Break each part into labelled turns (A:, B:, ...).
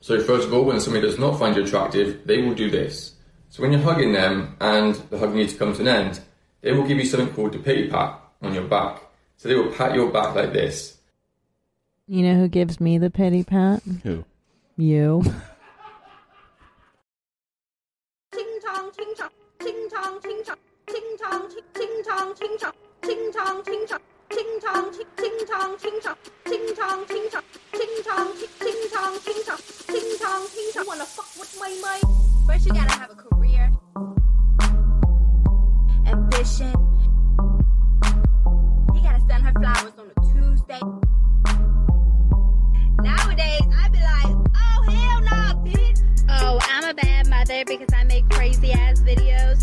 A: So first of all, when somebody does not find you attractive, they will do this. So when you're hugging them and the hug needs to come to an end, they will give you something called the pity pat on your back. So they will pat your back like this.
B: You know who gives me the pity pat?
C: Who?
B: You.
D: First, you gotta have a career, ambition. You gotta send her flowers on a Tuesday. Nowadays, I be like, oh, hell no, bitch. Oh, I'm a bad mother because I make crazy ass videos.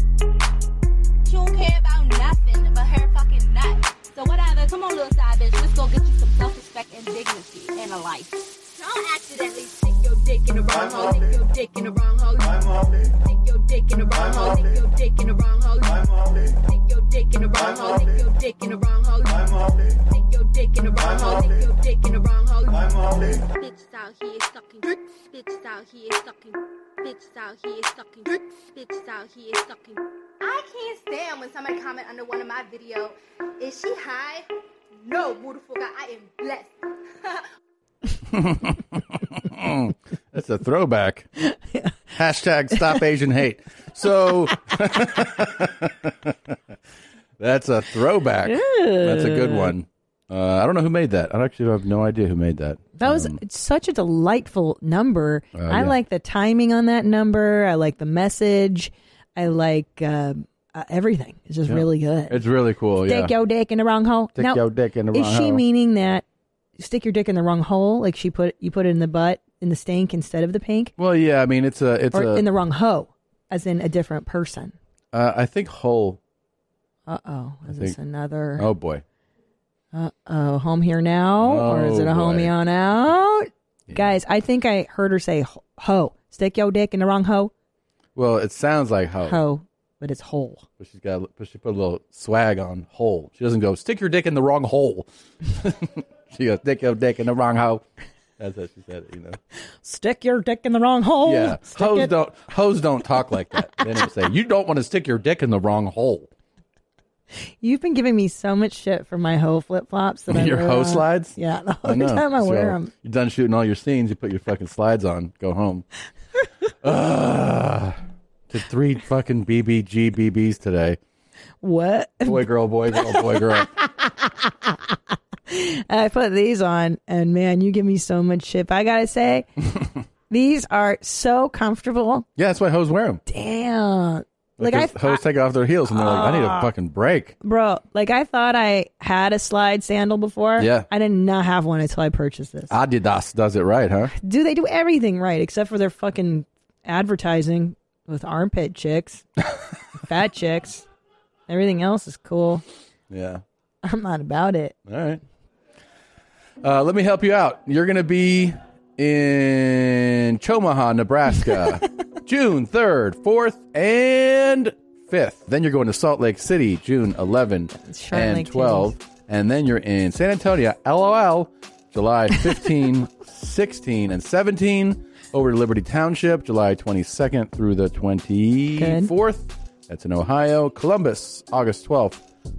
D: She don't care about nothing but her fucking nut. So, whatever, come on, little side bitch, let's go get you some self respect and dignity and a life. Don't accidentally stick your dick in the wrong hole, stick your dick in the wrong hole. Stick your dick in the wrong hole. Stick your dick in the wrong hole. Stick your dick in the wrong hole. Stick your dick in the wrong hole. Stick your dick in the wrong hole. Stick your dick in the wrong hole. Bitches out here sucking dick. Bitches out here sucking. Bitches out here sucking dick. Bitches out here sucking. I can't stand when somebody comment under one of my video. Is she high? No, beautiful guy. I am blessed.
C: That's a throwback. Hashtag stop Asian hate. So that's a throwback. That's a good one. Uh, I don't know who made that. I actually have no idea who made that.
B: That was
C: Um,
B: such a delightful number.
C: uh,
B: I like the timing on that number. I like the message. I like uh, uh, everything. It's just really good.
C: It's really cool. yeah.
B: Stick your dick in the wrong hole.
C: Stick
B: Now,
C: your dick in the
B: is
C: wrong
B: she
C: hole.
B: meaning that stick your dick in the wrong hole? Like she put you put it in the butt in the stink instead of the pink,
C: well, yeah. I mean, it's a it's
B: or
C: a.
B: in the wrong hoe, as in a different person.
C: uh, I think whole.
B: Uh oh, is
C: think-
B: this another?
C: Oh boy.
B: Uh oh, home here now, or is
C: Oh,
B: it a
C: boy.
B: homie on out? Guys, I think I heard her say ho- hoe. Stick your dick in the wrong hoe,
C: Well, it sounds like hoe.
B: hoe, but it's hole.
C: But she's got. a li- But she put a little swag on hole. She doesn't go stick your dick in the wrong hole. she goes stick your dick in the wrong hole. That's how she said it. You know.
B: Stick your dick in the wrong hole.
C: Yeah,
B: Stick
C: hoes
B: it-
C: don't hoes don't talk like that. They don't say you don't want to stick your dick in the wrong hole.
B: You've been giving me so much shit for my hoe flip flops that I
C: Your
B: wear
C: hoe
B: on.
C: slides?
B: uh, Yeah, the
C: I
B: whole
C: know.
B: time I wear
C: So,
B: them.
C: You're done shooting all your scenes. You put your fucking slides on. Go home. Ugh. Did three fucking BBG BBs today.
B: What?
C: Boy, girl, boy, girl, boy, girl.
B: I put these on, and man, you give me so much shit. But I gotta say, these are so comfortable.
C: Yeah, that's why hoes wear them.
B: Damn. Like I, Ah.
C: Because hoes take off their heels and they're like, I need a fucking break.
B: bro, like I thought I had a slide sandal before.
C: Yeah.
B: I did not have one until I purchased this.
C: Adidas does it right, huh?
B: do they do everything right except for their fucking advertising with armpit chicks, fat chicks? Everything else is cool.
C: Yeah.
B: I'm not about it.
C: All right. Uh, let me help you out. You're going to be in Chomaha, Nebraska, June 3rd, 4th, and 5th. Then you're going to Salt Lake City, June 11th
B: Shark
C: and
B: Lake
C: 12th. And then you're in San Antonio, LOL, July 15, 16, and 17. Over to Liberty Township, July 22nd through the 24th. That's in Ohio. Columbus, August 12th,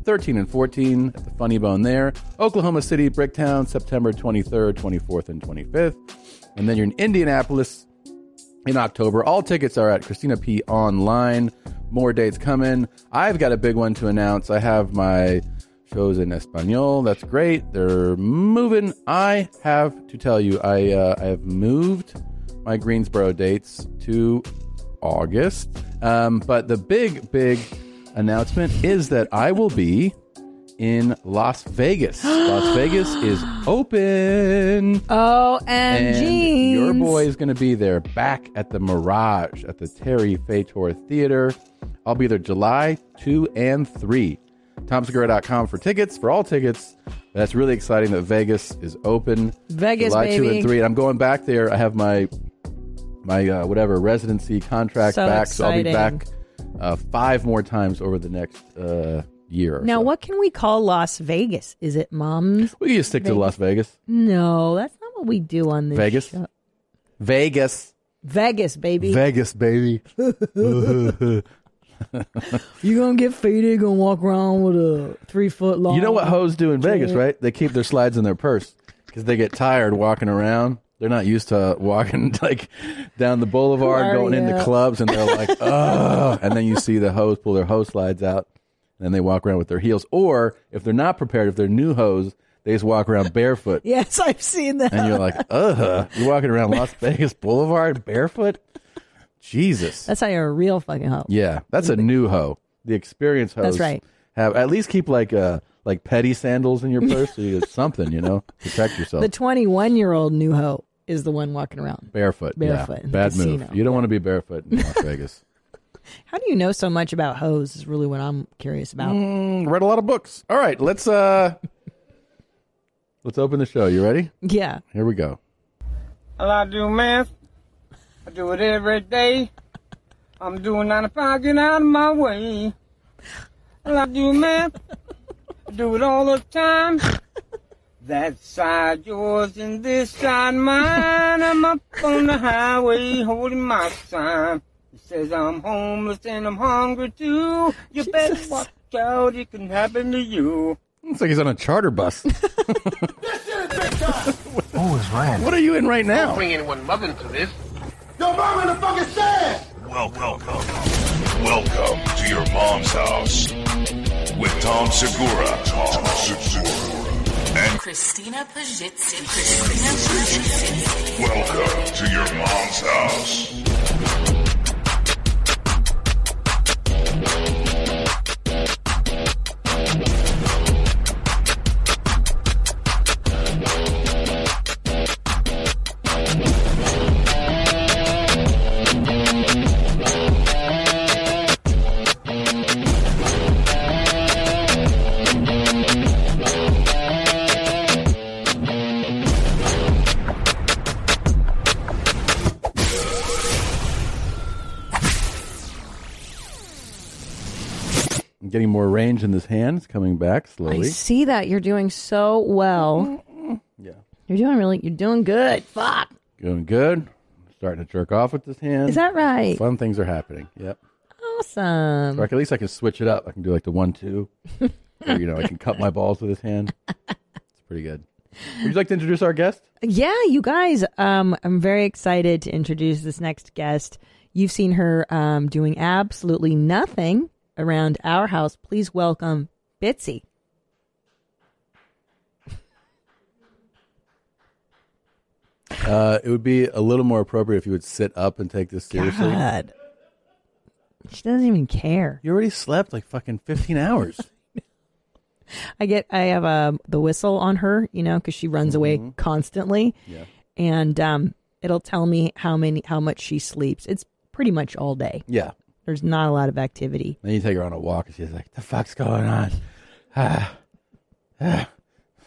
C: 13 and 14 at the Funny Bone there. Oklahoma City, Bricktown, September 23rd, 24th, and 25th. And then you're in Indianapolis in October. All tickets are at Christina P online. More dates coming. I've got a big one to announce. I have my shows in Espanol. That's great. They're moving. I have to tell you, I uh, I have moved my Greensboro dates to August. Um, but the big big announcement is that I will be in Las Vegas. Las Vegas is open.
B: Oh, and,
C: And
B: jeans.
C: your boy is going to be there back at the Mirage at the Terry Fator Theater. I'll be there July 2 and 3. TomSegura.com for tickets, for all tickets. That's really exciting that Vegas is open.
B: Vegas,
C: July 2
B: baby.
C: and 3. And I'm going back there. I have my my uh, whatever residency contract
B: So
C: back. So I'll be
B: exciting.
C: back uh, five more times over the next uh, year. or
B: Now,
C: so.
B: what can we call Las Vegas? Is it mom's?
C: We can just stick to Las Vegas.
B: No, that's not what we do on this
C: Vegas?
B: show.
C: Vegas.
B: Vegas, baby.
C: Vegas, baby.
B: you gonna get faded, gonna walk around with a three foot long.
C: You know what hoes do in Vegas, right? They keep their slides in their purse because they get tired walking around. They're not used to walking like down the boulevard,
B: Who are
C: going into
B: ya?
C: clubs, and they're like, oh. And then you see the hoes pull their hose slides out, and then they walk around with their heels. Or if they're not prepared, if they're new hoes, they just walk around barefoot.
B: Yes, I've seen that.
C: And you're like, ugh, you're walking around Las Vegas Boulevard barefoot? Jesus.
B: That's how you're a real fucking hoe.
C: Yeah, that's a new hoe. The experienced hoes
B: That's right.
C: have at least keep like uh like petty sandals in your purse or you- something, you know, protect yourself.
B: The 21 year old new hoe is the one walking around.
C: barefoot,
B: Barefoot
C: yeah,
B: in the
C: bad
B: casino.
C: move. You don't want to be barefoot in Las Vegas.
B: How do you know so much about hoes? Is really what I'm curious about.
C: Mm, read a lot of books. All right, let's uh, let's open the show. You ready?
B: Yeah.
C: Here we go.
E: Well, I do math. I do it every day. I'm doing nine o'clock, get out of my way. Well, I do math. I do it all the time. That side yours and this side mine. I'm up on the highway holding my sign. It says I'm homeless and I'm hungry too. You better watch out, it can happen to you.
C: It's like he's on a charter bus. this shit is Ryan? What are you in right now?
F: bring anyone love into this.
G: Yo, mom in the fucking sand!
H: Welcome, welcome, welcome to your mom's house with Tom Segura, Tom Segura, and
I: Christina Pajitsin. Christina Pajitsin.
H: welcome to your mom's house.
C: I'm getting more range in this hand. It's coming back
B: I
C: slowly.
B: see that you're doing so well.
C: Mm-hmm. Yeah.
B: You're doing really. You're doing good. Fuck.
C: Doing good. Starting to jerk off with this hand.
B: Is that right?
C: Fun things are happening. Yep.
B: Awesome.
C: Or I can- at least I can switch it up. I can do like the one two. or you know, I can cut my balls with this hand. It's pretty good. Would you like to introduce our guest?
B: Yeah, you guys. Um, I'm very excited to introduce this next guest. You've seen her um, doing absolutely nothing around our house. Please welcome Bitsy.
C: Uh, it would be a little more appropriate if you would sit up and take this seriously.
B: God. She doesn't even care.
C: You already slept like fucking fifteen hours.
B: I get I have um the whistle on her, you know, because she runs away constantly. Yeah. And um it'll tell me how many how much she sleeps. It's pretty much all day.
C: yeah.
B: There's not a lot of activity.
C: Then you take her on a walk and she's like, the fuck's going on?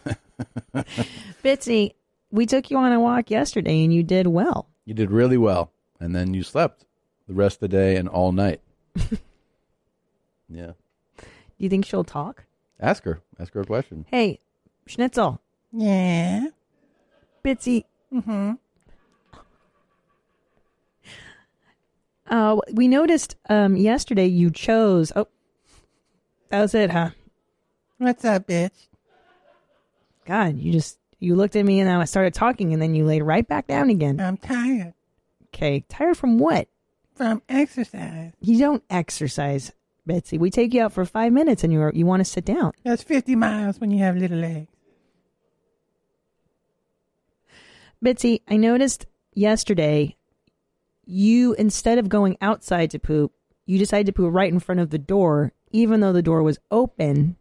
B: Bitsy, we took you on a walk yesterday and you did well.
C: You did really well. And then you slept the rest of the day and all night. yeah.
B: Do you think she'll talk?
C: Ask her. Ask her a question.
B: Hey, Schnitzel,
C: Yeah.
B: Bitsy. Mm-hmm. Uh, we noticed um, yesterday you chose. Oh, that was it, huh?
C: What's up, bitch?
B: God, you just you looked at me and I started talking, and then you laid right back down again.
C: I'm tired
B: Okay, tired from what?
C: from exercise.
B: You don't exercise, Betsy. We take you out for five minutes, and you are, you want to sit down.
C: That's 50 miles when you have little legs.
B: Bitsy, I noticed yesterday you, instead of going outside to poop, you decided to poop right in front of the door, even though the door was open.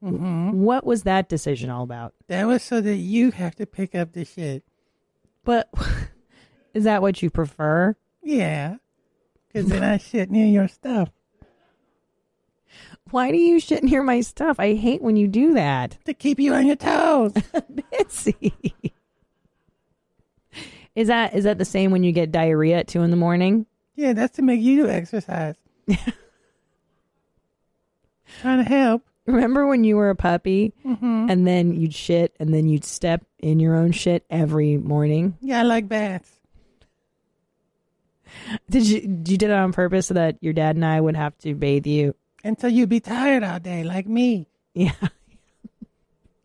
B: What was that decision all about?
E: That was so that you have to pick up the shit.
B: But is that what you prefer?
E: Yeah. Cause then I shit near your stuff.
B: Why do you shit near my stuff? I hate when you do that.
E: To keep you on your toes.
B: Bitsy. Is that is that the same when you get diarrhea at two in the morning?
E: Yeah, that's to make you do exercise. Trying to help.
B: Remember when you were a puppy and then you'd shit and then you'd step in your own shit every morning?
E: Yeah, I like baths.
B: Did you you did it on purpose so that your dad and I would have to bathe you?
C: Until you be tired all day, like me.
B: Yeah,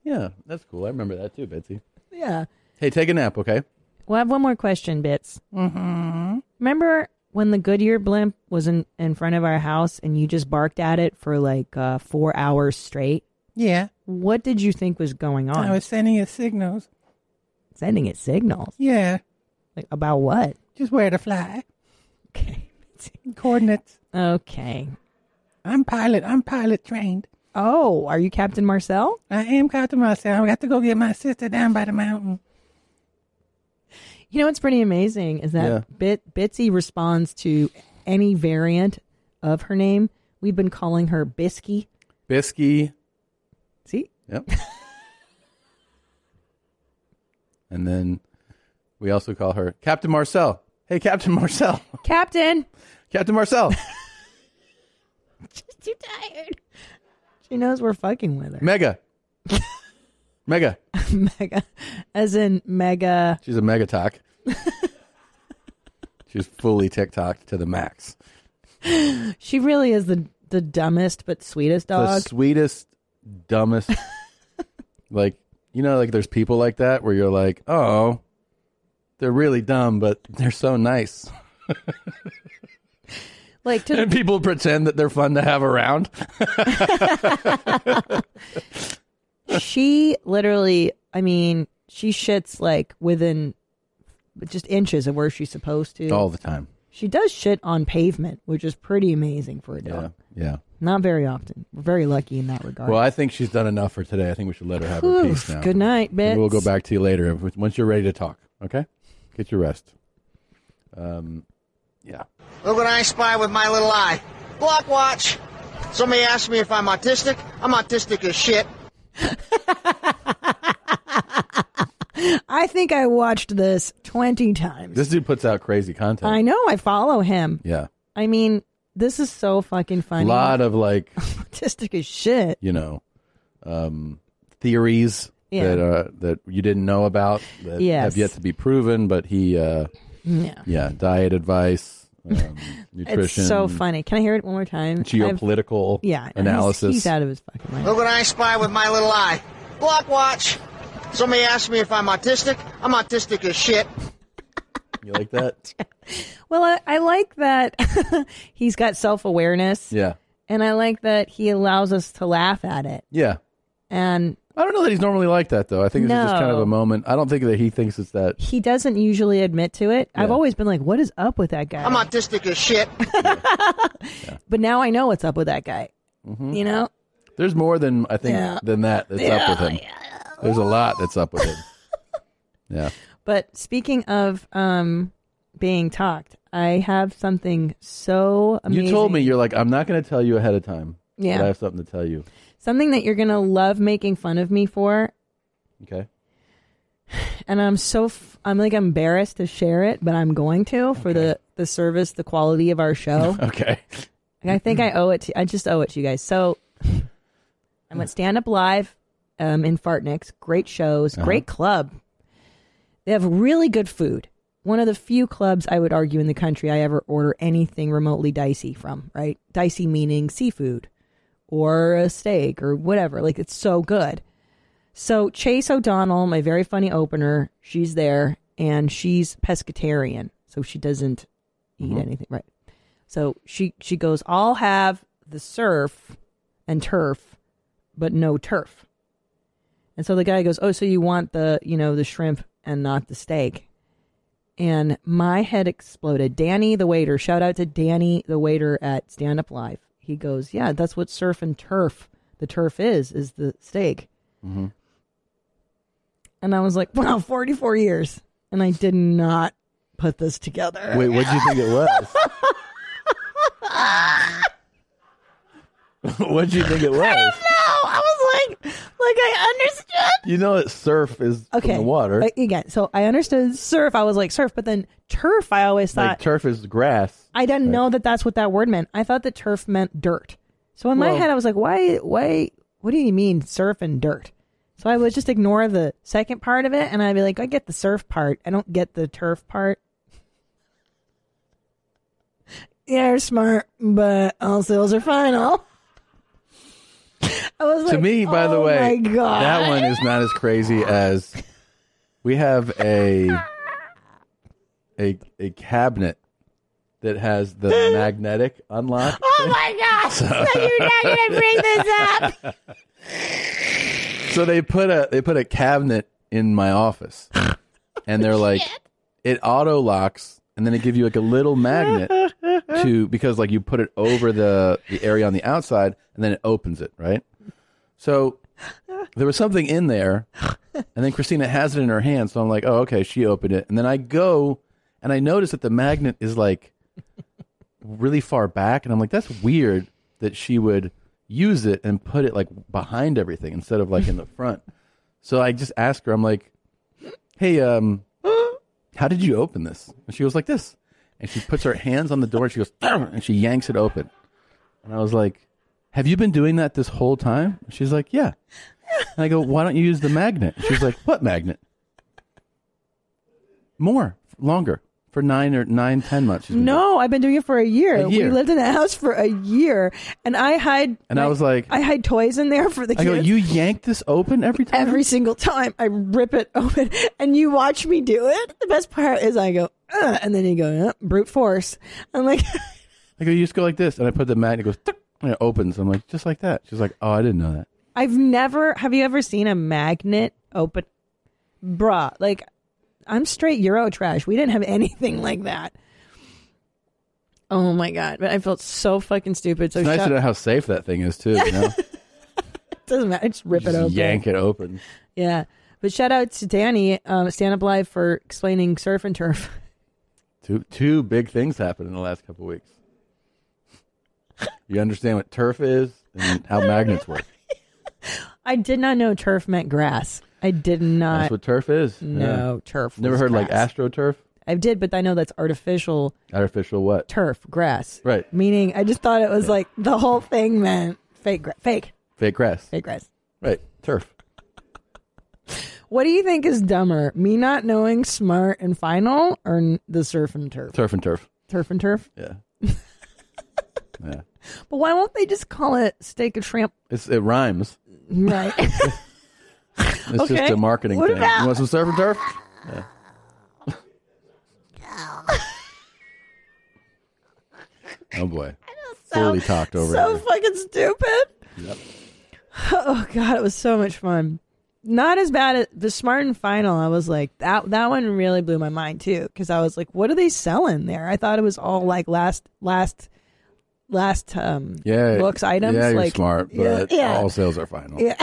C: Yeah, that's cool. I remember that too, Betsy.
B: yeah.
C: Hey, take a nap, okay?
B: Well, I have one more question, Bits. Mm-hmm. Remember when the Goodyear blimp was in, in front of our house and you just barked at it for like uh, four hours straight?
C: Yeah,
B: What did you think was going on?
C: sending you signals.
B: sending it signals.
C: Yeah,
B: Like about what?
C: just where to fly,
B: Okay.
C: coordinates.
B: Okay.
C: I'm pilot. I'm pilot trained.
B: Oh, are you Captain Marcel?
C: I am Captain myself. I got to go get my sister down by the mountain.
B: You know what's pretty amazing is that
C: Yeah.
B: Bit Bitsy responds to any variant of her name. We've been calling her Bisky.
C: Bisky.
B: See?
C: Yep. and then we also call her Captain Marcel. Hey, Captain Marcel.
B: Captain.
C: Captain Marcel.
B: She's too tired. She knows we're fucking with her.
C: Mega. Mega.
B: mega. As in mega
C: She's a mega talk. She's fully TikTok to the max.
B: she really is the the dumbest but sweetest
C: The
B: dog.
C: sweetest, dumbest. like, you know, like there's people like that where you're like, oh, they're really dumb, but they're so nice.
B: Like to
C: And people pretend that they're fun to have around.
B: she literally i mean she shits like within just inches of where she's supposed to
C: All the time.
B: she does shit on pavement which is pretty amazing for a dog
C: Yeah. Yeah.
B: not very often we're very lucky in that regard
C: Well, I think she's done enough for today. I think we should let her have her
B: Whew,
C: piece now.
B: good night bitch
C: Maybe we'll go back to you later if- once you're ready to talk. Okay? Get your rest. Um, yeah.
F: Look what I spy with my little eye. Block watch. Somebody asked me if I'm autistic. I'm autistic as shit.
B: i think i watched this 20 times
C: This dude puts out crazy content.
B: i know i follow him
C: yeah.
B: i mean this is so fucking
C: A
B: funny
C: lot of like,
B: autistic as shit
C: you know, um, theories
B: Yeah.
C: that uh, that you didn't know about that
B: Yes.
C: have yet to be proven, but he, uh,
B: yeah
C: yeah, diet advice, um,
B: it's
C: nutrition,
B: so funny can i hear it one more time I've-
C: geopolitical
B: yeah he's-
C: analysis.
B: he's out of his fucking mind
F: Look what I spy with my little eye. Block watch. Somebody asked me if I'm autistic. I'm autistic as shit.
C: you like that?
B: Well, I, I like that he's got self awareness,
C: yeah.
B: and I like that he allows us to laugh at it.
C: Yeah.
B: And
C: I don't know that he's normally like that though. I think this is just kind of
B: No.
C: a moment. I don't think that he thinks it's that.
B: he doesn't usually admit to it. I've
C: Yeah.
B: always been like, "What is up with that guy?"
F: I'm autistic as shit.
B: but now I know what's up with that guy.
C: Mm-hmm.
B: You know,
C: There's more than I think
B: Yeah.
C: than that that's up with him. There's a lot that's up with him. yeah.
B: But speaking of um, being talked, I have something so amazing.
C: You told me you're like I'm not going to tell you ahead of time. but
B: Yeah.
C: I have something to tell you.
B: something that you're gonna love making fun of me for,
C: Okay.
B: and I'm so f- I'm like embarrassed to share it, but I'm going to for the the service, the quality of our show.
C: Okay.
B: Like, I think I owe it to. I just owe it to you guys. So I'm at Stand Up Live um, in Fartniks. Great shows, great club. They have really good food. One of the few clubs I would argue in the country I ever order anything remotely dicey from. Right, dicey meaning seafood or a steak or whatever. Like it's so good. So Chase O'Donnell, my very funny opener, she's there and she's pescatarian, so she doesn't eat anything. Right. So she she goes, I'll have the surf and turf, but no turf. And so the guy goes, Oh, so you want the you know the shrimp and not the steak? And my head exploded. Danny the waiter, shout out to Danny the waiter at Stand Up Live. He goes, Yeah, that's what surf and turf. The turf is is the steak. And I was like, Wow, forty four years, and I did not put this together.
C: Wait, what do you think it was? what do you think it was?
B: No, I was like, like I understood.
C: You know that surf is
B: Okay,
C: in the water.
B: Like, again, so I understood surf. I was like surf, but then turf. I always thought
C: like turf is grass.
B: I didn't know that that's what that word meant. I thought that turf meant dirt. So in my
C: Well-
B: head, I was like, why, why, what do you mean surf and dirt? So I would just ignore the second part of it, and I'd be like, I get the surf part. I don't get the turf part. you're smart, but all sales are final. I was
C: to
B: like,
C: me, by the
B: "Oh
C: way,
B: my God.
C: that one is not as crazy as we have a a a cabinet that has the magnetic unlock.
B: Oh my gosh! So you're not gonna bring this up?
C: So they put a they put a cabinet in my office, and they're like, it auto locks, and then they give you like a little magnet to because like you put it over the the area on the outside, and then it opens it right. So there was something in there, and then Christina has it in her hand. So I'm like, oh okay, she opened it, and then I go and I notice that the magnet is like really far back, and I'm like, that's weird that she would use it and put it like behind everything instead of like in the front. So I just asked her, I'm like, hey, um, how did you open this? And she goes like this, and she puts her hands on the door, and she goes, "Thrum," and she yanks it open, and I was like, have you been doing that this whole time? And She's like, yeah. And I go, why don't you use the magnet? And She's like, what magnet? More, longer, for nine or nine, ten months. she's been doing it.
B: No, I've been doing it for a year.
C: A year.
B: We lived in the house for a year, and I hide.
C: And I was like-
B: I hide toys in there for the
C: I
B: kids.
C: go, you yank this open every time?
B: Every single time I rip it open and you watch me do it. The best part is I go, "Ugh," and then you go, "Uh, brute force. I'm like,
C: I go, you just go like this. And I put the magnet, it goes, "Tuck," and it opens. I'm like, just like that. She's like, oh, I didn't know that.
B: I've never, have you ever seen a magnet open? Bruh, like, I'm straight Euro trash. We didn't have anything like that. Oh my God. But I felt so fucking stupid. So
C: It's nice
B: shut-
C: to know how safe that thing is, too. You know?
B: doesn't matter. Just rip it
C: just
B: open.
C: yank it open.
B: Yeah. But shout out to Danny, um, Stand Up Live, for explaining surf and turf.
C: Two, two big things happened in the last couple weeks. You understand what turf is and how magnets work.
B: I did not know turf meant grass. I did not.
C: That's what turf is.
B: Uh, No, turf
C: Never
B: was
C: heard like
B: grass.
C: astroturf?
B: I did, but I know that's artificial
C: Artificial what?
B: turf, grass.
C: Right.
B: Meaning, I just thought it was like the whole thing meant fake, gra- fake,
C: Fake grass.
B: fake grass.
C: Right. Turf.
B: What do you think is dumber, me not knowing smart and final, or n- the surf and turf,
C: Turf and turf.
B: turf and turf?
C: Yeah. yeah.
B: But why won't they just call it steak and shrimp?
C: It's, it rhymes.
B: Right.
C: It's just
B: Okay.
C: a marketing
B: What
C: thing.
B: about-
C: You want some surf and turf? Yeah. oh boy. Fully talked over.
B: so
C: here.
B: fucking stupid.
C: Yep.
B: Oh god, it was so much fun. Not as bad as the smart and final. I was like that. That one really blew my mind too because I was like, "What are they selling there?" I thought it was all like last, last, last um
C: yeah.
B: looks items.
C: Yeah, you're
B: like
C: smart, but
B: yeah,
C: all sales are final.
B: yeah.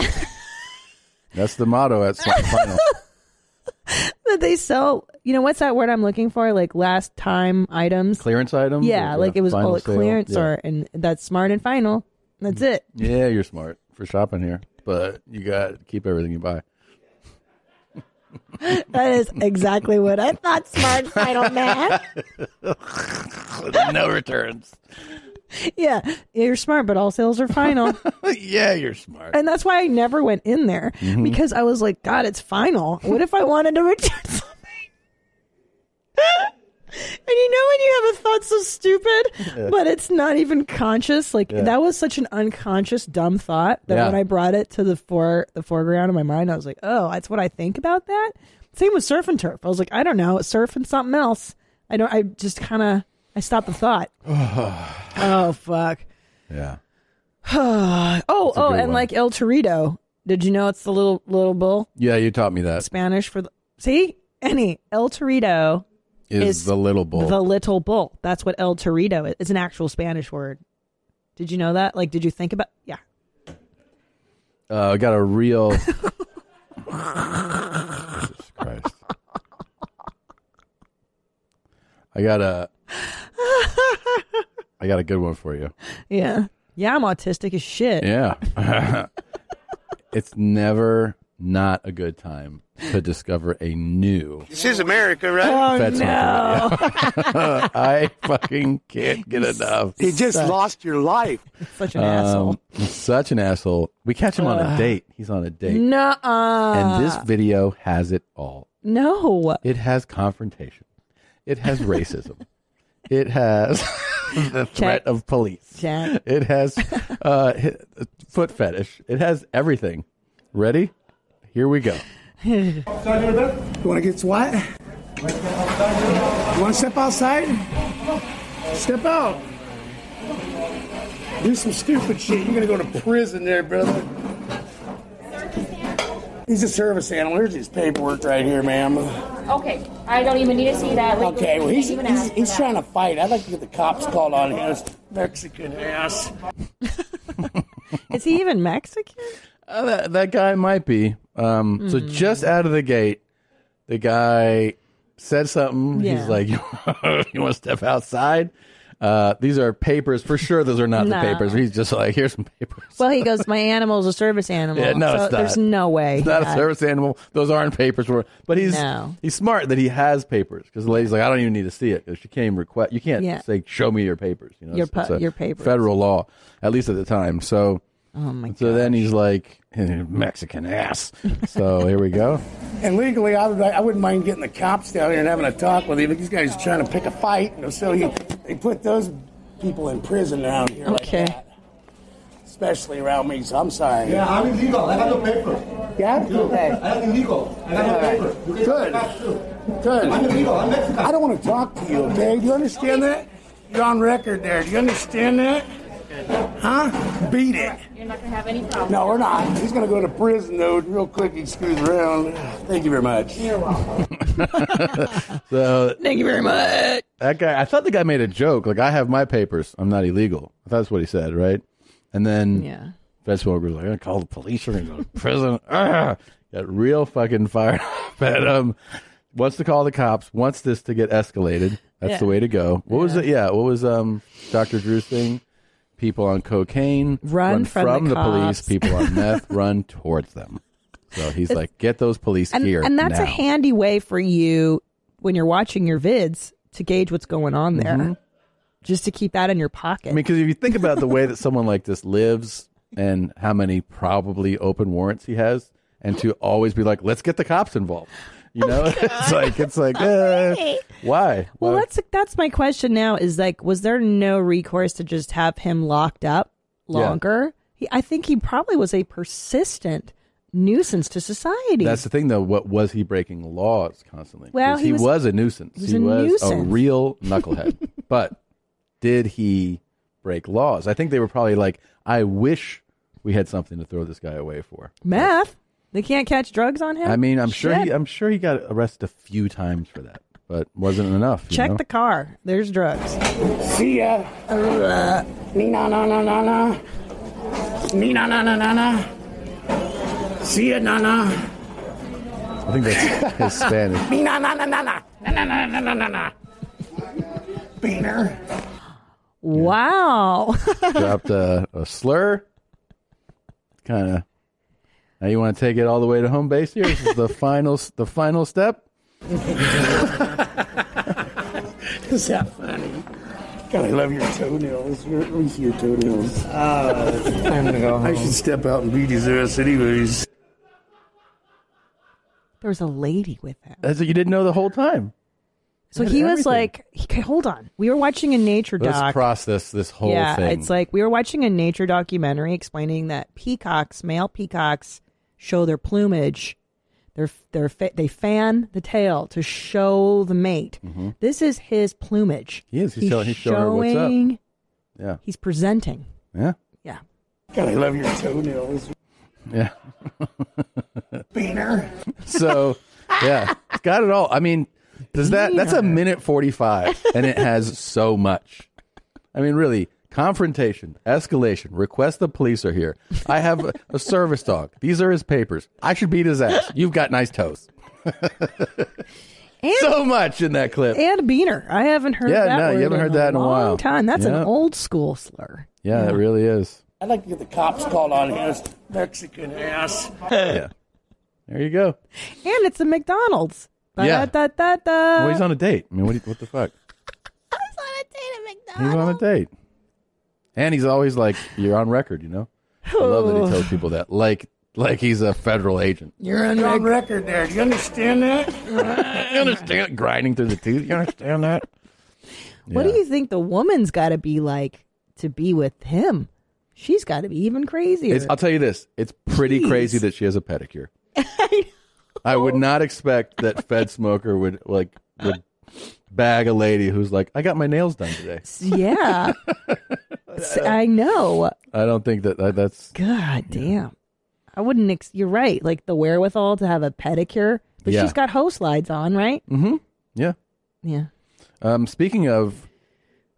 C: That's the motto at Smart Final.
B: that they sell. You know what's that word I'm looking for? Like last time items.
C: clearance item.
B: yeah, like it was
C: final
B: all at
C: sale.
B: clearance
C: yeah. Mm.
B: or and that's smart and final. That's it.
C: Yeah, you're smart for shopping here, but you got to keep everything you buy.
B: That is exactly what I thought. Smart and final man.
C: no returns.
B: Yeah, yeah, you're smart, but all sales are final.
C: yeah, you're smart.
B: and that's why I never went in there because I was like, God, it's final. What if I wanted to return something? and you know when you have a thought so stupid, but it's not even conscious. Like that was such an unconscious, dumb thought that
C: Yeah.
B: when I brought it to the fore the foreground of my mind, I was like, Oh, that's what I think about that. Same with surf and turf. I was like, I don't know, it's surf and something else. I don't. I just kind of I stopped the thought. oh fuck.
C: Yeah.
B: Oh, oh,
C: good
B: and
C: one.
B: like El Torito. Did you know it's the little little bull
C: Yeah, you taught me that.
B: Spanish for the see any El Torito
C: Is,
B: is
C: the little bull.
B: the little bull. That's what El Torito is. It's an actual Spanish word. Did you know that? Like, did you think about? Yeah,
C: Uh, I got a real. Jesus Christ. I got a. I got a good one for you.
B: yeah, yeah. I'm autistic as shit.
C: Yeah. it's never not a good time to discover a new.
G: This is America, right?
B: Oh
C: That's
B: no!
C: I fucking can't get enough.
G: you just lost your life.
B: Such an asshole.
C: Um, such an asshole. We catch him on a date. He's on a date.
B: Nuh-uh.
C: And this video has it all.
B: no.
C: It has confrontation. It has racism. it has the threat of police.
B: Jack.
C: It has uh, hi- foot fetish. It has everything. Ready? Here we go.
J: You want to get what? You want to step outside? Step out. Do some stupid shit. You're going to go to prison there, brother. He's a service animal. Here's his paperwork right here, ma'am.
K: Okay, I don't even need to see that. legally.
J: Okay, well, he's,
K: Even
J: he's,
K: ask for
J: he's
K: that.
J: trying to fight. I'd like to get the cops called on his Mexican ass.
B: Is he even Mexican?
C: Uh, that, that guy might be. Um, So
B: Mm.
C: just out of the gate, the guy said something.
B: Yeah.
C: He's like, "You want to step outside?" Uh, these are papers for sure. Those are not
B: No.
C: the papers. He's just like, "Here's some papers."
B: Well, he goes, my animal's a service animal.
C: Yeah, no,
B: so
C: it's not.
B: There's no way.
C: It's not a
B: that-
C: service animal. Those aren't papers. For, but he's
B: No.
C: he's smart that he has papers because the lady's like, I don't even need to see it 'cause she can't even request. You can't
B: Yeah.
C: say, show me your papers. You know,
B: Your
C: It's- it's
B: pa-
C: a
B: your papers.
C: Federal law, at least at the time. So,
B: oh my.
C: So then he's like Mexican ass. so here we go.
J: And legally, I, would, I wouldn't mind getting the cops down here and having a talk with him. But these guys are trying to pick a fight, and so he, they put those people in prison around here
B: Okay.
J: like that. Especially around me, so I'm sorry.
L: Yeah, I'm illegal. I got no paper.
J: Yeah? Okay.
L: I am illegal. I got no paper. You can
J: Good.
L: back too.
J: Good.
L: I'm illegal. I'm Mexican.
J: I don't want to talk to you, okay? Do you understand that? You're on record there. Do you understand that? Huh? Beat it.
K: You're not gonna have any problem.
J: No, we're not. He's going to go to prison, though, real quick. He screws around. Thank you very much. You're welcome.
C: So
J: Thank you very much.
C: That guy. I thought the guy made a joke. Like I have my papers. I'm not illegal. I thought that's what he said, right? And then
B: yeah,
C: Festival was like, I call the police. We're gonna go to prison. Ah! Got real fucking fired up at him. Wants to call the cops. Wants this to get escalated. That's
B: Yeah.
C: the way to go. What was it? Yeah. What was um Dr. Drew's thing? People on cocaine
B: Run from the
C: police.
B: cops.
C: People on meth run towards them. So he's
B: It's-
C: like, get those police
B: And
C: here.
B: and that's
C: now.
B: a handy way for you when you're watching your vids to gauge what's going on there,
C: Mm-hmm.
B: just to keep that in your pocket.
C: I mean, because if you think about the way that someone like this lives and how many probably open warrants he has, and to always be like, let's get the cops involved. You
B: Oh
C: know, it's like it's like eh, why?
B: well,
C: Why?
B: that's that's my question now. Is like, was there no recourse to just have him locked up
C: Yeah.
B: longer? He, I think he probably was a persistent nuisance to society.
C: that's the thing, though. What was he breaking laws constantly?
B: Well,
C: 'Cause
B: he
C: he
B: was-
C: was, a nuisance.
B: he was
C: he
B: a
C: was a
B: nuisance.
C: real knucklehead. but did he break laws? I think they were probably like, I wish we had something to throw this guy away for.
B: meth. They can't catch drugs on him.
C: I mean, I'm sure
B: Shit.
C: he, um, I'm sure he got arrested a few times for that, but wasn't enough. you
B: Check
C: know?
B: the car. There's drugs.
J: See ya. Uh, nee na na na na na. Nee na na na na na. See ya na na.
C: I think that's his Spanish.
J: Nee na na na na na. Na na na na na na na. Beaner.
B: Wow.
C: Dropped a, a slur. Kind of. Now you want to take it all the way to home base here. This is the final, s- the final step.
J: Is that funny? God, I love your toenails. Your, let me see your toenails.
G: I'm gonna go
J: Oh, I
G: home.
J: should step out and beat his ass anyways.
B: There was a lady with him.
C: That's what you didn't know the whole time.
B: So
C: Had
B: he was
C: everything.
B: like, he- okay, hold on. We were watching a nature
C: Let's
B: doc.
C: process this whole
B: yeah,
C: thing.
B: it's like we were watching a nature documentary explaining that peacocks, male peacocks, show their plumage. They're, they're fa- they fan the tail to show the mate.
C: Mhm.
B: This is his plumage.
C: He is. He's telling- he's showing her what's up.
B: showing-
C: yeah,
B: He's presenting.
C: yeah,
B: Yeah.
J: God, I love your toenails.
C: yeah.
J: Beaner.
C: So, yeah, it's got it all. I mean, does that? That's a minute forty-five, and it has so much. I mean, really, confrontation, escalation, request the police are here. I have a, a service dog. These are his papers. I should beat his ass. You've got nice toes. so much in that clip.
B: And beaner. I haven't heard
C: Yeah,
B: that
C: no, you
B: word
C: haven't heard that in a
B: long
C: while.
B: time. That's an
C: Yeah.
B: old school slur.
C: yeah, it really is.
J: I'd like to get the cops called on his Mexican ass.
C: Yeah. There you go.
B: And it's a McDonald's.
C: Yeah.
B: Ba-da-da-da-da.
C: well, he's on a date. I mean, what, do you- what the fuck? I was
B: uh-huh.
C: on a date at McDonald's. He's on a date. And he's always like, you're on record, you know? I love that he tells people that. Like, like he's a federal agent.
J: You're on, record there. Do you understand that?
C: You understand? Grinding through the teeth. You understand that?
B: What
C: Yeah.
B: do you think the woman's got to be like to be with him? She's got to be even crazier.
C: It's, I'll tell you this: it's pretty
B: Jeez.
C: crazy that she has a pedicure. I, would not expect that Fed Smoker would like would bag a lady who's like, "I got my nails done today."
B: yeah. S- I know.
C: I don't think that, that that's
B: God damn. I wouldn't. Ex- you're right. Like the wherewithal to have a pedicure, but
C: Yeah.
B: she's got hose slides on, right?
C: Mm-hmm. Yeah.
B: Yeah.
C: Um, speaking of,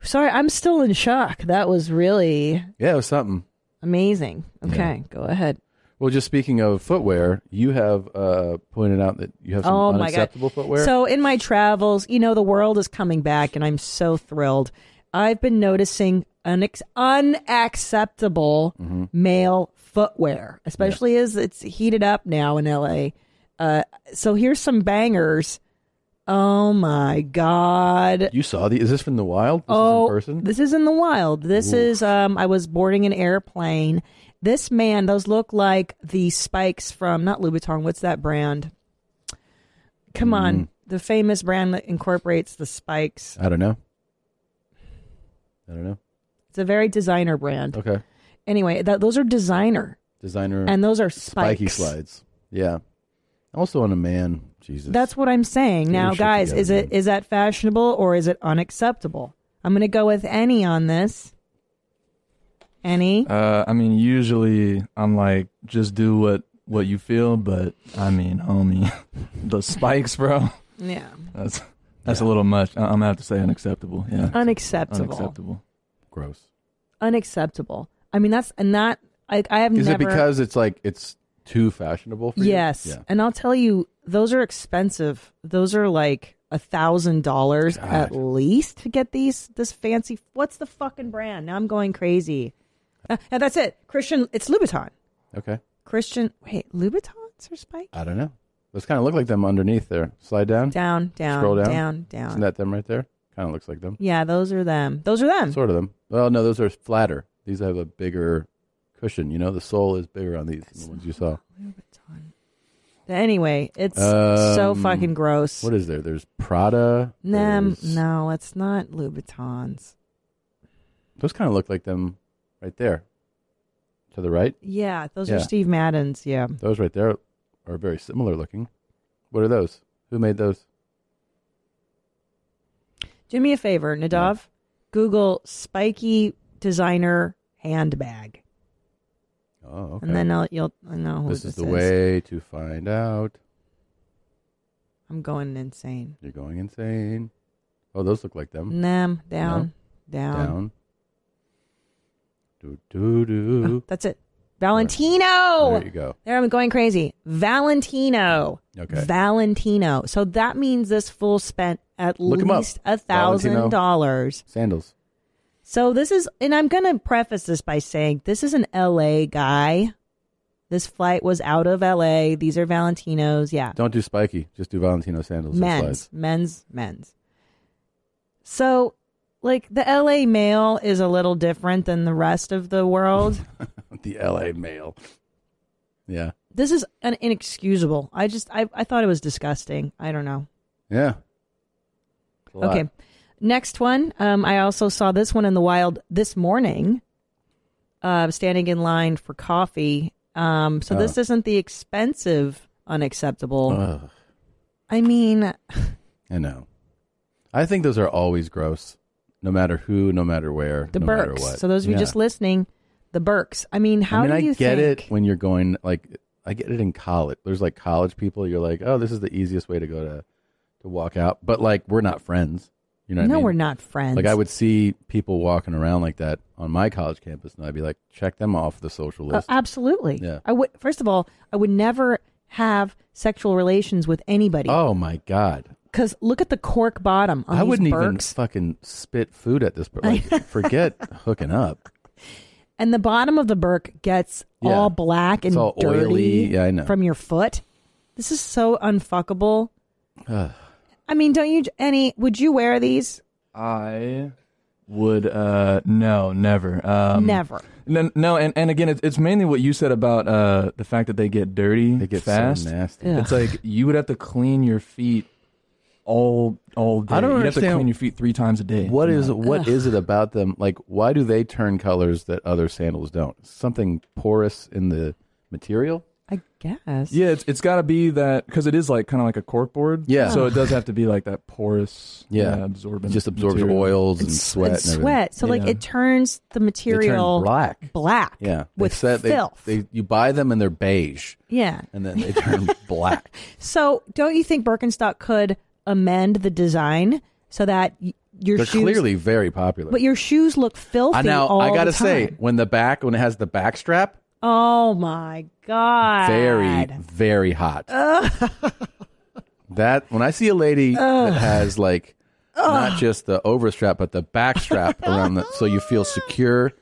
B: Sorry, I'm still in shock. That was really
C: yeah, it was something.
B: amazing. Okay, go ahead.
C: Well, just speaking of footwear, you have uh, pointed out that you have some
B: oh my god.
C: unacceptable footwear.
B: So in my travels, you know, the world is coming back, and I'm so thrilled. I've been noticing unex- unacceptable
C: Mm-hmm.
B: male footwear, especially as it's heated up now in LA. Uh, so here's some bangers. Oh my god.
C: you saw the? Is this from the wild? This
B: oh,
C: is in person.
B: this is in the wild. This
C: Ooh.
B: is um I was boarding an airplane. This man, those look like the spikes from not Louboutin, what's that brand? Come
C: Mm.
B: on. The famous brand that incorporates the spikes.
C: I don't know. I don't know.
B: It's a very designer brand.
C: Okay.
B: Anyway, that those are designer.
C: Designer
B: And those are
C: spiky
B: spikes.
C: slides. Yeah. Also on a man. Jesus.
B: That's what I'm saying.
C: Get your
B: Now,
C: shit
B: guys,
C: together,
B: is it is that fashionable or is it unacceptable? I'm going to go with any on this. Any?
M: Uh, I mean, usually I'm like, just do what what you feel, but I mean, homie, the spikes, bro.
B: Yeah.
M: That's that's a little much. I, I'm gonna have to say unacceptable. Yeah,
B: Unacceptable.
M: Unacceptable.
C: Gross.
B: unacceptable. I mean, that's and that I, I have
C: Is
B: never.
C: it because it's like it's too fashionable for you?
B: yes,
C: Yeah.
B: and I'll tell you, those are expensive. Those are like a thousand dollars at least to get these. This fancy. What's the fucking brand? Now I'm going crazy. Uh, and that's it, Christian. It's Louboutin.
C: Okay.
B: Christian. Wait, Louboutins or Spike?
C: I don't know. Those kind of look like them underneath there. Slide down.
B: Down, down,
C: Scroll down.
B: down, down.
C: Isn't that them right there? Kind of looks like them.
B: Yeah, those are them. Those are them.
C: Sort of them. Well, no, those are flatter. These have a bigger cushion. You know, the sole is bigger on these than the ones you saw.
B: Anyway, it's so
C: Um,
B: fucking gross.
C: What is there? There's Prada.
B: Nam,
C: there's-
B: no, it's not Louboutins.
C: Those kind of look like them right there. To the right?
B: Yeah, those are
C: Yeah.
B: Steve Madden's. Yeah.
C: Those right there are very similar looking. What are those? Who made those?
B: Do me a favor, Nadav. Google spiky designer handbag,
C: Oh, okay.
B: and then I'll, you'll I know who
C: This
B: this,
C: is the way to find out.
B: I'm going insane.
C: You're going insane. Oh, those look like them.
B: Nam, down, down.
C: Down. Do, do, do.
B: Uh, That's it. Valentino.
C: There you go.
B: There I'm going crazy. Valentino.
C: Okay.
B: Valentino. So that means this fool spent at
C: Look 'em up.
B: least a thousand
C: Valentino
B: dollars.
C: Sandals.
B: So this is, and I'm going to preface this by saying this is an LA guy. This flight was out of LA. These are Valentinos. Yeah.
C: Don't do spiky. Just do Valentino sandals. and
B: Men's,
C: slides.
B: men's, men's. So, like, the LA male is a little different than the rest of the world.
C: The LA mail. Yeah.
B: this is an inexcusable. I just, I, I thought it was disgusting. I don't know.
C: Yeah. It's a lot.
B: Okay. Next one. Um, I also saw this one in the wild this morning. Uh, standing in line for coffee. Um, so this
C: Oh. Uh,
B: isn't the expensive unacceptable.
C: Ugh,
B: I mean,
C: I know. I think those are always gross, no matter who, no matter where,
B: the
C: no matter
B: Burks.
C: what.
B: So those of you
C: Yeah.
B: just listening, the Burks. I mean, how
C: I mean,
B: do
C: I
B: you
C: get
B: think?
C: it when you're going like I get it in college. There's like college people. You're like, oh, this is the easiest way to go to to walk out. But like, we're not friends. You know? what I
B: no,
C: mean?
B: we're not friends.
C: Like I would see people walking around like that on my college campus, and I'd be like, check them off the social
B: Oh,
C: list.
B: absolutely.
C: Yeah.
B: I would. First of all, I would never have sexual relations with anybody.
C: oh my god!
B: Because look at the cork bottom. On
C: I
B: these
C: wouldn't even
B: Burks.
C: fucking spit food at this. per- Like, forget hooking up.
B: And the bottom of the Burke gets
C: Yeah.
B: all black and
C: It's all
B: dirty
C: oily. Yeah, I know.
B: from your foot. This is so unfuckable.
C: Ugh.
B: I mean, don't you any? Would you wear these?
M: I would uh no never um
B: Never.
M: no no and, and again it's, it's mainly what you said about uh the fact that they get dirty they get
C: so
M: fast
C: nasty.
M: it's
C: Ugh.
M: like you would have to clean your feet all all day.
C: I don't
M: You'd have to
C: understand
M: clean your feet three times a day.
C: What
M: You
C: is
M: know?
C: what is it about them? Like, why do they turn colors that other sandals don't? Something porous in the material.
B: I guess.
M: Yeah, it's it's got to be that because it is like kind of like a cork board.
C: Yeah.
M: so it does have to be like that porous.
C: Yeah.
M: absorbent.
C: Just absorbs
M: material.
C: oils and It's- sweat
B: It's sweat. So like it turns the material
C: black.
B: Black.
C: Yeah,
B: With
C: said they,
B: filth.
C: They, you buy them and they're beige.
B: Yeah.
C: and then they turn black.
B: So don't you think Birkenstock could amend the design so that y- your
C: they're
B: shoes
C: clearly very popular.
B: but your shoes look filthy
C: I now
B: all
C: I gotta
B: the
C: say
B: time.
C: when the back when it has the back strap,
B: Oh my god.
C: very very hot.
B: Ugh.
C: That when I see a lady
B: Ugh.
C: that has like
B: Ugh.
C: not just the overstrap but the back strap around the so you feel secure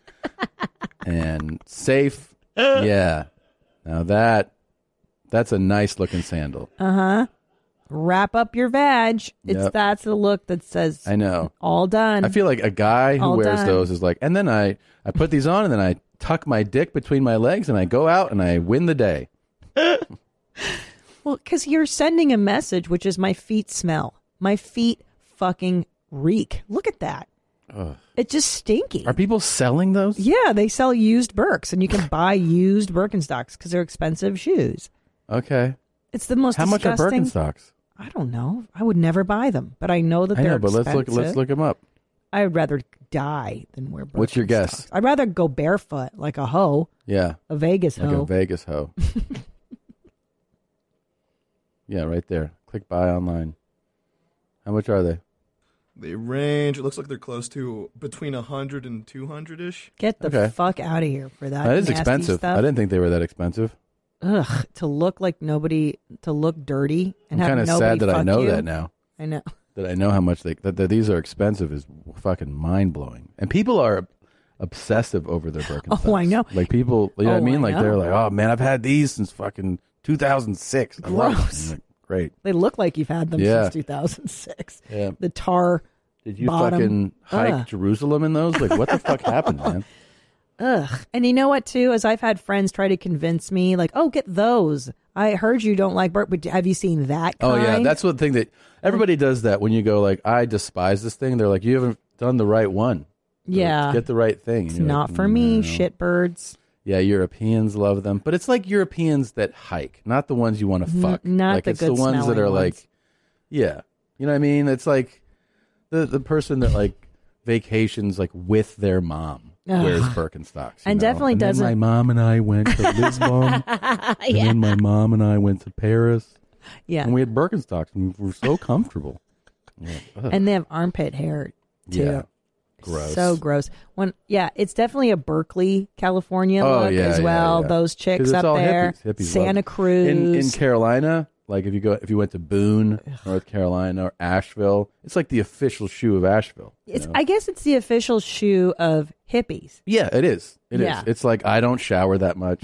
C: and safe. yeah. Now that that's a nice looking sandal.
B: Uh-huh. Wrap up your vag. It's
C: Yep.
B: that's the look that says
C: I know.
B: all done.
C: I feel like a guy who
B: All
C: wears
B: done.
C: those is like and then I I put these on and then I tuck my dick between my legs and I go out and I win the day.
B: Well, because you're sending a message, which is my feet smell. My feet fucking reek. Look at that.
C: Ugh.
B: It's just stinky.
C: Are people selling those?
B: Yeah, they sell used Birks, and you can buy used Birkenstocks because they're expensive shoes.
C: Okay.
B: It's the most
C: How much are
B: disgusting-
C: Birkenstocks?
B: I don't know. I would never buy them, but I know that
C: I
B: they're
C: know, but let's look let's
B: expensive.
C: look them up.
B: I would rather die than wear Birkenstocks.
C: What's your guess?
B: I'd rather go barefoot like a hoe,
C: Yeah.
B: a Vegas
C: like
B: hoe.
C: a Vegas hoe. yeah, right there. Click buy online. How much are they?
N: They range. It looks like they're close to between 100 and 200 ish.
B: Get the
C: Okay.
B: fuck out of here for that.
C: that is
B: nasty
C: expensive.
B: Stuff.
C: I didn't think they were that expensive.
B: ugh, to look like nobody, to look dirty, and
C: I'm
B: have
C: kinda
B: nobody
C: sad that I
B: fuck
C: know
B: you.
C: that now.
B: I know.
C: That I know how much they that, that these are expensive is fucking mind blowing. And people are obsessive over their Birkenstocks.
B: Oh, I know.
C: Like people, you know what
B: Oh,
C: I mean?
B: I
C: like they're
B: know.
C: like, oh man, I've had these since fucking 2006. I love them."
B: Gross.
C: Like, Great.
B: They look like you've had them
C: Yeah.
B: since 2006.
C: Yeah.
B: The tar.
C: Did you
B: bottom.
C: fucking hike
B: Ugh.
C: Jerusalem in those? Like, what the fuck happened, man?
B: Ugh. And you know what, too? As I've had friends try to convince me, like, oh, get those. I heard you don't like Burt, but have you seen that kind?
C: Oh yeah, that's one thing that everybody does. That when you go like, I despise this thing. They're like, you haven't done the right one.
B: Yeah.
C: Get the right thing.
B: It's
C: You're like,
B: not for me,
C: "No."
B: shitbirds.
C: Yeah, Europeans love them, but it's like Europeans that hike, not the ones you want to
B: Mhm,
C: fuck.
B: not
C: like,
B: the
C: it's the
B: good
C: ones that
B: smelling
C: are
B: ones.
C: like, yeah, you know what I mean. It's like the the person that like vacations like with their mom
B: Ugh.
C: wears Birkenstocks, you
B: And
C: know?
B: definitely
C: And then
B: doesn't-
C: My mom and I went to Lisbon, and then my mom and I went to Paris.
B: Yeah.
C: and we had Birkenstocks, and we were so comfortable. Yeah, ugh.
B: And they have armpit hair, too.
C: Yeah. Gross.
B: So gross. When yeah, it's definitely a Berkeley, California
C: Oh,
B: look
C: yeah,
B: as
C: yeah,
B: well.
C: yeah.
B: Those
C: 'Cause
B: chicks
C: it's
B: up
C: all
B: there,
C: hippies. Hippies love
B: Santa
C: it. In, in
B: Cruz.
C: Carolina, like if you go, if you went to Boone, North Carolina, or Asheville, it's like the official shoe of Asheville. you
B: it's
C: know?
B: I guess it's the official shoe of hippies.
C: yeah, it is. It is.
B: Yeah.
C: It's like I don't shower that much.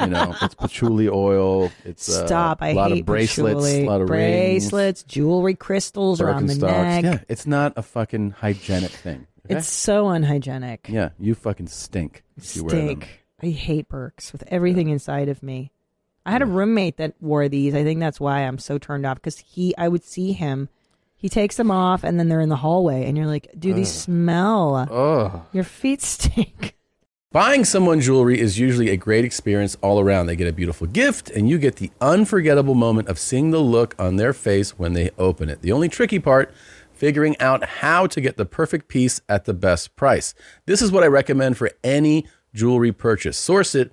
C: you know, it's patchouli oil. It's uh,
B: Stop!
C: A
B: I
C: lot
B: hate
C: of bracelets,
B: patchouli.
C: a lot of rings,
B: bracelets, jewelry, crystals around the
C: Birkenstocks.
B: neck.
C: Yeah, it's not a fucking hygienic thing. okay?
B: It's so unhygienic.
C: yeah, you fucking stink. If you wear them.
B: Stink. I hate Birks with everything inside of me. I had a roommate that wore these. I think that's why I'm so turned off because he, I would see him. He takes them off and then they're in the hallway and you're like, dude, these
C: Ugh.
B: smell.
C: Ugh.
B: Your feet stink.
C: Buying someone jewelry is usually a great experience all around. They get a beautiful gift, and you get the unforgettable moment of seeing the look on their face when they open it. The only tricky part, figuring out how to get the perfect piece at the best price. This is what I recommend for any jewelry purchase. Source it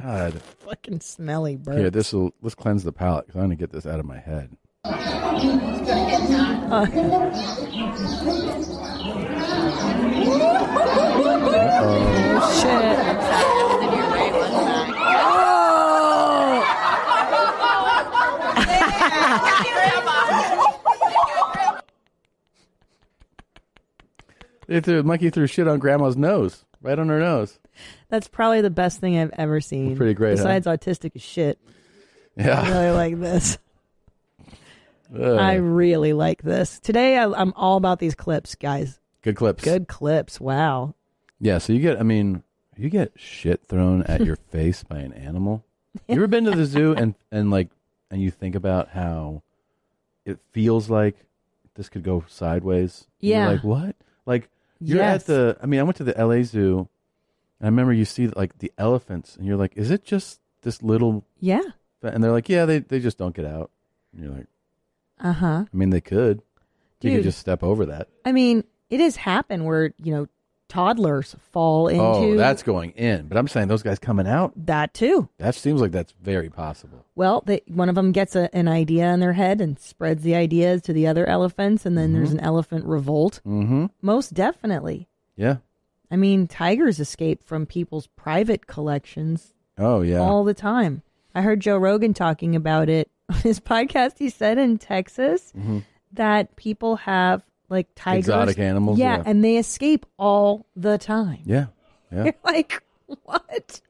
C: God.
B: Fucking smelly bird.
C: Here, this will let's cleanse the palate because I'm gonna get this out of my head. They threw monkey threw shit on grandma's nose, right on her nose.
B: That's probably the best thing I've ever seen.
C: Pretty great, huh?
B: Besides autistic as shit.
C: Yeah.
B: I really like this.
C: Uh.
B: I really like this. Today I, I'm all about these clips, guys.
C: Good clips.
B: Good clips. Wow.
C: Yeah, so you get I mean, you get shit thrown at your face by an animal. You ever been to the zoo and and like and you think about how it feels like this could go sideways? You're
O: Yeah.
C: like, what? Like you're
O: Yes.
C: at the I mean, I went to the LA zoo and I remember you see like the elephants and you're like, is it just this little
B: Yeah.
C: And they're like, Yeah, they they just don't get out. And you're like,
B: Uh huh.
C: I mean they could. You
B: Dude.
C: could just step over that.
B: I mean, it has happened where, you know, toddlers fall into
C: Oh, that's going in. But I'm saying those guys coming out.
B: that too.
C: That seems like that's very possible.
B: Well, they, one of them gets a, an idea in their head and spreads the ideas to the other elephants, and then there's
C: Mhm.
B: an elephant revolt.
C: Mm-hmm.
B: Most definitely.
C: Yeah.
B: I mean, tigers escape from people's private collections
C: Oh yeah.
B: all the time. I heard Joe Rogan talking about it on his podcast. He said in Texas
C: Mhm.
B: that people have like tigers,
C: Exotic animals,
B: yeah,
C: yeah.
B: and they escape all the time.
C: Yeah. Yeah.
B: You're like, what?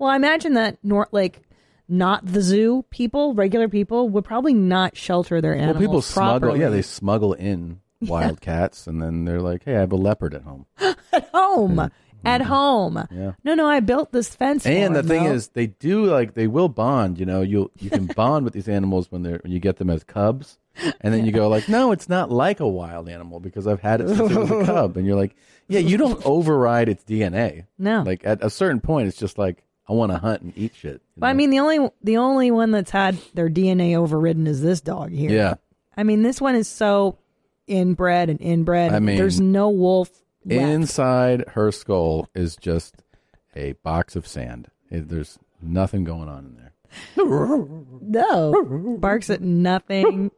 B: Well, I imagine that nor like not the zoo people, regular people would probably not shelter their animals.
C: well, people
B: properly.
C: smuggle. Yeah, they smuggle in
B: Yeah.
C: wild cats, and then they're like, "Hey, I have a leopard at home."
B: at home. At home.
C: Mm-hmm. Yeah.
B: No, no, I built this fence. for
C: And the
B: him,
C: thing
B: though.
C: is, they do like they will bond. You know, you you can bond with these animals when they're when you get them as cubs, and then you go like, "No, it's not like a wild animal because I've had it since it was a cub." And you're like, "Yeah, you don't override its DNA."
B: No.
C: like at a certain point, it's just like I want to hunt and eat shit.
B: But, I mean, the only the only one that's had their DNA overridden is this dog here.
C: Yeah.
B: I mean, this one is so inbred and inbred.
C: I mean,
B: there's no wolf. left.
C: Inside her skull is just a box of sand. It- there's nothing going on in there.
B: No, barks at nothing.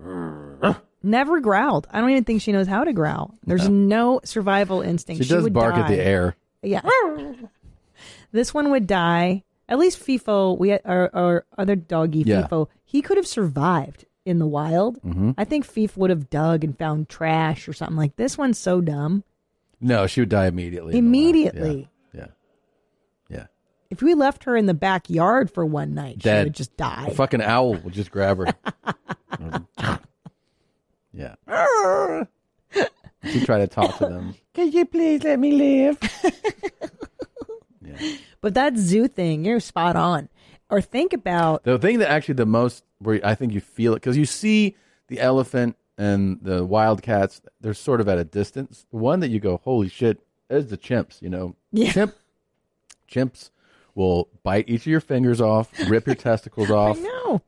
B: Never growled. I don't even think she knows how to growl. There's no, survival instinct.
C: She, does
B: would
C: bark at the
B: die.
C: air.
B: Yeah. this one would die. At least FIFO, we had our, our other doggy
C: Yeah.
B: FIFO, he could have survived in the wild.
C: Mhm.
B: I think Fief would have dug and found trash or something like this. One's so dumb.
C: No, she would die immediately.
B: Immediately,
C: Yeah. Yeah.
B: if we left her in the backyard for one night, she
C: Dead.
B: would just die.
C: A fucking owl will just grab her. yeah. She try to talk to them.
B: Could you please let me live? But that zoo thing, you're spot on. Or think about
C: The thing that actually the most where I think you feel it because you see the elephant and the wildcats, they're sort of at a distance. The one that you go, holy shit, is the chimps. You know, chimp, chimps will bite each of your fingers off, rip your testicles off,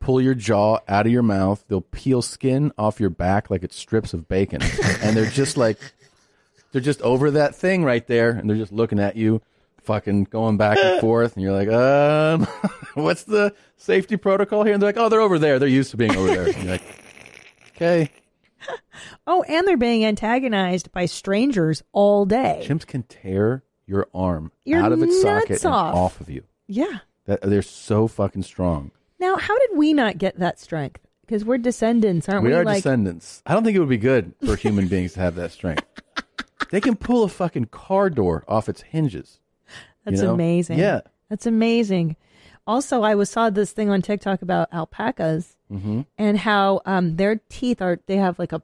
C: pull your jaw out of your mouth. They'll peel skin off your back like it's strips of bacon, and they're just like they're just over that thing right there and they're just looking at you fucking going back and forth and you're like um what's the safety protocol here and they're like oh they're over there they're used to being over there and you're like okay
B: oh, and they're being antagonized by strangers all day.
C: chimps can tear your arm
B: Your
C: out of its
B: nuts
C: socket and
B: off.
C: off of you
B: Yeah.
C: that they're so fucking strong
B: Now, how did we not get that strength? Because we're descendants, aren't we?
C: we are
B: like,
C: descendants i don't think it would be good for human beings to have that strength they can pull a fucking car door off its hinges you
B: That's
C: know?
B: amazing.
C: yeah
B: That's amazing. Also, I was saw this thing on TikTok about alpacas
C: mm-hmm.
B: and how um, their teeth are they have like a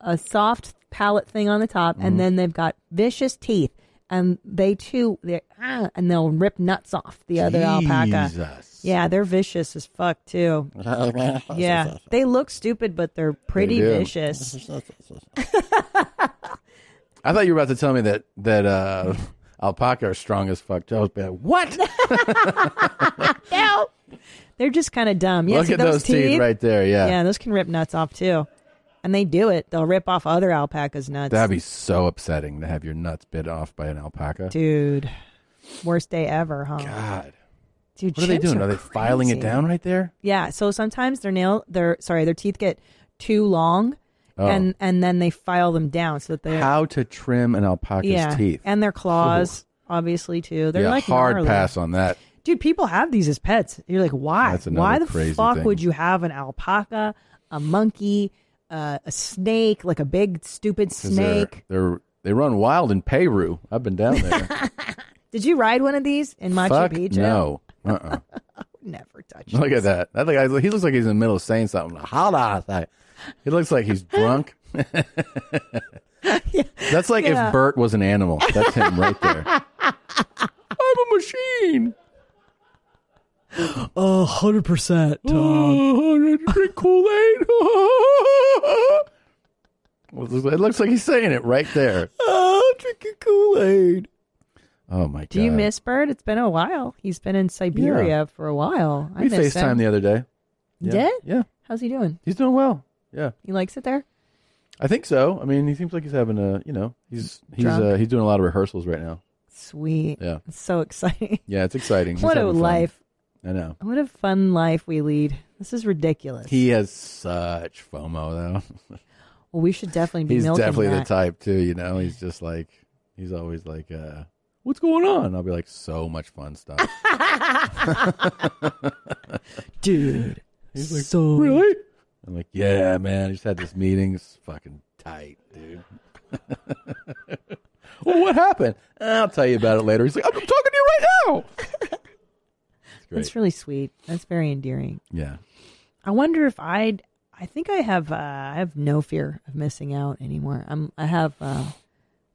B: a soft palate thing on the top
C: Mhm.
B: and then they've got vicious teeth and they too they ah, and they'll rip nuts off the other alpaca
C: Jesus.
B: yeah they're vicious as fuck too yeah they look stupid but they're pretty
C: do.
B: vicious
C: I thought you were about to tell me that that uh, alpaca are strong as fuck. I was like, what?
B: Ow! they're just kind of dumb yeah
C: Look
B: see
C: at those teeth right there, yeah.
B: yeah those can rip nuts off too and they do it they'll rip off other alpacas nuts
C: That'd be so upsetting to have your nuts bit off by an alpaca,
B: dude worst day ever huh
C: God,
B: Dude,
C: What are they
B: chips
C: doing? Are they filing it
B: crazy.
C: down right there?
B: Yeah. So sometimes their nail, their sorry, their teeth get too long,
C: Oh.
B: and and then they file them down so that they're
C: How to trim an alpaca's
B: yeah,
C: teeth?
B: and their claws, obviously too. They're
C: yeah,
B: like
C: hard
B: gnarly.
C: pass on that.
B: Dude, people have these as pets. You're like, why?
C: That's another
B: Why the
C: crazy
B: fuck
C: thing.
B: would you have an alpaca, a monkey, uh, a snake, like a big stupid
C: 'Cause they're-
B: snake?
C: they're- they run wild in Peru. I've been down there.
B: Did you ride one of these in Machu
C: Fuck
B: Picchu?
C: no. Uh-uh.
B: Never touch.
C: Look at that. That guy, he looks like he's in the middle of saying something. Holla! He looks like he's drunk. That's like
O: Yeah.
C: if Bert was an animal. That's him right there. I'm a machine.
O: Oh, 100%,
C: drink Kool-Aid. it looks like he's saying it right there.
O: oh, drinking Kool-Aid.
C: Oh my god!
B: Do you miss Bird? It's been a while. He's been in Siberia
C: Yeah.
B: for a while. I
C: we
B: miss
C: FaceTime
B: him.
C: the other day.
B: You
C: Yeah.
B: Did?
C: Yeah.
B: How's he doing?
C: He's doing well. Yeah.
B: He likes it there?
C: I think so. I mean, he seems like he's having a, you know, he's he's
B: Drunk.
C: uh, he's doing a lot of rehearsals right now.
B: Sweet.
C: Yeah.
B: It's so exciting.
C: Yeah, it's exciting. He's
B: what a
C: having fun.
B: life.
C: I know.
B: What a fun life we lead. This is ridiculous.
C: He has such FOMO though.
B: well, we should definitely be
C: he's
B: milking
C: definitely
B: that.
C: the type too, you know. He's just like he's always like uh what's going on? I'll be like so much fun stuff.
O: Dude,
C: He's like
O: so-
C: really? I'm like, "Yeah, man, I just had this meeting. It's fucking tight, dude." well, what happened? I'll tell you about it later. He's like, "I'm talking to you right now."
B: That's
C: great.
B: really sweet. That's very endearing.
C: Yeah.
B: I wonder if I'd. I think I have. Uh, I have no fear of missing out anymore. I'm. I have. Uh,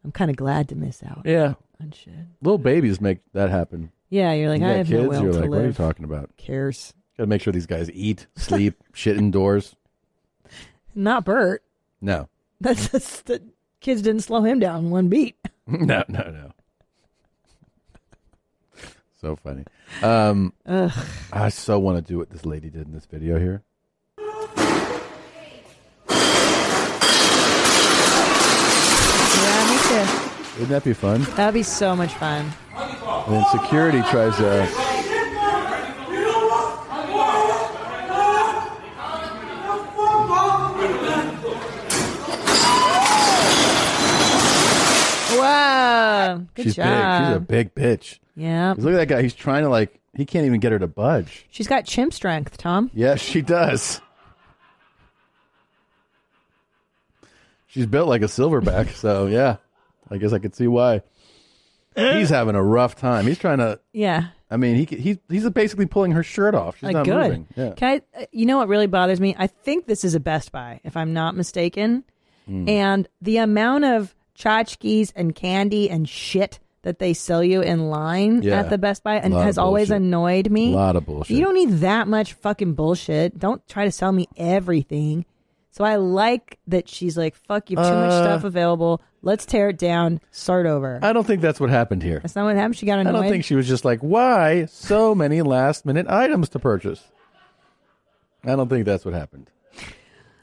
B: I'm kind of glad to miss out.
C: Yeah.
B: On shit.
C: Little babies make that happen.
B: Yeah, you're like,
C: You
B: I
C: got
B: have no
C: kids,
B: will
C: You're
B: to
C: like, what are you
B: live.
C: talking about?
B: Cares.
C: Got to make sure these guys eat, sleep, shit indoors.
B: Not Bert.
C: No,
B: That's, that's the kids didn't slow him down one beat.
C: no, no, no. So funny. Um,
B: Ugh.
C: I so want to do what this lady did in this video here.
B: Yeah, me too.
C: Wouldn't that be fun?
B: That'd be so much fun.
C: And then security tries to.
B: Wow. Good
C: she's big. She's a
B: job.
C: big bitch.
B: Yeah.
C: 'Cause Look at that guy. He's trying to like. He can't even get her to budge.
B: She's got chimp strength, Tom.
C: Yes, she does. She's built like a silverback, so yeah. I guess I could see why. He's having a rough time. He's trying to.
B: Yeah.
C: I mean, he c- he's he's basically pulling her shirt off. She's
B: Like,
C: not
B: Uh, good.
C: moving. Yeah.
B: Can I, uh, you know what really bothers me? I think this is a Best Buy, if I'm not mistaken.
C: Mm.
B: And the amount of tchotchkes and candy and shit that they sell you in line
C: Yeah.
B: at the Best Buy and
C: Lot of
B: has always
C: bullshit.
B: annoyed me.
C: Lot of bullshit.
B: You don't need that much fucking bullshit. Don't try to sell me everything. So I like that she's like, fuck, you have too much
C: Uh,
B: stuff available. Let's tear it down, start over.
C: I don't think that's what happened here.
B: That's not what happened. She got
C: I
B: annoyed.
C: don't think she was just like, why so many last minute items to purchase? I don't think that's what happened.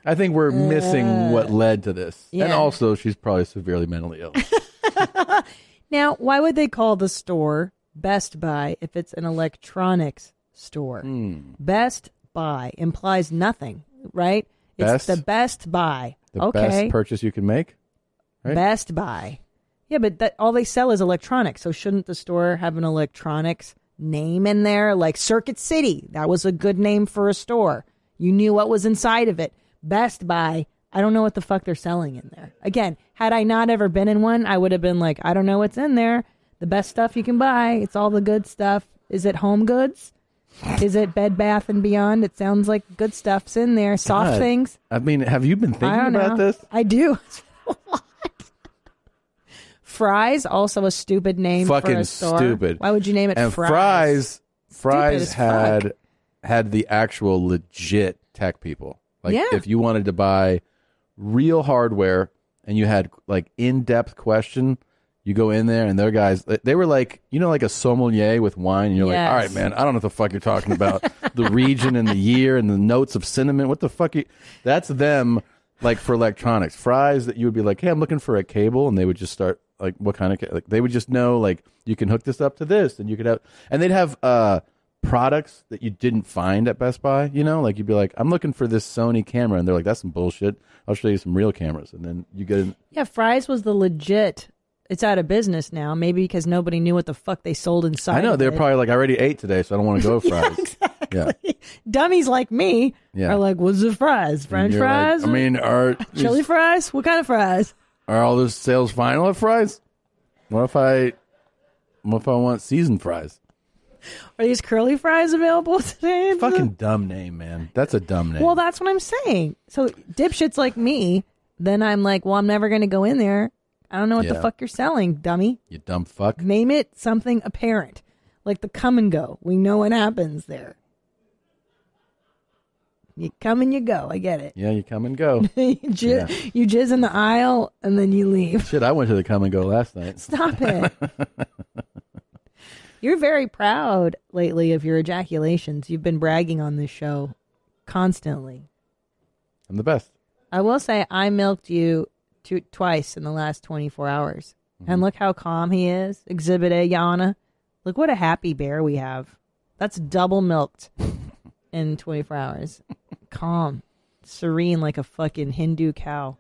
C: I think we're missing what led to this. And
B: Uh, yeah.
C: also, she's probably severely mentally ill.
B: Now, why would they call the store Best Buy if it's an electronics store?
C: Hmm.
B: Best Buy implies nothing, right? It's
C: Best?
B: the Best Buy.
C: The
B: okay.
C: best purchase you can make? right?
B: Best Buy. Yeah, but that, all they sell is electronics. So shouldn't the store have an electronics name in there? Like Circuit City. That was a good name for a store. You knew what was inside of it. Best Buy. I don't know what the fuck they're selling in there. Again, had I not ever been in one, I would have been like, I don't know what's in there. The best stuff you can buy. It's all the good stuff. Is it home goods? Is it Bed Bath and Beyond? It sounds like good stuff's in there. Soft
C: God.
B: things.
C: I mean, have you been
B: I
C: thinking
B: don't
C: about
B: know.
C: this?
B: I do. What? Fries also a stupid name. for
C: Fucking
B: a store.
C: stupid.
B: Why would you name it
C: and
B: Fries?
C: Fries,
B: as
C: Fries
B: fuck.
C: had had the actual legit tech people. Like
B: Yeah.
C: if you wanted to buy real hardware and you had like in-depth question, you go in there and their guys they were like, you know like a sommelier with wine and you're like,
O: Yes.
C: "All right, man, I don't know what the fuck you're talking about. the region and the year and the notes of cinnamon. What the fuck you That's them like for electronics. Fries that you would be like, "Hey, I'm looking for a cable." And they would just start like what kind of ca- like they would just know like you can hook this up to this and you could have and they'd have uh products that you didn't find at Best Buy. You know, like you'd be like, I'm looking for this Sony camera, and they're like, that's some bullshit. I'll show you some real cameras, and then you get an
B: Yeah, Fry's was the legit. It's out of business now, maybe because nobody knew what the fuck they sold inside.
C: I know
B: of
C: they're
B: it.
C: probably like, I already ate today, so I don't want to go fries. Yeah.
B: dummies like me
C: Yeah.
B: are like, "What's the fries? French
C: you're like,
B: fries?
C: I mean, are
B: chili
C: is-
B: fries? What kind of fries?"
C: are all those sales final at fries? What if I, what if I want seasoned fries?
B: Are these curly fries available today?
C: Fucking dumb name, man. That's a dumb name.
B: Well, that's what I'm saying. So dipshits like me, then I'm like, well, I'm never going to go in there. I don't know what
C: Yeah.
B: the fuck you're selling, dummy.
C: you dumb fuck.
B: Name it something apparent, like the come and go. We know what happens there. You come and you go. I get it.
C: Yeah, you come and go.
B: you, jizz, you jizz in the aisle and then you leave.
C: Shit, I went to the come and go last night.
B: Stop it. You're very proud lately of your ejaculations. You've been bragging on this show constantly.
C: I'm the best.
B: I will say I milked you two, twice in the last 24 hours. And look how calm he is. Exhibit A, Yana. Look what a happy bear we have. That's double milked in 24 hours. calm, serene like a fucking Hindu cow,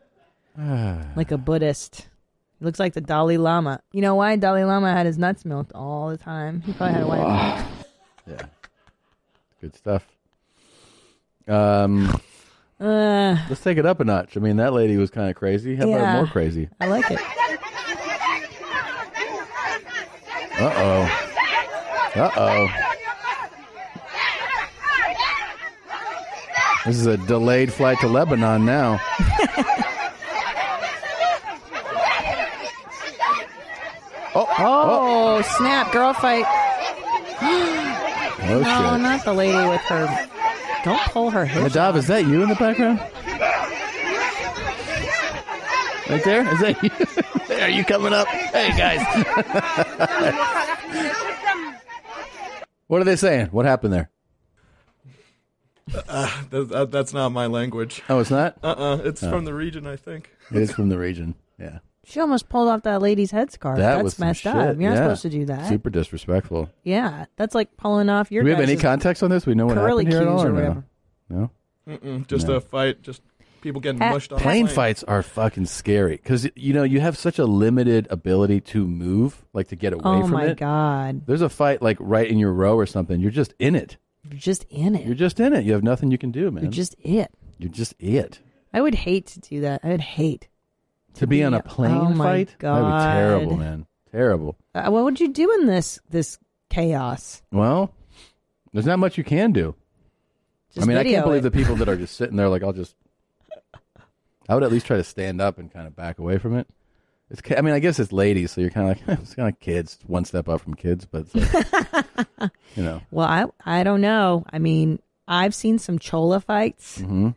B: like a Buddhist. He looks like the Dalai Lama. You know why Dalai Lama had his nuts milked all the time? He probably had a wife.
C: Yeah. Good stuff. Um,
B: Uh,
C: let's take it up a notch. I mean, that lady was kind of crazy. How
B: Yeah.
C: about more crazy?
B: I like it.
C: Uh oh. Uh oh. This is a delayed flight to Lebanon now. Oh,
B: oh, snap, girl fight.
C: Oh,
B: no,
C: shit.
B: not the lady with her. Don't pull her hair.
C: Nadav, is that you in the background? Right there? Is that you? Hey, Are you coming up? Hey, guys. what are they saying? What happened there?
N: Uh, that, that- that's not my language.
C: Oh, it's not?
N: Uh uh It's
C: Oh.
N: from the region, I think.
C: It is from the region. Yeah.
B: She almost pulled off that lady's headscarf.
C: that
B: that's
C: was some
B: messed
C: shit.
B: up. You're not
C: Yeah.
B: supposed to do that.
C: Super disrespectful.
B: Yeah, that's like pulling off your.
C: do we have any
B: guys'
C: context on this? We know what
B: curly
C: happened here at
B: cues
C: all?
B: or
C: no?
B: whatever.
C: No?
N: Mm-mm, just
C: No.
N: a fight, just people getting
B: Pat-
N: mushed off. a
C: plane
N: plane.
C: fights are fucking scary because you know you have such a limited ability to move, like to get away
B: Oh
C: from
B: my
C: it.
B: god,
C: There's a fight like right in your row or something. You're just in it.
B: you're just in it.
C: You're just in it. You have nothing you can do, man.
B: You're just it.
C: You're just it.
B: I would hate to do that. I would hate.
C: To be on a plane
B: oh my
C: fight, that'd
B: God.
C: be terrible, man. Terrible.
B: Uh, what would you do in this this chaos?
C: Well, there's not much you can do.
B: Just
C: I mean, I
B: video
C: can't believe
B: it.
C: the people that are just sitting there like I'll just. I would at least try to stand up and kind of back away from it. It's. ki- I mean, I guess it's ladies, so you're kind of like it's kind of kids, one step up from kids, but it's like, you know.
B: Well, I I don't know. I mean, I've seen some chola fights
C: hmm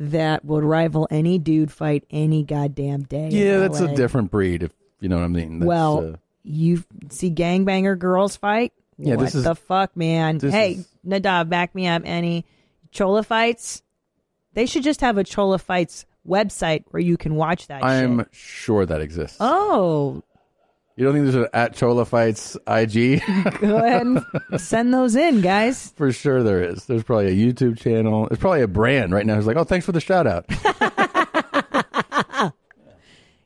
B: that would rival any dude fight any goddamn day. in
C: Yeah, that's
B: LA.
C: a different breed, if you know what I mean. That's,
B: well,
C: uh,
B: you see gangbanger girls fight.
C: Yeah,
B: what
C: this is-
B: the fuck, man?
C: this
B: Hey,
C: is-
B: Nadav, back me up. Any chola fights? They should just have a chola fights website where you can watch that.
C: I'm
B: shit.
C: sure that exists.
B: Oh,
C: You don't think there's an at Chola Fights IG?
B: go ahead and send those in, guys.
C: For sure there is. There's probably a YouTube channel. There's probably a brand right now who's like, oh, thanks for the shout out.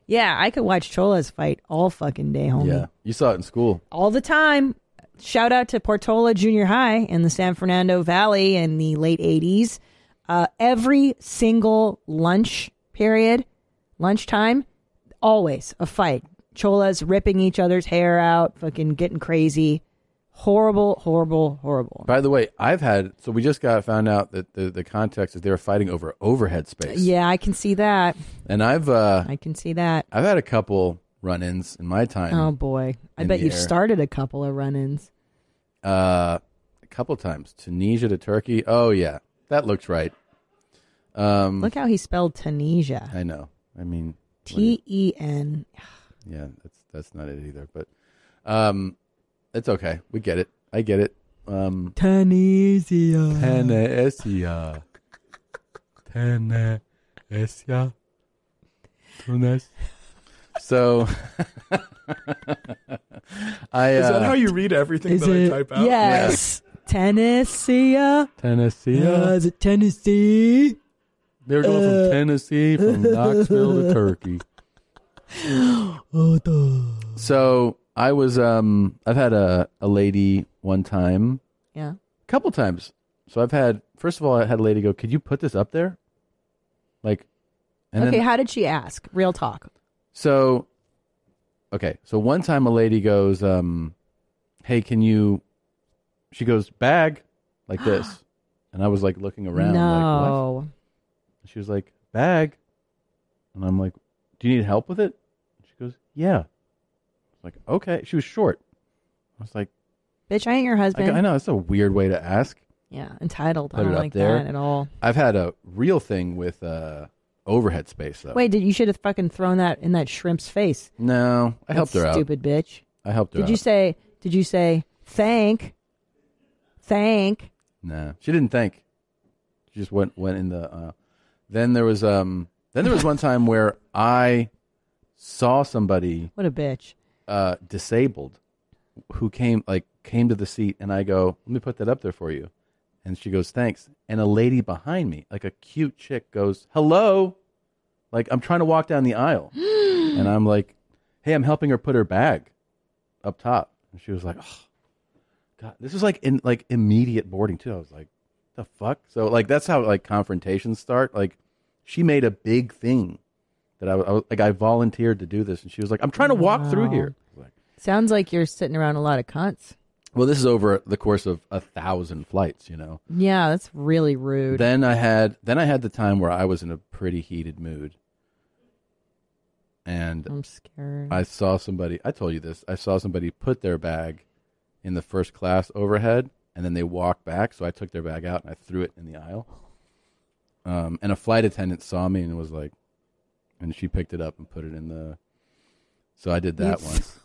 B: Yeah, I could watch cholas fight all fucking day, homie.
C: yeah. You saw it in school.
B: all the time. Shout out to Portola Junior High in the San Fernando Valley in the late 80s. Uh, every single lunch period, lunchtime, always a fight. Cholas ripping each other's hair out, fucking getting crazy. Horrible, horrible, horrible.
C: By the way, I've had, so we just got found out that the, the context is they were fighting over overhead space.
B: Yeah, I can see that.
C: And I've, uh,
B: I can see that.
C: I've had a couple run ins in my time.
B: Oh boy. I
C: in
B: bet
C: the
B: you've
C: air.
B: started a couple of run ins. Oh.
C: Uh, a couple times. Tunisia to Turkey. Oh, yeah. That looks right. Um,
B: Look how he spelled Tunisia.
C: I know. I mean, what do you-
B: T E N.
C: Yeah, that's that's not it either. But um, it's okay. We get it. I get it. Um,
O: Tunisia.
C: Tunisia.
O: Tunisia. Tunis.
C: So I.
N: Is that
C: uh,
N: how you read everything that I type out?
B: Yes. Tennessee. uh,
C: Tennessee.
O: Uh,
B: is it Tennessee?
C: They were going
O: Uh.
C: from Tennessee, from Knoxville to Turkey.
O: Oh, the.
C: So I was um I've had a, a lady one time.
B: Yeah.
C: A couple times. So I've had first of all I had a lady go, Could you put this up there? Like and
B: okay,
C: then,
B: how did she ask? Real talk.
C: so okay, so one time a lady goes, um, hey, can you she goes, bag like this. and I was like looking around like what?
B: no.
C: And She was like, bag. And I'm like, do you need help with it? She goes, yeah. I was like, okay. She was short. I was like,
B: Bitch, I ain't your
C: I,
B: husband.
C: I know, that's a weird way to ask.
B: Yeah, entitled.
C: Put
B: I
C: it
B: don't
C: up
B: like
C: there.
B: that at all.
C: I've had a real thing with uh, overhead space, though.
B: Wait, did you should have fucking thrown that in that shrimp's face?
C: No, I helped her out.
B: Stupid bitch.
C: I helped her
B: Did you
C: out.
B: say? Did you say thank? Thank.
C: No, she didn't think. She just went went in the. Uh, then there was um. Then there was one time where I saw somebody.
B: What a bitch.
C: Uh, disabled, who came like came to the seat, and I go, "Let me put that up there for you," and she goes, "Thanks." And a lady behind me, like a cute chick, goes, "Hello," like I'm trying to walk down the aisle, and I'm like, "Hey, I'm helping her put her bag up top," and she was like, "Ugh." God, this was like in like immediate boarding too. I was like, the fuck. So like that's how like confrontations start. Like she made a big thing that I, was- I was like I volunteered to do this, and she was like, I'm trying to walk through
B: Wow.
C: here.
B: Sounds like you're sitting around a lot of cunts.
C: Well, this is over the course of a thousand flights, you know.
B: Yeah, that's really rude.
C: Then I had then I had the time where I was in a pretty heated mood, and
B: I'm scared.
C: I saw somebody. I told you this. I saw somebody put their bag in the first class overhead, and then they walked back. So I took their bag out and I threw it in the aisle. Um, and a flight attendant saw me and was like, and she picked it up and put it in the. So I did that
B: You-
C: once,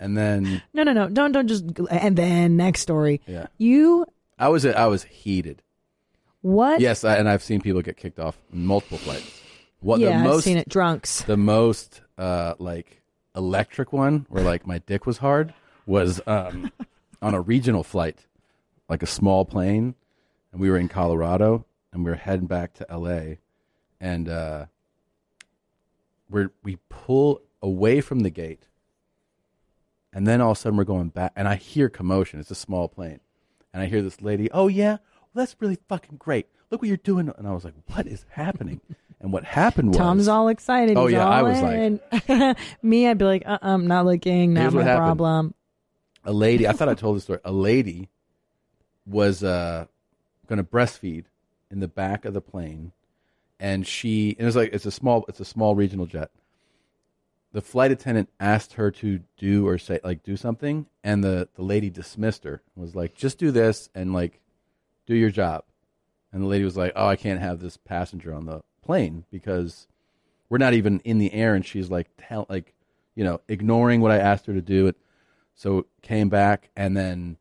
C: and then
B: no, no, no. Don't, don't just. And then next story.
C: yeah,
B: You
C: I was I was heated.
B: what?
C: Yes, I, and I've seen people get kicked off multiple flights. What
B: Yeah, I've
C: the most
B: seen it, drunks.
C: The most uh, like electric one, where like my dick was hard, was um, on a regional flight, like a small plane, and we were in Colorado, and we were heading back to L.A., and uh, we we pull away from the gate, and then all of a sudden we're going back, and I hear commotion. It's a small plane, and I hear this lady, "Oh yeah, well, that's really fucking great. Look what you're doing." And I was like, "What is happening?" and what happened was
B: Tom's all excited.
C: Oh
B: He's
C: yeah, I
B: all
C: was like,
B: in. me, I'd be like, uh, uh I'm not looking. Not
C: Here's
B: my
C: what happened.
B: problem.
C: a lady. I thought I told this story. A lady was uh, going to breastfeed in the back of the plane, and she and it was like it's a small it's a small regional jet. The flight attendant asked her to do or say like do something, and the the lady dismissed her and was like, "Just do this and like do your job." And the lady was like, "Oh, I can't have this passenger on the plane because we're not even in the air." And she's like, tell, "Like, you know, ignoring what I asked her to do." It so came back, and then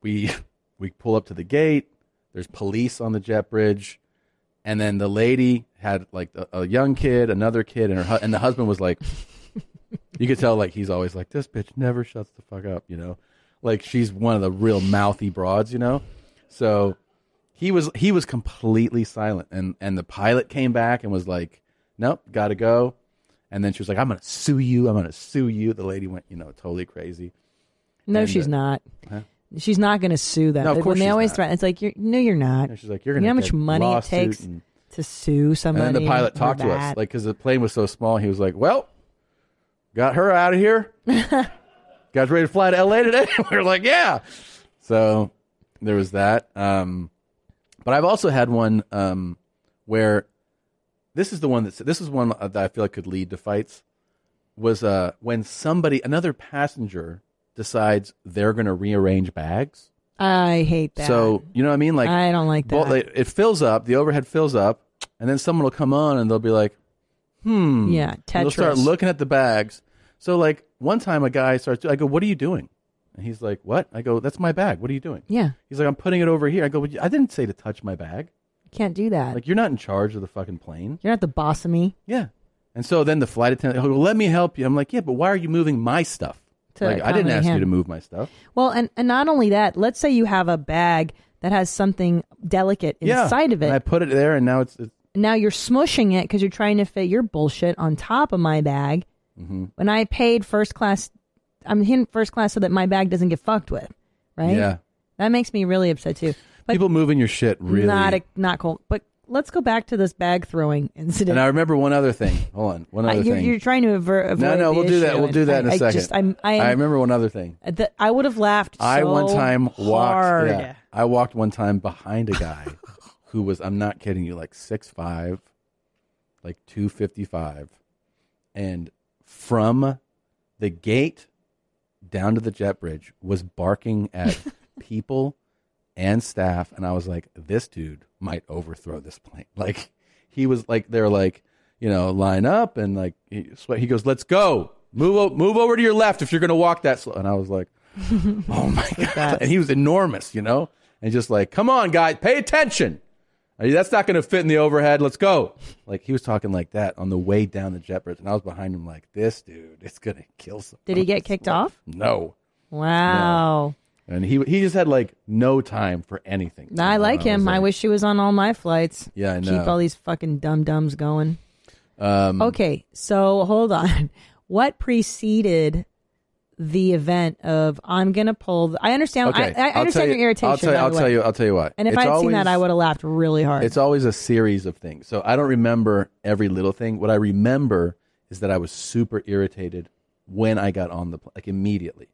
C: we we pull up to the gate. There's police on the jet bridge, and then the lady had like a, a young kid, another kid, and her hu- and the husband was like, you could tell like he's always like this bitch never shuts the fuck up, you know, like she's one of the real mouthy broads, you know. So he was he was completely silent, and and the pilot came back and was like, nope, gotta go. And then she was like, I'm gonna sue you, I'm gonna sue you. The lady went, you know, totally crazy.
B: No,
C: And,
B: she's
C: uh,
B: not.
C: Huh?
B: She's not going to sue them.
C: No, of
B: Like,
C: course
B: when they
C: she's
B: always
C: not.
B: threaten, it's like, you're, no, you're not.
C: Yeah, she's like, "You're
B: You know how
C: gonna
B: much
C: get
B: money it
C: lawsuit
B: takes
C: and-
B: to sue somebody.
C: and then the pilot
B: for
C: talked to us,
B: that?
C: like, because the plane was so small. He was like, "Well, got her out of here. Guys, ready to fly to L.A. today?" we were like, "Yeah." So there was that. Um, but I've also had one um, where this is the one that this is one that I feel like could lead to fights was uh, when somebody another passenger decides they're going to rearrange bags.
B: I hate that.
C: So you know what I mean? Like
B: I don't like
C: well,
B: that.
C: it- it fills up. The overhead fills up, and then someone will come on and they'll be like, "Hmm."
B: Yeah,
C: And They'll start
B: Tetris.
C: looking at the bags. So like one time, a guy starts. I go, "What are you doing?" And he's like, "What?" I go, "That's my bag. What are you doing?"
B: Yeah.
C: He's like, "I'm putting it over here." I go, "But you- "I didn't say to touch my bag.
B: Can't do that.
C: Like you're not in charge of the fucking plane."
B: you're not the boss of me.
C: "Oh, Yeah. And so then the flight attendant, he'll go, "Let me help you." I'm like, "Yeah, but why are you moving my stuff?"
B: to
C: like I didn't
B: accommodate
C: ask
B: him.
C: you to move my stuff.
B: Well, and, and not only that, let's say you have a bag that has something delicate
C: Yeah,
B: inside of it.
C: and I put it there, and now it's. it's
B: now you're smushing it because you're trying to fit your bullshit on top of my bag.
C: mhm.
B: When I paid first class, I'm in first class so that my bag doesn't get fucked with, right?
C: Yeah.
B: That makes me really upset too. But
C: People moving your shit really.
B: not a, not cool. But let's go back to this bag throwing incident.
C: and I remember one other thing. Hold on, one
B: I-
C: other
B: you're,
C: thing.
B: you're trying to aver- avoid.
C: no, no,
B: the
C: we'll do that.
B: issue,
C: We'll
B: and
C: do that in
B: I-
C: a
B: I
C: second.
B: just, I'm, I, am,
C: I remember one other thing.
B: that I would have laughed.
C: I
B: so
C: one time walked.
B: hard.
C: yeah, I walked one time behind a guy who was. I'm not kidding you. Like six five, like two fifty five, and from the gate down to the jet bridge was barking at people and staff, and I was like, this dude might overthrow this plane. Like he was like they're like you know line up and like he, he goes, let's go. Move, o- move over to your left if you're going to walk that slow. And I was like, oh and he was enormous, you know, and just like, come on, guys, pay attention. I mean, that's not going to fit in the overhead. Let's go. Like he was talking like that on the way down the jet bridge, and I was behind him like, this dude is going to kill someone.
B: Did he get kicked off?
C: No,
B: Wow.
C: and he he just had like no time for anything.
B: I like
C: I was
B: him. I wish he was on all my flights.
C: Yeah, I
B: Keep
C: know.
B: all these fucking dum dums going.
C: Um,
B: okay, so hold on. What preceded the event of I'm gonna pull? The, I understand.
C: Okay,
B: I, I
C: I'll
B: understand
C: tell
B: your
C: you-
B: irritation.
C: I'll tell you.
B: by
C: I'll
B: the way.
C: tell you. I'll tell you why.
B: And if
C: It's
B: I had seen
C: always-
B: that, I would have laughed really hard.
C: It's always a series of things. So I don't remember every little thing. What I remember is that I was super irritated when I got on the plane, like immediately.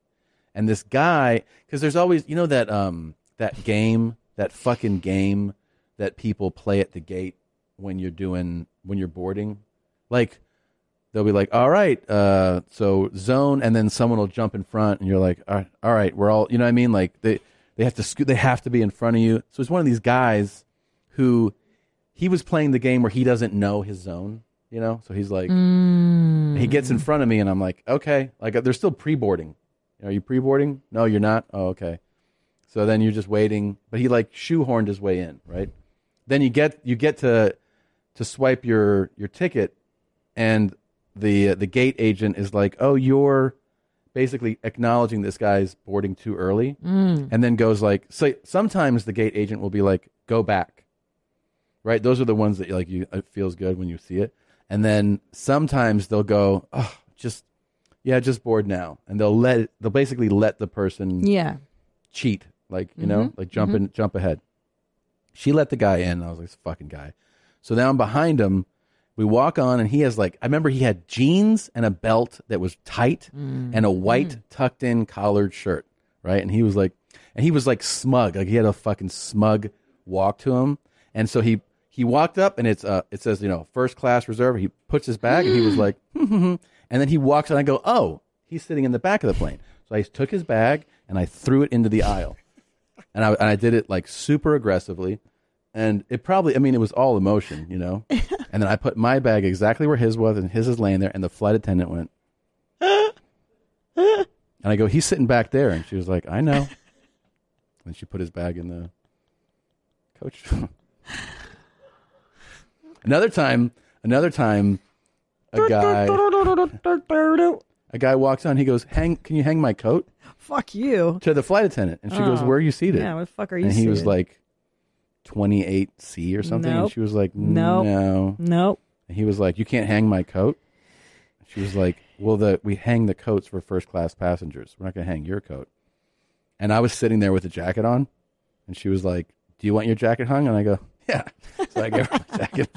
C: And this guy, because there's always, you know, that um that game, that fucking game that people play at the gate when you're doing when you're boarding, like. They'll be like, all right, uh, so zone, and then someone will jump in front, and you're like, all right, all right, we're all, you know what I mean? Like they, they have to, scoot, they have to be in front of you. So it's one of these guys who he was playing the game where he doesn't know his zone, you know? So he's like, he gets in front of me and I'm like, okay, like uh, they're still pre-boarding. Are you pre-boarding? No, you're not. Oh, okay. So then you're just waiting, but he like shoehorned his way in, right? Then you get you get to to swipe your your ticket and the the gate agent is like, "Oh, you're basically acknowledging this guy's boarding too early."
P: Mm.
C: And then goes like, "So sometimes the gate agent will be like, "Go back." right? Those are the ones that like you it feels good when you see it. And then sometimes they'll go, oh, just yeah, just bored now, and they'll let it, they'll basically let the person
B: Yeah.
C: cheat, like you know,
B: Mhm,
C: like jump
B: mhm.
C: in, jump ahead. She let the guy in. And I was like, this fucking guy. So now I'm behind him. We walk on, and he has like I remember he had jeans and a belt that was tight, and a white tucked in collared shirt, right? And he was like, and he was like smug, like he had a fucking smug walk to him, and so he he walked up, and it's uh it says you know first class reserve. He puts his bag, and he was like, and then he walks, and I go, oh, he's sitting in the back of the plane. So I took his bag and I threw it into the aisle, and I and I did it like super aggressively, and it probably I mean it was all emotion, you know, and then I put my bag exactly where his was, and his is laying there, and the flight attendant went. And I go, he's sitting back there. And she was like, I know. and she put his bag in the coach. another time, another time, a guy, a guy walks on. He goes, hang, can you hang my coat?
B: Fuck you.
C: To the flight attendant. And she goes,
B: Oh.
C: where are you seated?
B: Yeah, where the fuck are you
C: And he was
B: seated?
C: like 28C or something.
B: Nope.
C: And she was like,
B: Nope.
C: no.
B: Nope.
C: And he was like, you can't hang my coat. She was like, "Well, the we hang the coats for first class passengers. We're not going to hang your coat." And I was sitting there with a jacket on, and she was like, "Do you want your jacket hung?" And I go, "Yeah." So I gave her my jacket.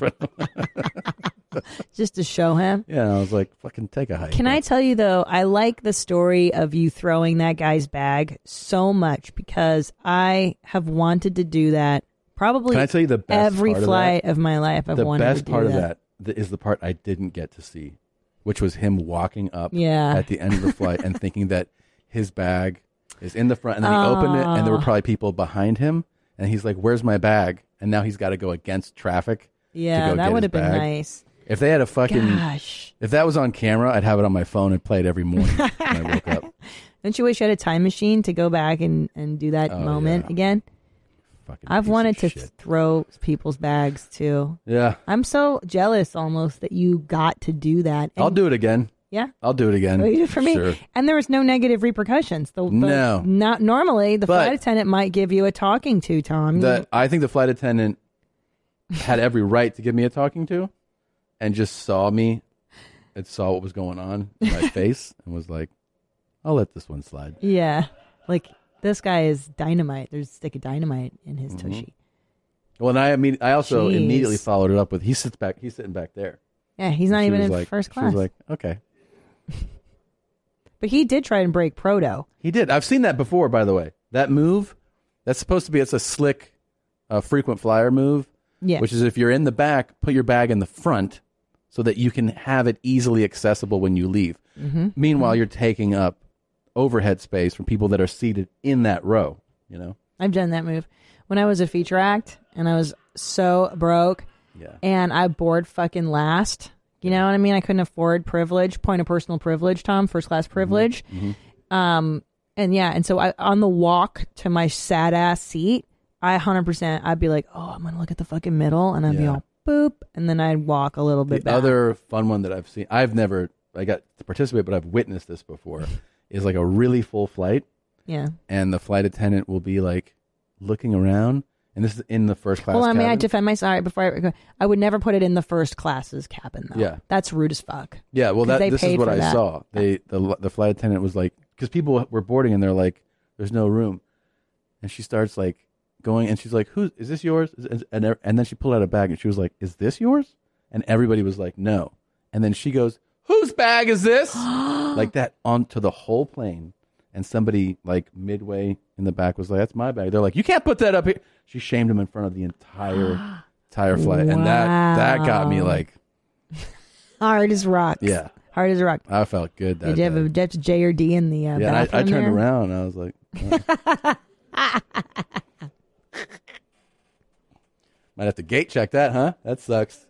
C: For
B: Just to show him.
C: yeah, and I was like, "Fucking take a hike."
B: Can I tell you though, I like the story of you throwing that guy's bag so much because I have wanted to do that probably
C: Can I tell you the best
B: every
C: part of
B: flight
C: that?
B: of, my life I've
C: the
B: wanted
C: best
B: to do
C: part of
B: that.
C: that th- is the part I didn't get to see, which was him walking up
B: Yeah.
C: at the end of the flight and thinking that his bag is in the front, and then he opened it, and there were
B: Ah.
C: probably people behind him, and he's like, "Where's my bag?" And now he's got to go against traffic. to
B: Yeah,
C: go
B: that
C: get
B: would
C: his
B: have been
C: bag.
B: nice.
C: If they had a fucking,
B: Gosh.
C: if that was on camera, I'd have it on my phone and play it every morning.
B: Don't you wish you had a time machine to go back and, and do that
C: Oh,
B: moment again? I've wanted to throw people's bags too.
C: Yeah.
B: I'm so jealous almost that you got to do that.
C: I'll
B: And
C: do it again.
B: Yeah.
C: I'll do it again.
B: What you did for me.
C: Sure.
B: And there was no negative repercussions. The, the-
C: No.
B: Not normally, the
C: But-
B: flight attendant might give you a talking to, Tom.
C: That I think the flight attendant had every right to give me a talking to, and just saw me, and saw what was going on in my face, and was like, "I'll let this one slide."
B: yeah. Like, this guy is dynamite. There's a stick of dynamite in his
C: Mm-hmm.
B: tushy.
C: Well, and I mean, I also
B: Jeez.
C: immediately followed it up with, "He sits back. He's sitting back there."
B: Yeah, he's not
C: She
B: even
C: was
B: in
C: like-
B: first
C: She
B: class.
C: was like, "Okay."
B: but he did try and break proto.
C: He did. I've seen that before, by the way. That move, that's supposed to be it's a slick, uh, frequent flyer move.
B: Yeah.
C: Which is if you're in the back, put your bag in the front, so that you can have it easily accessible when you leave.
B: Mhm.
C: Meanwhile, you're taking up overhead space from people that are seated in that row. You know.
B: I've done that move. When I was a feature act and I was so broke.
C: Yeah.
B: And I bored fucking last. You know what I mean? I couldn't afford privilege, point of personal privilege, Tom, first
C: Mm-hmm.
B: class privilege.
P: Mhm.
B: Um and yeah, and so I on the walk to my sad ass seat, I 100% I'd be like, "Oh, I'm going to look at the fucking middle." And I'd be
C: Yeah.
B: all boop and then I'd walk a little bit
C: The
B: back.
C: other fun one that I've seen, I've never, I got to participate, but I've witnessed this before, is like a really full flight.
B: Yeah.
C: And the flight attendant will be like looking around, and this is in the first class.
B: Hold on, may I
C: cabin.
B: defend myself? All right, before I go, I would never put it in the first class's cabin though.
C: Yeah.
B: That's rude as fuck.
C: Yeah, well,
B: 'Cause
C: that
B: they
C: this is
B: paid
C: what
B: for
C: I
B: that.
C: saw. They the the flight attendant was like, because people were boarding and they're like, "There's no room," and she starts like going and she's like, "Who is this yours?" Is- is- And e- and then she pulled out a bag and she was like, "Is this yours?" And everybody was like, "No," and then she goes, "Whose bag is this?" like that onto the whole plane, and somebody like midway in the back was like, "That's my bag." They're like, "You can't put that up here." She shamed him in front of the entire entire flight, and that that got me
B: Wow.
C: like,
B: Hard as rocks.
C: yeah.
B: Hard as a rock.
C: I felt good that
B: Did you have
C: day.
B: a did you have J or D in the uh,
C: yeah, and I, I
B: bathroom
C: turned
B: there?
C: around and I was like, oh. might have to gate check that, huh? That sucks.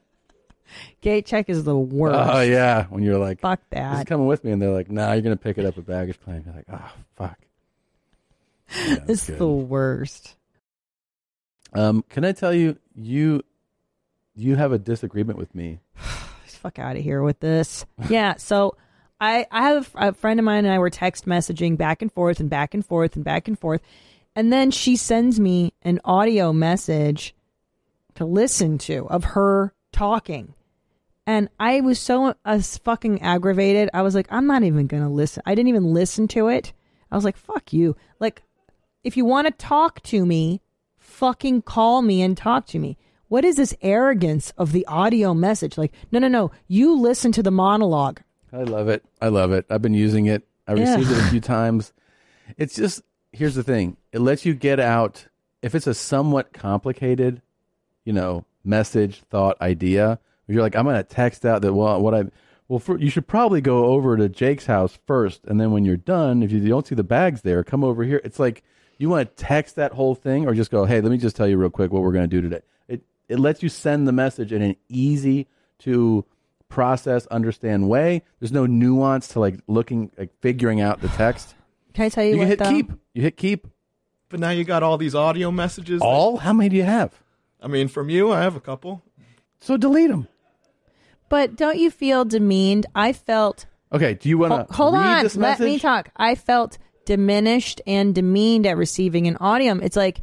B: Gate check is the worst.
C: Oh yeah, when you're like,
B: Fuck
C: This is
B: that.
C: coming with me, and they're like, nah, you're gonna pick it up at baggage claim. You're like, oh fuck.
B: it's
C: good.
B: the worst.
C: Um, can I tell you, you, you have a disagreement with me.
B: Just fuck out of here with this. Yeah. So I I have a fr- a friend of mine and I were text messaging back and forth and back and forth and back and forth, and then she sends me an audio message to listen to of her talking. And I was so uh, fucking aggravated. I was like, I'm not even going to listen. I didn't even listen to it. I was like, fuck you. Like, if you want to talk to me, fucking call me and talk to me. What is this arrogance of the audio message? Like, no, no, no. You listen to the monologue.
C: I love it. I love it. I've been using it. I
B: Yeah.
C: received it a few times. It's just here's the thing. It lets you get out if it's a somewhat complicated, you know, message, thought, idea. You're like, I'm gonna text out that well, what I well, for, you should probably go over to Jake's house first, and then when you're done, if you don't see the bags there, come over here. It's like you want to text that whole thing, or just go, hey, let me just tell you real quick what we're gonna do today. It it lets you send the message in an easy to process, understand way. There's no nuance to like looking, like figuring out the text.
B: Can I tell you,
C: You
B: what?
C: hit
B: though?
C: keep. You hit keep.
N: But now you got all these audio messages.
C: All? How many do you have?
N: I mean, from you, I have a couple.
C: So delete them.
B: But don't you feel demeaned? I felt.
C: Okay. Do you want to
B: Hold
C: read
B: on.
C: This
B: Let
C: message?
B: me talk. I felt diminished and demeaned at receiving an audio. It's like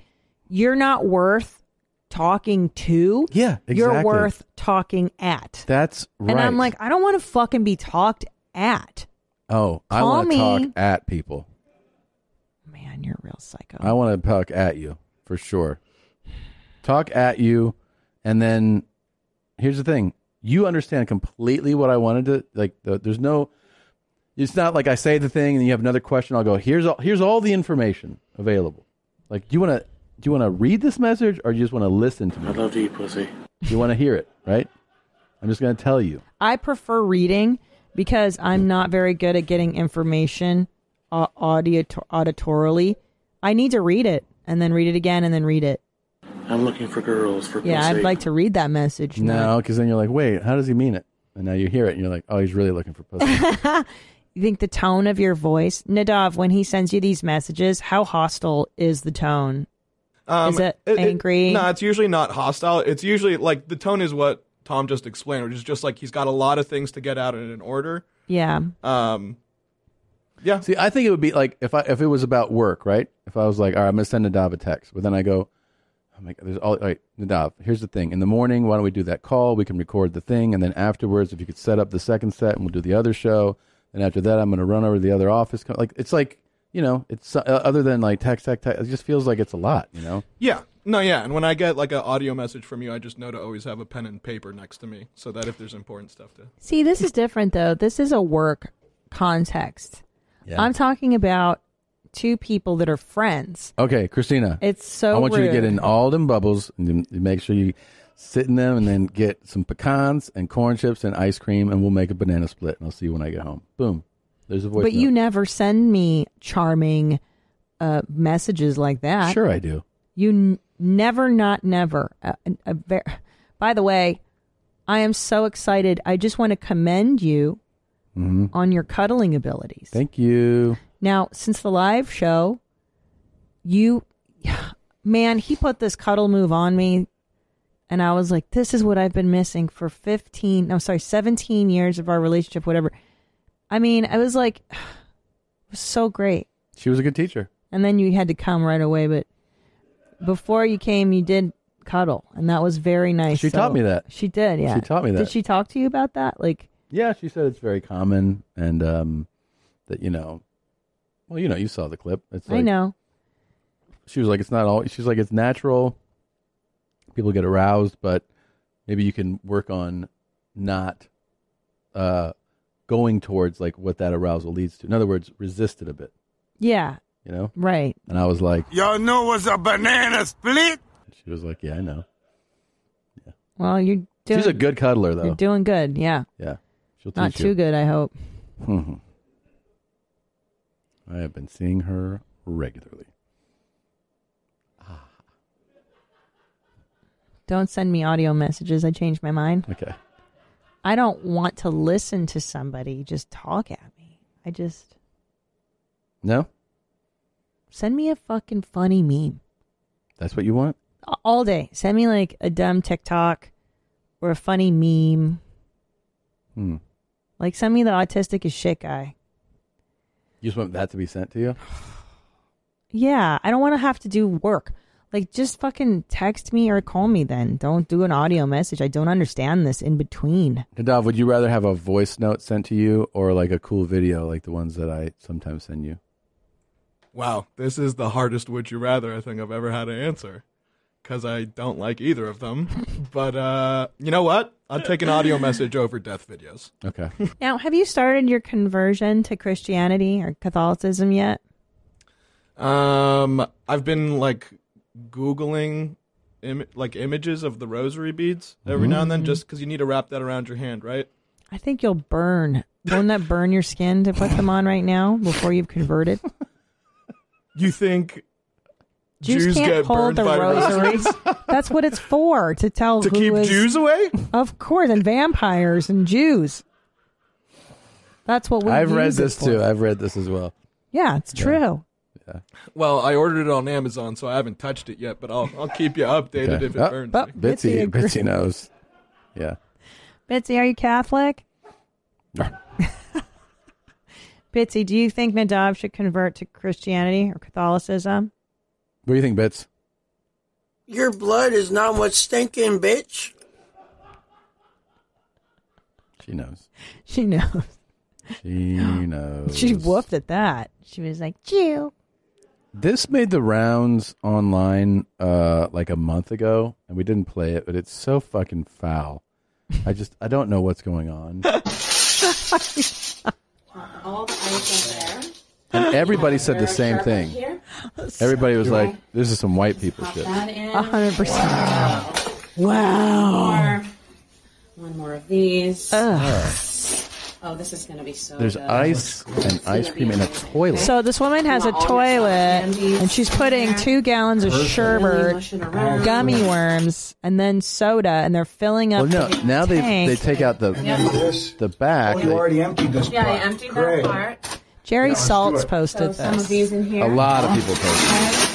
B: you're not worth talking to.
C: Yeah,
B: You're
C: exactly.
B: worth talking at.
C: That's right.
B: And I'm like, I don't want to fucking be talked at.
C: oh, I
B: call
C: want to talk
B: me.
C: at people.
B: Man, you're a real psycho.
C: I want to talk at you for sure. Talk at you, and then here's the thing: you understand completely what I wanted to like. The, there's no, it's not like I say the thing and you have another question. I'll go here's all here's all the information available. Like, do you want to do you want to read this message or you just want to listen to me? I love you, pussy. You want to hear it, right? I'm just going to tell you.
B: I prefer reading because I'm not very good at getting information uh, audio auditorily. I need to read it and then read it again and then read it.
Q: I'm looking for girls for
B: Yeah, I'd like to read that message.
C: No, because then you're like, wait, how does he mean it? And now you hear it and you're like, oh, he's really looking for pussy.
B: You think the tone of your voice, Nadav, when he sends you these messages, how hostile is the tone?
C: Um,
B: is it, angry?
N: no, it's usually not hostile. It's usually like the tone is what Tom just explained, which is just like he's got a lot of things to get out in an order.
B: Yeah.
C: Uh,
N: Um, yeah.
C: See, I think it would be like if I if it was about work, right? If I was like, all right, I'm gonna send Nadav a text, but then I go, oh my god, there's all, all right, Nadav. Here's the thing. In the morning, why don't we do that call? We can record the thing, and then afterwards, if you could set up the second set, and we'll do the other show. And after that, I'm gonna run over to the other office. co- Like it's like you know, it's uh, other than like text, text, text. It just feels like it's a lot, you know.
N: Yeah. No, yeah. And when I get like an audio message from you, I just know to always have a pen and paper next to me so that if there's important stuff to.
B: See, this is different though. This is a work context. I'm talking about two people that are friends.
C: Okay, Christina.
B: It's so
C: I want you to get
B: rude.
C: in all them bubbles and then make sure you sit in them and then get some pecans and corn chips and ice cream and we'll make a banana split and I'll see you when I get home. Boom. There's a voice.
B: But you
C: note.
B: never send me charming uh, messages like that.
C: Sure I do.
B: You n- never, not never. A, a, a ver- By the way, I am so excited. I just want to commend you
C: Mhm.
B: on your cuddling abilities.
C: Thank you.
B: Now, since the live show, you, man, he put this cuddle move on me. And I was like, this is what I've been missing for 15, no, sorry, 17 years of our relationship, whatever. I mean, I was like, it was so great.
C: She was a good teacher.
B: And then you had to come right away. But before you came, you did cuddle. And that was very nice.
C: She taught me that.
B: She did, yeah.
C: She taught me that.
B: Did she talk to you about that? Like,
C: Yeah, she said it's very common and um that you know well, you know, you saw the clip. It's
B: I
C: like-
B: know.
C: she was like it's not all she's like it's natural people get aroused but maybe you can work on not uh going towards like what that arousal leads to in other words resist it a bit
B: Yeah.
C: you know
B: Right.
C: and i was like
P: Y'all know what's a banana split?
C: she was like yeah i know
B: Well, you're doing.
C: she's a good cuddler though
B: You're doing good, yeah.
C: yeah she'll teach
B: Not
C: you.
B: too good, I hope.
C: Mhm. i have been seeing her regularly
B: Don't send me audio messages. I changed my mind.
C: Okay.
B: I don't want to listen to somebody just talk at me. I just
C: no
B: send me a fucking funny meme
C: that's what you want
B: A- all day. Send me like a dumb TikTok or a funny meme.
C: hmm.
B: Like send me the autistic as shit guy.
C: you just want that to be sent to you
B: Yeah, I don't want to have to do work. Like just fucking text me or call me then. Don't do an audio message. I don't understand this in between.
C: Nadav, would you rather have a voice note sent to you or like a cool video like the ones that I sometimes send you?
N: Wow, this is the hardest would you rather I think I've ever had to answer. Because I don't like either of them. but uh, you know what? I'll take an audio message over death videos.
C: Okay.
B: Now, have you started your conversion to Christianity or Catholicism yet?
N: Um, I've been like Googling Im- like images of the rosary beads every now and then
B: Mhm.
N: just because you need to wrap that around your hand, right?
B: I think you'll burn. Won't that burn your skin to put them on right now before you've converted?
N: You think
B: Jews,
N: Jews
B: can't
N: get
B: hold
N: burned
B: the
N: by
B: rosaries. That's what it's for to tell
N: To
B: who
N: keep
B: is-
N: Jews away.
B: Of course, and vampires and Jews. That's what we.
C: I've read
B: use it
C: this
B: for.
C: too. I've read this as well.
B: Yeah, it's true.
N: Well, I ordered it on Amazon, so I haven't touched it yet, but I'll I'll keep you updated
C: Okay.
N: if it
C: Oh,
N: burns.
B: oh,
N: me.
B: Bitsy
C: Bitsy,
B: agree-
C: Bitsy knows. Yeah.
B: Bitsy, are you Catholic? Bitsy, do you think Nadav should convert to Christianity or Catholicism?
C: What do you think, Bits?
R: Your blood is not what's stinking, bitch.
C: She knows.
B: She knows.
C: She knows.
B: She whooped at that. She was like, Jew.
C: This made the rounds online uh like a month ago and we didn't play it, but it's so fucking foul. I just I don't know what's going on.
I: All the ice in there.
C: And everybody said the same thing.
I: Here.
C: Everybody was like, This is some white people shit.
I: A
B: hundred percent.
I: Wow. One more of these.
C: Ugh.
I: Oh, this is going to be so
C: There's
I: good.
C: ice and ice cream in a toilet.
B: So this woman has a toilet, and she's putting two gallons of sherbet, gummy worms, and then soda, and they're filling
C: well,
B: up.
C: no.
B: the
C: Now they
B: tank.
C: they take out the the
S: Oh,
J: Oh,
C: back. they-
I: emptied
C: this
I: Yeah, I
C: part.
I: emptied
C: Great.
I: that part.
B: Jerry Saltz
C: it.
B: posted
I: So some of
B: this.
I: these in here.
C: a lot of people. Post.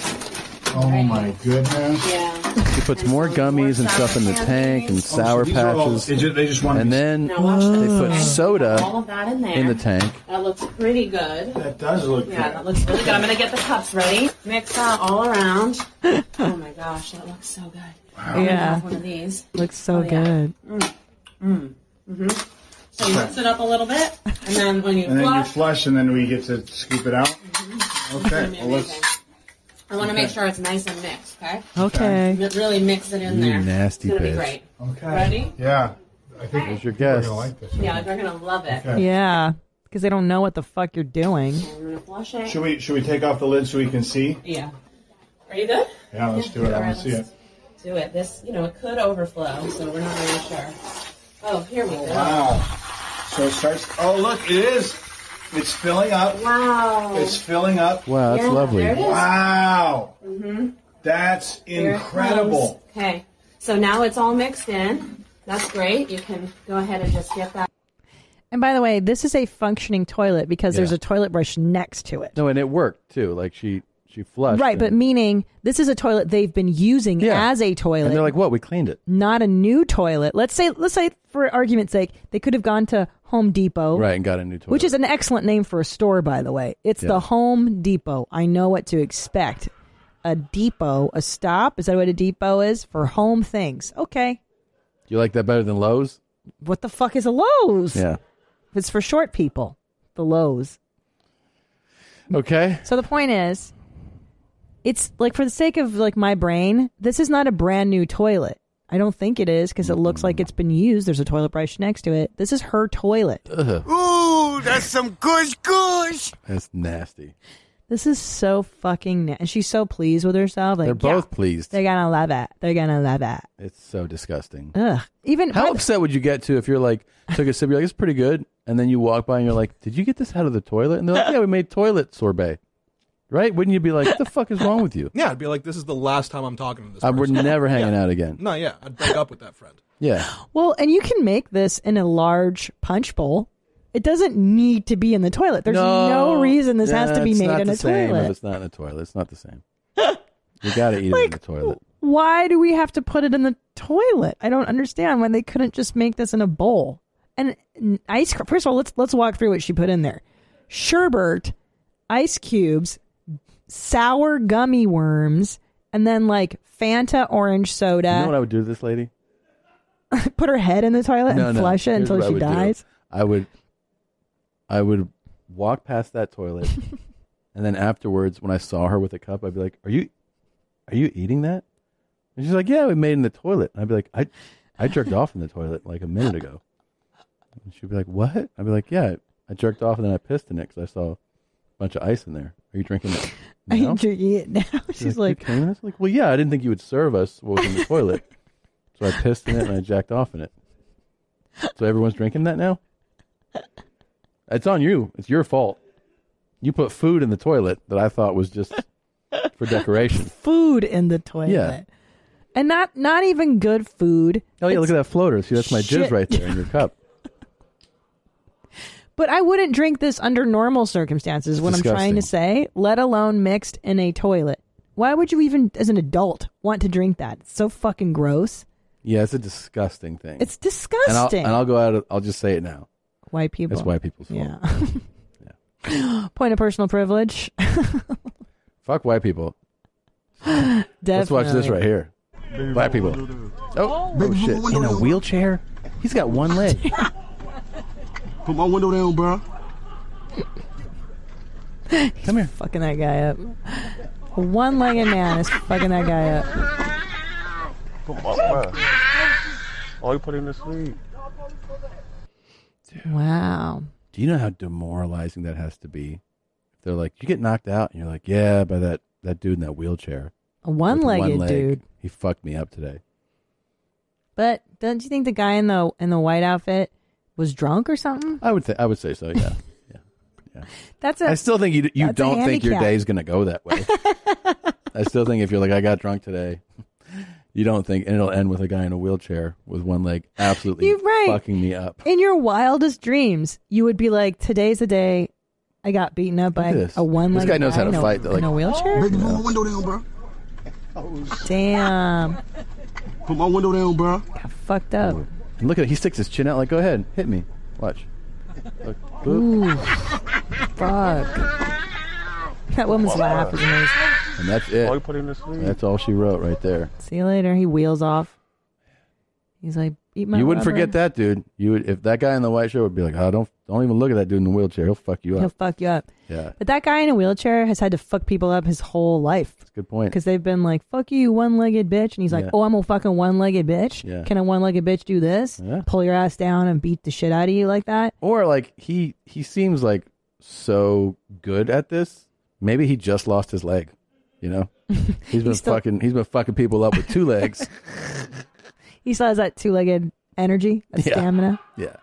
I: Oh
C: my goodness.
I: Yeah.
C: She puts more gummies and stuff in the tank
B: Oh,
C: and sour
S: these are all-
C: patches.
S: they ju- they just want to
C: and
S: be-
C: then
I: Now watch
C: they
I: this,
C: put
B: Oh,
I: okay? Put all
C: soda
I: of that in there.
C: in the tank.
I: That looks pretty good. That
S: does look
I: yeah, that looks really good. I'm gonna get the cups ready. Mix that all around. oh my gosh, that looks so good. I'm gonna
B: Yeah.
I: have one of these.
B: Looks so
I: Oh, yeah.
B: good.
I: Mm. Mm. hmm So you
S: Okay.
I: mix it up a little bit, and then when you
S: and then you
I: flush, Mm-hmm.
S: flush, and then we get to scoop it out. Okay. Well, let's.
I: I want to make
S: okay.
I: sure it's nice and mixed. Okay.
C: Okay.
I: Re- Really mix it in
C: You
I: there.
C: nasty
I: It's gonna be
C: bitch.
I: great. Okay. Ready?
S: Yeah. I
I: think
C: What's your guess?
I: Yeah, they're gonna love it.
B: Yeah, because they don't know what the fuck you're doing.
I: I'm gonna flush it.
S: Should we should we take off the lid so we can see?
I: Yeah. Are you good?
S: Yeah, let's do it. I
I: All right,
S: want to see it.
I: let's Do it. This, you know, it could overflow, so we're not really sure. Oh, here we go.
S: Wow. So it starts. Oh, look, it is. It's filling up.
I: Wow.
S: It's filling up.
C: Wow, that's Yeah, lovely. there it is.
S: Wow.
I: Mm-hmm.
S: That's incredible.
I: Okay. So now it's all mixed in. That's great. You can go ahead and just get that.
B: And by the way, this is a functioning toilet because there's
C: Yeah.
B: a toilet brush next to it.
C: No, and it worked too. Like she she flushed.
B: Right, but
C: and,
B: meaning this is a toilet they've been using
C: Yeah.
B: as a
C: and
B: toilet,
C: they're like, "What? We cleaned it."
B: not a new toilet. Let's say, let's say for argument's sake, they could have gone to Home Depot,
C: Right, and got a new toilet.
B: which is an excellent name for a store, by the way. It's
C: Yeah.
B: the Home Depot. I know what to expect. A depot, a stop. Is that what a depot is for home things? Okay.
C: you like that better than Lowe's?
B: What the fuck is a Lowe's?
C: Yeah.
B: It's for short people. The Lowe's.
C: Okay.
B: So the point is, it's like for the sake of like my brain, this is not a brand new toilet. I don't think it is because it looks like it's been used. There's a toilet brush next to it. This is her toilet.
P: Ooh, that's some gush gush.
C: That's nasty.
B: This is so fucking. Na- and she's so pleased with herself. Like
C: They're
B: yeah,
C: both pleased.
B: They're gonna love it. They're gonna love it.
C: It's so disgusting.
B: Ugh. Even
C: How upset would you get to if you're like took a sip, you're like, "It's pretty good," and then you walk by and you're like, "Did you get this out of the toilet?" And they're like, "Yeah, we made toilet sorbet." Right? Wouldn't you be like, "What the fuck is wrong with you?"
N: Yeah, I'd be like, this is the last time I'm talking to this.
C: I would
N: person.
C: never hanging
N: Yeah.
C: out again.
N: No, yeah, I'd break up with that friend.
C: Yeah.
B: well, and you can make this in a large punch bowl. It doesn't need to be in the toilet. There's no, reason this has to
C: Yeah,
B: be
C: it's
B: made
C: not
B: in
C: the
B: a
C: same
B: toilet.
C: If it's not in a toilet, it's not the same. You got to eat it in the toilet.
B: why do we have to put it in the toilet? I don't understand why they couldn't just make this in a bowl. And n- ice cr- first of all, let's let's walk through what she put in there. Sherbet, ice cubes, sour gummy worms, and then like Fanta orange soda.
C: you know what I would do to this lady?
B: put her head in the toilet
C: No,
B: and
C: no.
B: flush it
C: Here's
B: until
C: what I
B: she
C: would do.
B: dies.
C: I would, I would walk past that toilet, and then afterwards, when I saw her with a cup, I'd be like, "Are you, are you eating that?" And she's like, "Yeah, we made it in the toilet." And I'd be like, "I, I jerked off in the toilet like a minute ago." And she'd be like, "What?" I'd be like, "Yeah, I jerked off and then I pissed in it because I saw a bunch of ice in there. Are you drinking that?"
B: I
C: now?"
B: ain't drinking it now. She's
C: "You
B: like,
C: came in this? like, well, yeah, I didn't think you would serve us what was in the toilet, so I pissed in it and I jacked off in it. So everyone's drinking that now. It's on you. It's your fault. You put food in the toilet that I thought was just for decoration.
B: food in the toilet.
C: Yeah.
B: And not not even good food.
C: Oh yeah, look
B: It's-
C: at that floater. See, that's my
B: Shit.
C: jizz right there in your cup.
B: But I wouldn't drink this under normal circumstances, is what I'm trying to say, let alone mixed in a toilet. Why would you even, as an adult, want to drink that? It's so fucking gross.
C: Yeah, it's a disgusting thing.
B: It's
C: And I'll,
B: disgusting.
C: and I'll go out. Of, I'll just say it now.
B: White people.
C: That's white people's fault.
B: Yeah. Point of personal privilege.
C: Fuck white people.
B: Definitely.
C: Let's watch this right here. Black people. Oh, oh shit. In a wheelchair? He's got one leg.
T: Put my window down, bro.
B: Come here. Fucking that guy up. One legged man is fucking that guy up.
T: Put my bro. Oh, you put him to sleep.
B: Wow.
C: Do you know how demoralizing that has to be? If they're like, you get knocked out, and you're like, yeah, by that, that dude in that wheelchair.
B: A one-legged
C: With one leg.
B: dude.
C: He fucked me up today.
B: But don't you think the guy in the in the white outfit was drunk or something?
C: I would th- I would say so. Yeah.
B: That's a
C: I still think you you
B: that's a
C: don't think your
B: handicap.
C: day's gonna go that way. I still think if you're like, I got drunk today, you don't think, and it'll end with a guy in a wheelchair with one leg absolutely
B: You're right.
C: fucking me up.
B: In your wildest dreams, you would be like, "Today's the day I got beaten up by
C: Look at this.
B: a one-legged
C: This guy knows how to
B: in a-
C: fight, though, like-
B: in a wheelchair."
T: window down, bro.
B: Damn.
C: Put my window down, bro.
B: Got fucked up.
C: And look at he sticks his chin out like, go ahead, hit me. Watch. Look, boop.
B: Ooh. Fuck. That woman's laugh is amazing.
C: And that's it.
B: Why you put him to sleep?
C: That's all she wrote right there.
B: See you later. He wheels off. He's like, eat my
C: you wouldn't
B: rubber.
C: forget that, dude. You would if that guy in the white shirt would be like, oh, don't don't even look at that dude in the wheelchair. He'll fuck you up.
B: He'll fuck you up.
C: yeah,
B: But that guy in a wheelchair has had to fuck people up his whole life
C: good point.
B: because they've been like, fuck you, one legged bitch. And he's like,
C: Yeah.
B: oh, I'm a fucking one legged bitch.
C: Yeah.
B: Can a one legged bitch do this? Pull your ass down and beat the shit out of you like that?
C: Or like he he seems like so good at this. Maybe he just lost his leg. You know, he's been
B: still-
C: fucking he's been fucking people up with two legs.
B: He still has that two legged energy, that
C: Yeah.
B: stamina.
C: Yeah.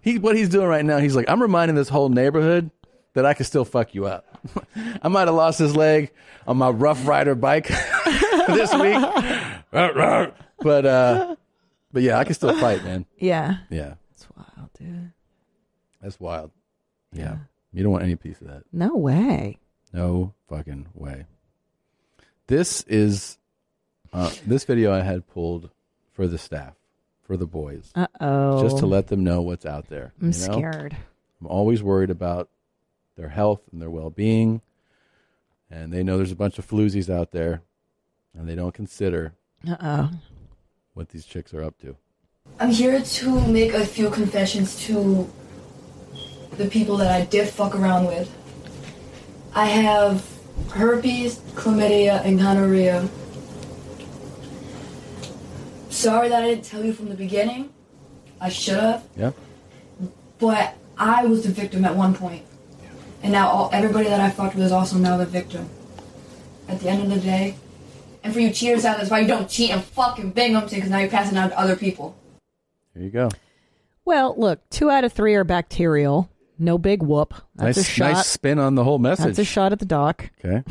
C: He what he's doing right now, he's like, I'm reminding this whole neighborhood that I can still fuck you up. I might have lost his leg on my Rough Rider bike this week. Ruh, ruh. but uh but yeah, I can still fight, man.
B: Yeah.
C: Yeah.
B: That's wild, dude.
C: That's wild. Yeah. You don't want any piece of that.
B: No way.
C: No fucking way. This is uh, this video I had pulled for the staff, for the boys.
B: Uh-oh.
C: Just to let them know what's out there.
B: Oh. I'm scared.
C: I'm always worried about their health and their well being. And they know there's a bunch of floozies out there and they don't consider
B: Uh oh.
C: what these chicks are up to.
U: I'm here to make a few confessions to the people that I did fuck around with. I have herpes, chlamydia, and gonorrhea. Sorry that I didn't tell you from the beginning. I should have.
C: Yeah.
U: But I was the victim at one point. And now all, everybody that I fucked with is also now the victim. At the end of the day, and for you cheaters out, that's why you don't cheat and fucking Binghamton, because now you're passing out to other people.
C: There you go.
B: Well, look, two out of three are bacterial. No big whoop. That's
C: nice,
B: a shot.
C: nice spin on the whole message.
B: That's a shot at the doc.
C: okay.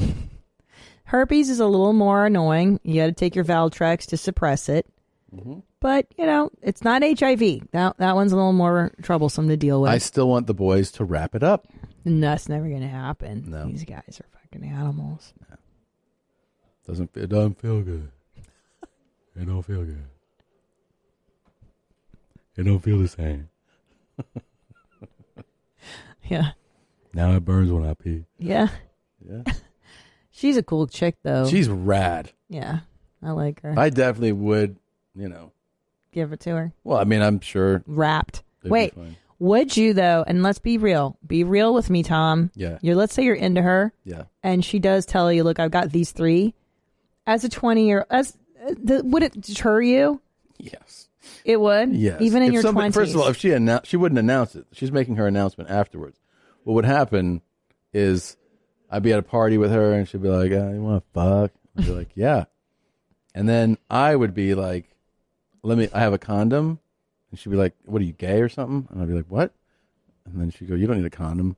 B: Herpes is a little more annoying. You got to take your Valtrex to suppress it.
C: Mm-hmm.
B: But, you know, it's not HIV. That, that one's a little more troublesome to deal with.
C: I still want the boys to wrap it up.
B: And that's never going to happen. These guys are fucking animals.
C: Doesn't it doesn't feel good. It don't feel good. It don't feel the same.
B: Yeah.
C: Now it burns when I pee.
B: Yeah.
C: Yeah.
B: She's a cool chick, though.
C: She's rad.
B: Yeah. I like her.
C: I definitely would, you know.
B: Give it to her.
C: Well, I mean, I'm sure.
B: Wrapped.
C: They'd be
B: Wait,
C: fine.
B: would you, though? And let's be real. Be real with me, Tom.
C: Yeah.
B: You're, let's say you're into her.
C: Yeah.
B: and she does tell you, "Look, I've got these three. As a twenty-year, as uh, the, would it deter you?
C: Yes,
B: it would.
C: Yes.
B: even in
C: If
B: your
C: somebody-
B: twenties.
C: First of all, if she announced, she wouldn't announce it. She's making her announcement afterwards. What would happen is I'd be at a party with her and she'd be like, uh, "You want to fuck?" I'd be like, "Yeah," and then I would be like, "Let me. I have a condom," and she'd be like, "What are you gay or something?" And I'd be like, "What?" And then she'd go, "You don't need a condom,"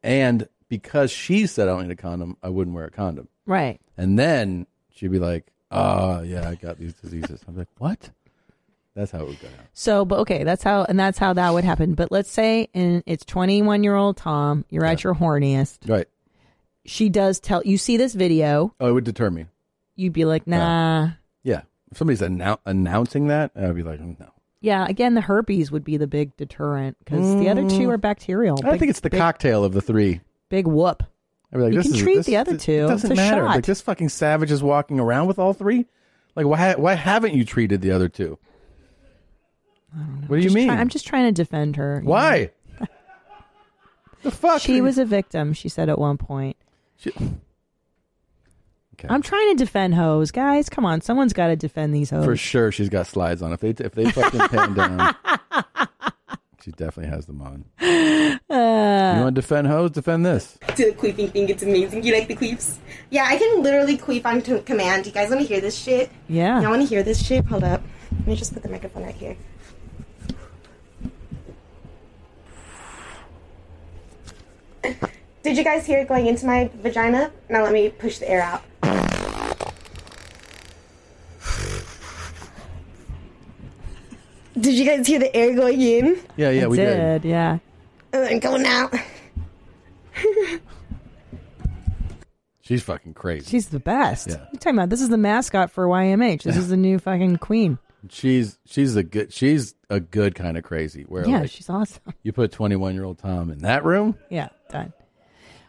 C: and because she said I don't need a condom, I wouldn't wear a condom.
B: right?
C: And then she'd be like, "Ah, yeah, I got these diseases." I'm like, "What?" That's how it would go down.
B: So, but okay, that's how, and that's how that would happen. But let's say, and it's twenty-one-year-old Tom. You're at your horniest.
C: Right.
B: She does tell you. See this video.
C: Oh, it would deter me.
B: You'd be like, nah.
C: Yeah. If somebody's annou- announcing that, I'd be like, "Mm, no.
B: yeah. Again, the herpes would be the big deterrent because the other two
C: Mm.
B: are bacterial.
C: I
B: Big-
C: think it's the cocktail of the three.
B: Big whoop.
C: I'd be like,
B: You
C: this
B: can
C: is,
B: treat
C: this-
B: the other
C: this-
B: two.
C: It doesn't
B: It's a
C: matter.
B: shot.
C: Like this fucking savage is walking around with all three. Like why? Why haven't you treated the other two? What do you
B: Just
C: mean?
B: try- I'm just trying to defend her. you
C: Why?
B: The
C: fuck?
B: She was a victim, she said at one point.
C: Okay.
B: I'm trying to defend hoes, guys. Come on, someone's got to defend these hoes.
C: For sure, she's got slides on. If they if they fucking pan down, she definitely has them on.
B: Uh,
C: you want to defend hoes? Defend this.
V: to the queefing thing. It's amazing. You like the queefs?
W: Yeah, I can literally queef on to command. You guys want to hear this shit?
B: Yeah.
W: Y'all want to hear this shit? Hold up. Let me just put the microphone right here. Did you guys hear it going into my vagina? Now let me push the air out. Did you guys hear the air going in?
C: Yeah, yeah,
W: I
C: we did.
B: did. Yeah.
W: And then going out.
C: She's fucking crazy.
B: She's the best.
C: Yeah.
B: you talking about this is the mascot for YMH. This is the new fucking queen.
C: She's she's a good she's a good kind of crazy. Where
B: yeah,
C: like,
B: she's awesome.
C: you put twenty one year old Tom in that room,
B: Yeah, done.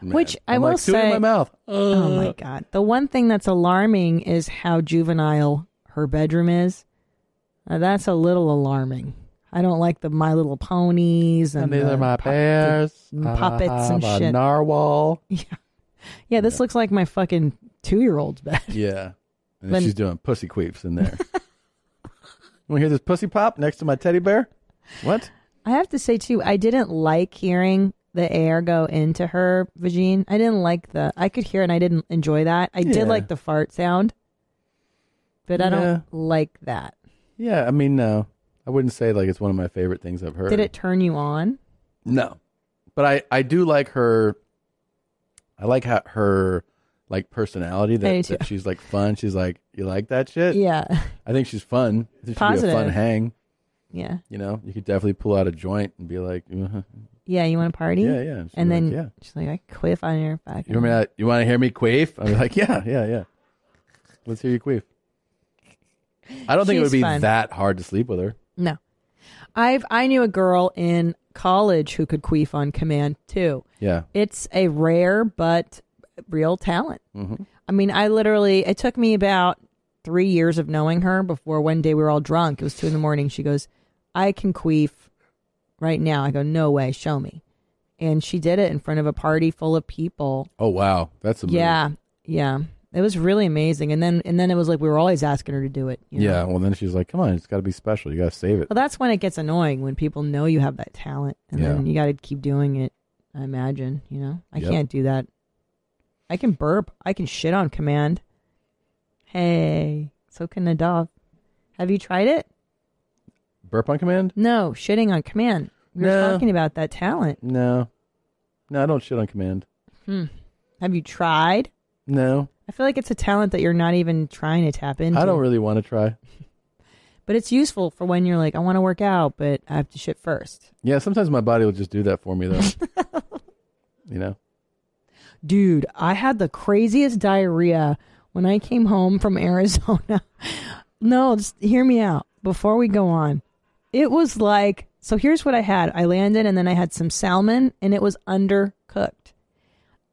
C: Man,
B: Which I
C: I'm
B: will
C: like, "Food in
B: say,
C: my mouth."
B: oh
C: Uh.
B: my god, the one thing that's alarming is how juvenile her bedroom is. Now, that's a little alarming. I don't like the My Little Ponies and,
C: And these
B: the
C: are my
B: pop- the
C: bears. I
B: puppets and
C: have a
B: shit.
C: narwhal.
B: Yeah, yeah. This looks like my fucking two-year-old's bed.
C: yeah, and
B: Then-
C: she's doing pussy queeps in there. Want to hear this pussy pop next to my teddy bear? What?
B: I have to say too, I didn't like hearing the air go into her vagine. I didn't like the. I could hear it, and I didn't enjoy that. I
C: Yeah.
B: did like the fart sound, but I
C: Yeah.
B: don't like that.
C: Yeah, I mean, no, I wouldn't say like it's one of my favorite things I've heard.
B: Did it turn you on?
C: No, but I I do like her. I like how her like personality
B: I
C: that,
B: do
C: that
B: too.
C: she's like fun. She's like you like that shit.
B: Yeah.
C: I think she's fun. I think she'd be a fun
B: Positive.
C: hang.
B: Yeah.
C: You know, you could definitely pull out a joint and be like, uh-huh.
B: Yeah, you want to party?
C: Yeah, yeah. She's
B: And
C: like,
B: then
C: yeah.
B: she's like, I quiff on your back.
C: you want me to, you want to hear me queef? I'm like, yeah, yeah, yeah. Let's hear you queef. I don't think it would
B: She's
C: be
B: fun.
C: that hard to sleep with her.
B: No. I've I knew a girl in college who could queef on command too.
C: Yeah.
B: It's a rare but real talent.
C: Mhm.
B: I mean, I literally it took me about three years of knowing her before one day we were all drunk. It was two in the morning. She goes, I can queef right now. I go, No way, show me. And she did it in front of a party full of people.
C: Oh wow, that's a move.
B: Yeah, yeah. It was really amazing. And then and then it was like we were always asking her to do it. you know?
C: Yeah. Well, then she's like, come on, it's got to be special. You got to save it.
B: Well, that's when it gets annoying when people know you have that talent, and then
C: Yeah.
B: you got to keep doing it. I imagine, you know, I
C: Yep.
B: can't do that. I can burp. I can shit on command. Hey, so can a dog. Have you tried it?
C: Burp on command?
B: No, shitting on command. We were
C: No.
B: talking about that talent.
C: No, no, I don't shit on command.
B: Hmm. Have you tried?
C: No,
B: I feel like it's a talent that you're not even trying to tap into.
C: I don't really want to try.
B: But it's useful for when you're like, I want to work out, but I have to shit first.
C: Yeah, sometimes my body will just do that for me though. you know?
B: Dude, I had the craziest diarrhea when I came home from Arizona. no, just hear me out before we go on. It was like, so here's what I had I landed and then I had some salmon and it was undercooked.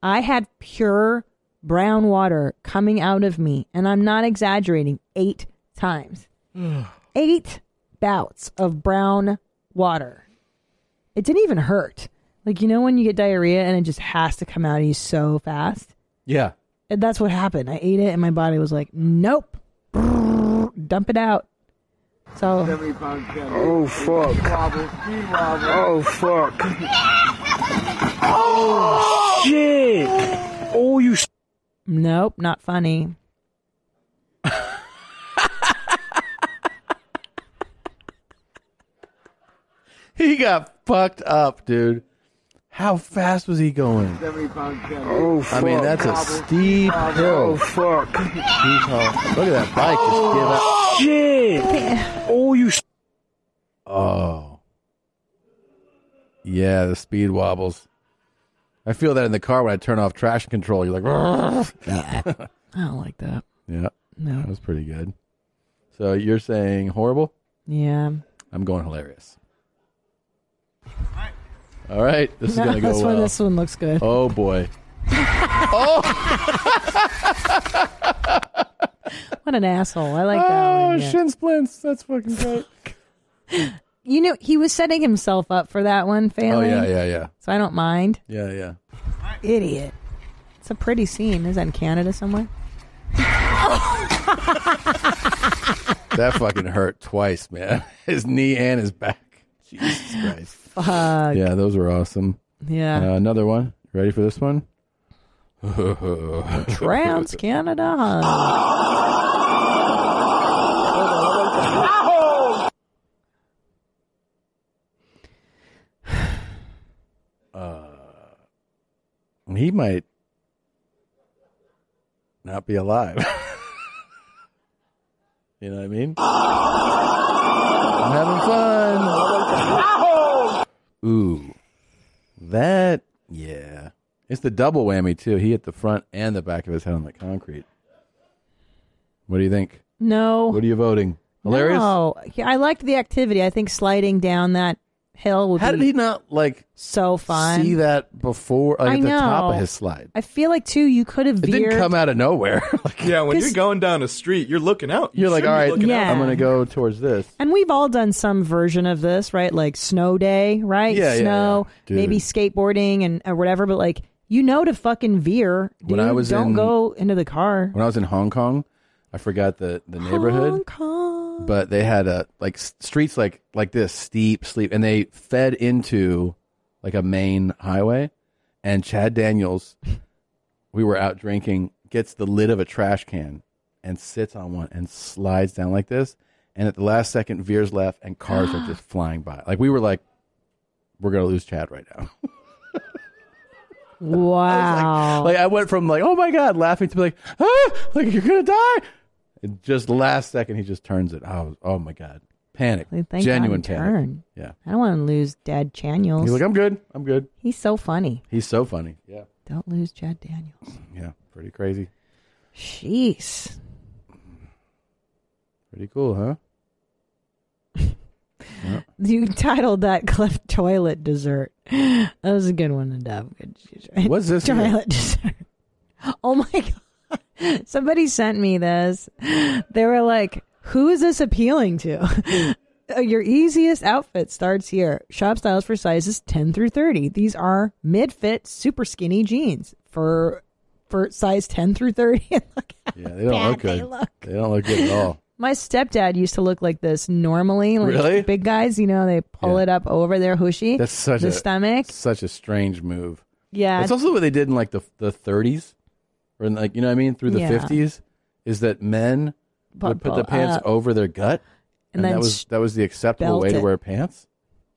B: I had pure brown water coming out of me, and I'm not exaggerating, eight times. eight bouts of brown water. It didn't even hurt. Like, you know, when you get diarrhea and it just has to come out of you so fast?
C: Yeah.
B: And that's what happened. I ate it and my body was like, nope, dump it out. So,
G: Oh fuck. Oh fuck. Oh shit. Oh you
B: nope, not funny.
C: He got fucked up, dude. How fast was he going?
G: Oh
C: I mean, that's a steep
G: Oh
C: hill.
G: fuck.
C: Steep hill. Look at that bike just give up.
G: Shit. Oh you
C: Oh. Yeah, the speed wobbles. I feel that in the car when I turn off traction control. You're like,
B: I don't like that.
C: yeah,
B: No.
C: that was pretty good. So you're saying horrible?
B: Yeah.
C: I'm going hilarious. All right, this is
B: No,
C: gonna go
B: this
C: well.
B: one- this one looks good.
C: Oh boy,
B: What an asshole. I like that
G: Oh,
B: one. yeah.
C: Oh, shin splints. That's fucking great.
B: You know, he was setting himself up for that one failing.
C: Oh, yeah, yeah, yeah.
B: So I don't mind.
C: yeah, yeah.
B: Idiot. It's a pretty scene. Is that in Canada somewhere?
C: That fucking hurt twice, man. His knee and his back. Jesus Christ.
B: Fuck.
C: yeah, those were awesome.
B: Yeah.
C: Uh, another one. Ready for this one?
B: Trans Canada.
C: Ah. Uh, he might not be alive. you know what I mean? I'm having fun. Ooh, that yeah. It's the double whammy too. He hit the front and the back of his head on the concrete. What do you think?
B: No.
C: What are you voting? Hilarious.
B: No. Yeah, I liked the activity. I think sliding down that hill would
C: How
B: be
C: did he not like
B: so fun.
C: See that before, like
B: I
C: at the top
B: know.
C: of his slide.
B: I feel like too you could have
C: It
B: veered.
C: didn't come out of nowhere. Like,
N: Yeah, when you're
B: 'Cause-
N: going down a street, you're looking out. You
C: you're like,
N: should
C: all
N: be
C: right,
N: looking out.
C: I'm going to go towards this.
B: And we've all done some version of this, right? Like snow day, right?
C: Yeah, yeah,
B: snow,
C: yeah. Dude.
B: maybe skateboarding and or whatever. But like, you know, to fucking veer. Dude,
C: When I was
B: don't
C: in-
B: go into the car.
C: When I was in Hong Kong, I forgot the the neighborhood, but they had a like s- streets like like this steep, steep, and they fed into like a main highway. And Chad Daniels, we were out drinking, gets the lid of a trash can and sits on one and slides down like this. And at the last second, veers left, and cars are just flying by. Like we were like, we're gonna lose Chad right now.
B: Wow.
C: Like I went from like, oh my god, laughing to like, ah, like you're gonna die. And just last second, he just turns it. I was, oh my god, panic,
B: Like, thank
C: genuine
B: God he
C: panic.
B: turned.
C: Yeah,
B: I don't want to lose Dad Chaniels.
C: he's like, I'm good, I'm good.
B: He's so funny.
C: He's so funny. Yeah,
B: Don't lose Chad Daniels.
C: yeah, pretty crazy,
B: Jeez.
C: pretty cool, huh?
B: You titled that clip "Toilet Dessert." That was a good one to dive. Good.
C: What's this
B: Toilet
C: here?
B: dessert. Oh my god! Somebody sent me this. They were like, "Who is this appealing to?" Uh, Your easiest outfit starts here. Shop styles for sizes ten through thirty. These are mid-fit, super skinny jeans for for size ten through thirty.
C: Yeah, they don't
B: Bad
C: look good.
B: they look.
C: They don't look good at all.
B: My stepdad used to look like this normally. Like
C: Really?
B: Big guys, you know, they pull it up over their hushy.
C: That's such
B: the
C: a
B: stomach.
C: Such a strange move.
B: Yeah.
C: it's also what they did in like the the 30s, or in like you know what I mean, through the
B: Yeah.
C: 50s, is that men would put
B: Buckle
C: the pants
B: up.
C: over their gut,
B: And
C: and,
B: then
C: that was
B: s-
C: that was the acceptable
B: belt
C: way to
B: it.
C: wear pants.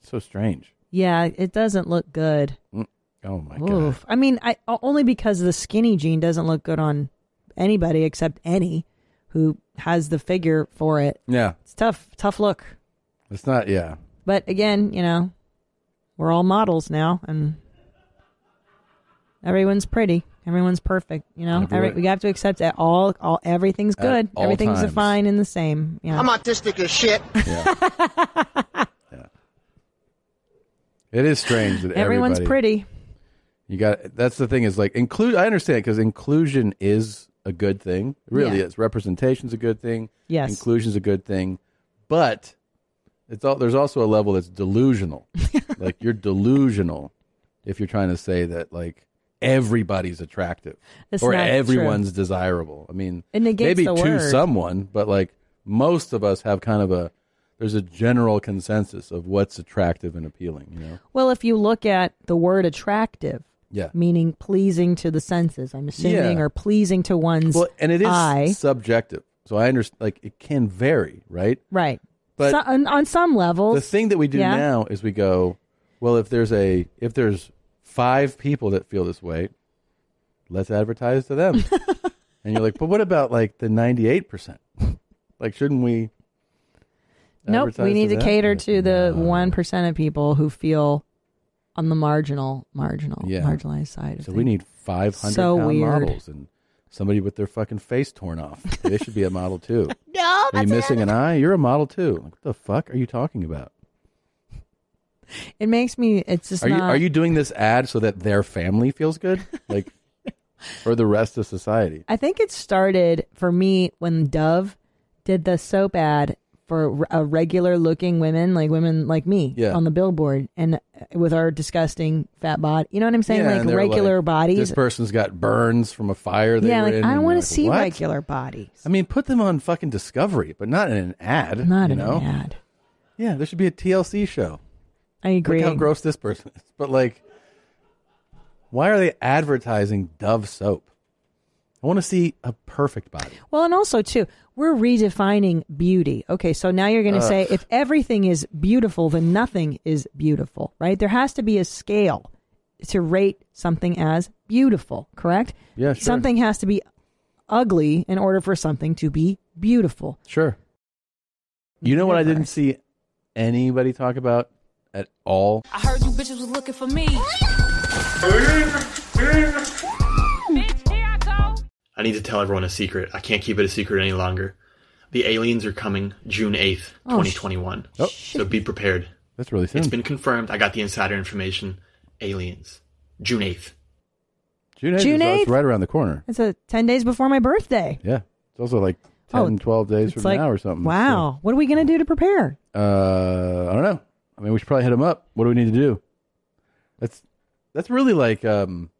C: So strange.
B: Yeah, it doesn't look good.
C: Mm. Oh my god.
B: Oof. I mean, I o- only because the skinny jean doesn't look good on anybody except any who has the figure for it.
C: Yeah,
B: It's tough, tough look.
C: it's not. Yeah,
B: But again, you know, we're all models now, and everyone's pretty. Everyone's perfect. You know, Every,
F: Everyone-
B: we have to accept that all, all everything's
F: At
B: good.
F: all
B: everything's
F: times.
B: fine and the same. Yeah.
F: I'm autistic as shit.
C: it is strange that
B: Everyone's
C: everybody-
B: pretty.
C: You got that's the thing is like include. I understand because inclusion is a good thing. It really
B: Yeah.
C: is. Representation's a good thing.
B: Yes.
C: inclusion's a good thing, but it's all there's also a level that's delusional. like you're delusional if you're trying to say that like everybody's attractive
B: It's
C: or
B: not true.
C: everyone's desirable. I mean,
B: It negates
C: maybe
B: the
C: to
B: word.
C: someone, but like most of us have kind of a there's a general consensus of what's attractive and appealing. You know.
B: Well, if you look at the word attractive,
C: Yeah.
B: meaning pleasing to the senses, I'm assuming,
C: Yeah.
B: or pleasing to one's
C: Well, and it is
B: eye.
C: subjective. So I understand, like, it can vary, right?
B: Right.
C: But
B: So- on, on some levels.
C: the thing that we do
B: yeah.
C: now is we go, well, if there's a, if there's five people that feel this way, let's advertise to them. and you're like, but what about like the 98%? like, shouldn't we?
B: Nope. We
C: advertise
B: need to
C: them?
B: cater to the one of people who feel on the marginal, marginal,
C: Yeah.
B: marginalized side. Of
C: So we
B: things.
C: need 500
B: So
C: pound
B: weird.
C: models and somebody with their fucking face torn off. They should be a model too.
B: No,
C: Are you
B: that's
C: missing an eye? You're a model too. Like, what the fuck are you talking about?
B: It makes me. It's just
C: are you
B: not.
C: are you doing this ad so that their family feels good, like, or the rest of society?
B: I think it started for me when Dove did the soap ad for a regular looking women, like women like me,
C: Yeah.
B: on the billboard, and uh, with our disgusting fat body. You know what I'm saying?
C: Yeah, and
B: like
C: they're
B: regular
C: like, This
B: bodies.
C: person's got burns from a fire. They
B: Yeah,
C: were
B: like,
C: in,
B: I
C: and
B: don't
C: you're
B: wanna
C: like,
B: see
C: "What?"
B: regular bodies.
C: I mean, put them on fucking Discovery, but not in an ad.
B: Not
C: you
B: in an
C: know?
B: ad.
C: Yeah, there should be a TLC show.
B: I agree.
C: Look how gross this person is. But like, why are they advertising Dove soap? I want to see a perfect body.
B: Well, and also too, we're redefining beauty. Okay, so now you're going to
C: Ugh.
B: say if everything is beautiful, then nothing is beautiful, right? There has to be a scale to rate something as beautiful, correct?
C: Yeah, sure.
B: Something has to be ugly in order for something to be beautiful.
C: Sure. You know what I didn't see anybody talk about at all?
A: I heard you bitches was looking for me.
Q: I need to tell everyone a secret. I can't keep it a secret any longer. The aliens are coming June 8th,
C: Oh, sh-
Q: 2021. so be prepared.
C: That's really
E: Hmm.
C: soon.
Q: It's been confirmed. I got the insider information. Aliens. June 8th.
C: June 8th.
B: June
C: is, uh, it's
B: 8th?
C: right around the corner.
B: It's a ten days before my birthday.
C: Yeah. It's also like 10,
B: Oh,
C: 12 days from
B: It's like
C: now or something.
B: Wow, what are we gonna do to prepare?
C: So, uh, I don't know. I mean, we should probably hit him up. What do we need to do? That's that's really like um,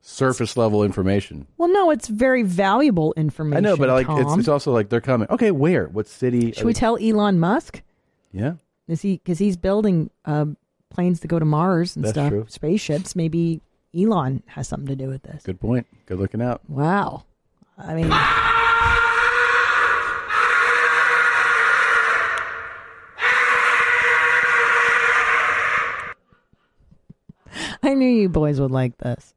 C: surface level information.
B: Well, no, it's very valuable information.
C: I know, but like it's,
B: Tom.
C: it's also like they're coming. Okay, where? What city?
B: should we tell Elon Musk?
C: Yeah.
B: Is he because he's building uh, planes to go to Mars and
C: That's
B: stuff,
C: true.
B: spaceships? Maybe Elon has something to do with this.
C: Good point. Good looking out.
B: Wow, I mean, I knew you boys would like this.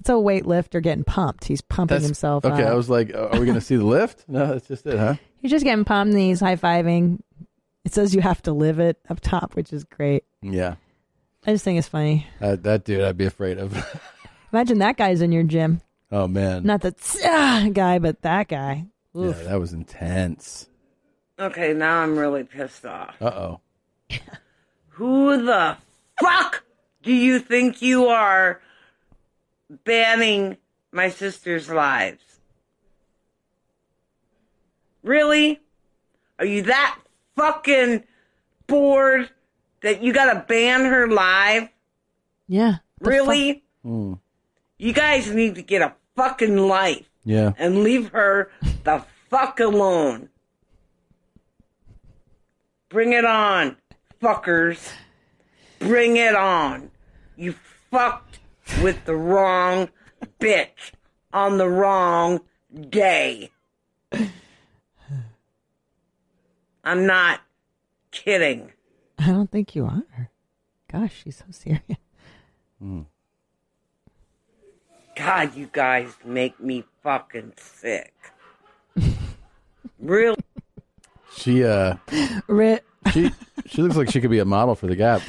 B: It's a weightlifter getting pumped. He's pumping
C: That's-
B: himself.
C: Okay,
B: up.
C: I was like, uh, are we going to see the lift? No, that's just it, huh?
B: He's just getting pumped and he's high fiving. It says you have to live it up top, which is great.
C: Yeah.
B: I just think it's funny.
C: Uh, that dude, I'd be afraid of.
B: Imagine that guy's in your gym.
C: oh man.
B: Not the ah, guy, but that guy.
C: yeah,
B: Oof.
C: that was intense.
A: Okay, now I'm really pissed off.
C: Uh oh.
A: Who the fuck do you think you are banning my sister's lives? Really? Are you that fucking bored that you gotta ban her live?
B: Yeah.
A: Really? You guys need to get a fucking life.
C: Yeah.
A: and leave her the fuck alone. Bring it on, fuckers. Bring it on. You fucked with the wrong bitch on the wrong day. I'm not kidding.
B: I don't think you are. Gosh, she's so serious.
A: God, you guys make me fucking sick. Real
C: She uh
B: Ri-
C: she she looks like she could be a model for the Gap.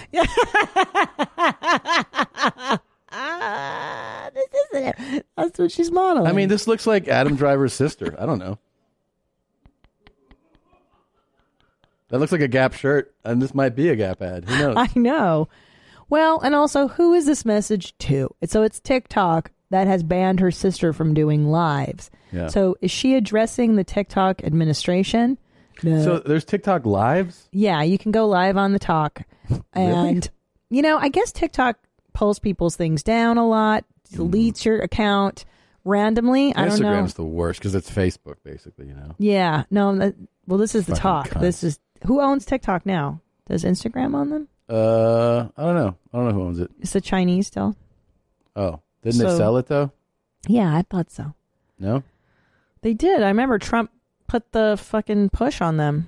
B: Ah, this isn't it. That's what she's modeling.
C: I mean, this looks like Adam Driver's sister. I don't know. That looks like a Gap shirt, and this might be a Gap ad. Who knows?
B: I know. Well, and also, who is this message to? So it's TikTok that has banned her sister from doing lives.
C: Yeah.
B: So is she addressing the TikTok administration? No.
C: So there's TikTok lives.
B: yeah, you can go live on the talk. And, you know, I guess TikTok pulls people's things down a lot, deletes your account randomly. I don't know.
C: Hmm. Instagram's the worst because it's Facebook, basically. You know.
B: Yeah. No, that, well, this is the
C: Fucking
B: talk.
C: cunts.
B: This is who owns TikTok now? Does Instagram own them?
C: Uh, I don't know. I don't know who owns it.
B: It's the Chinese still.
C: Oh, didn't they
B: So-
C: sell it though?
B: Yeah, I thought so.
C: No.
B: They did. I remember Trump put the fucking push on them.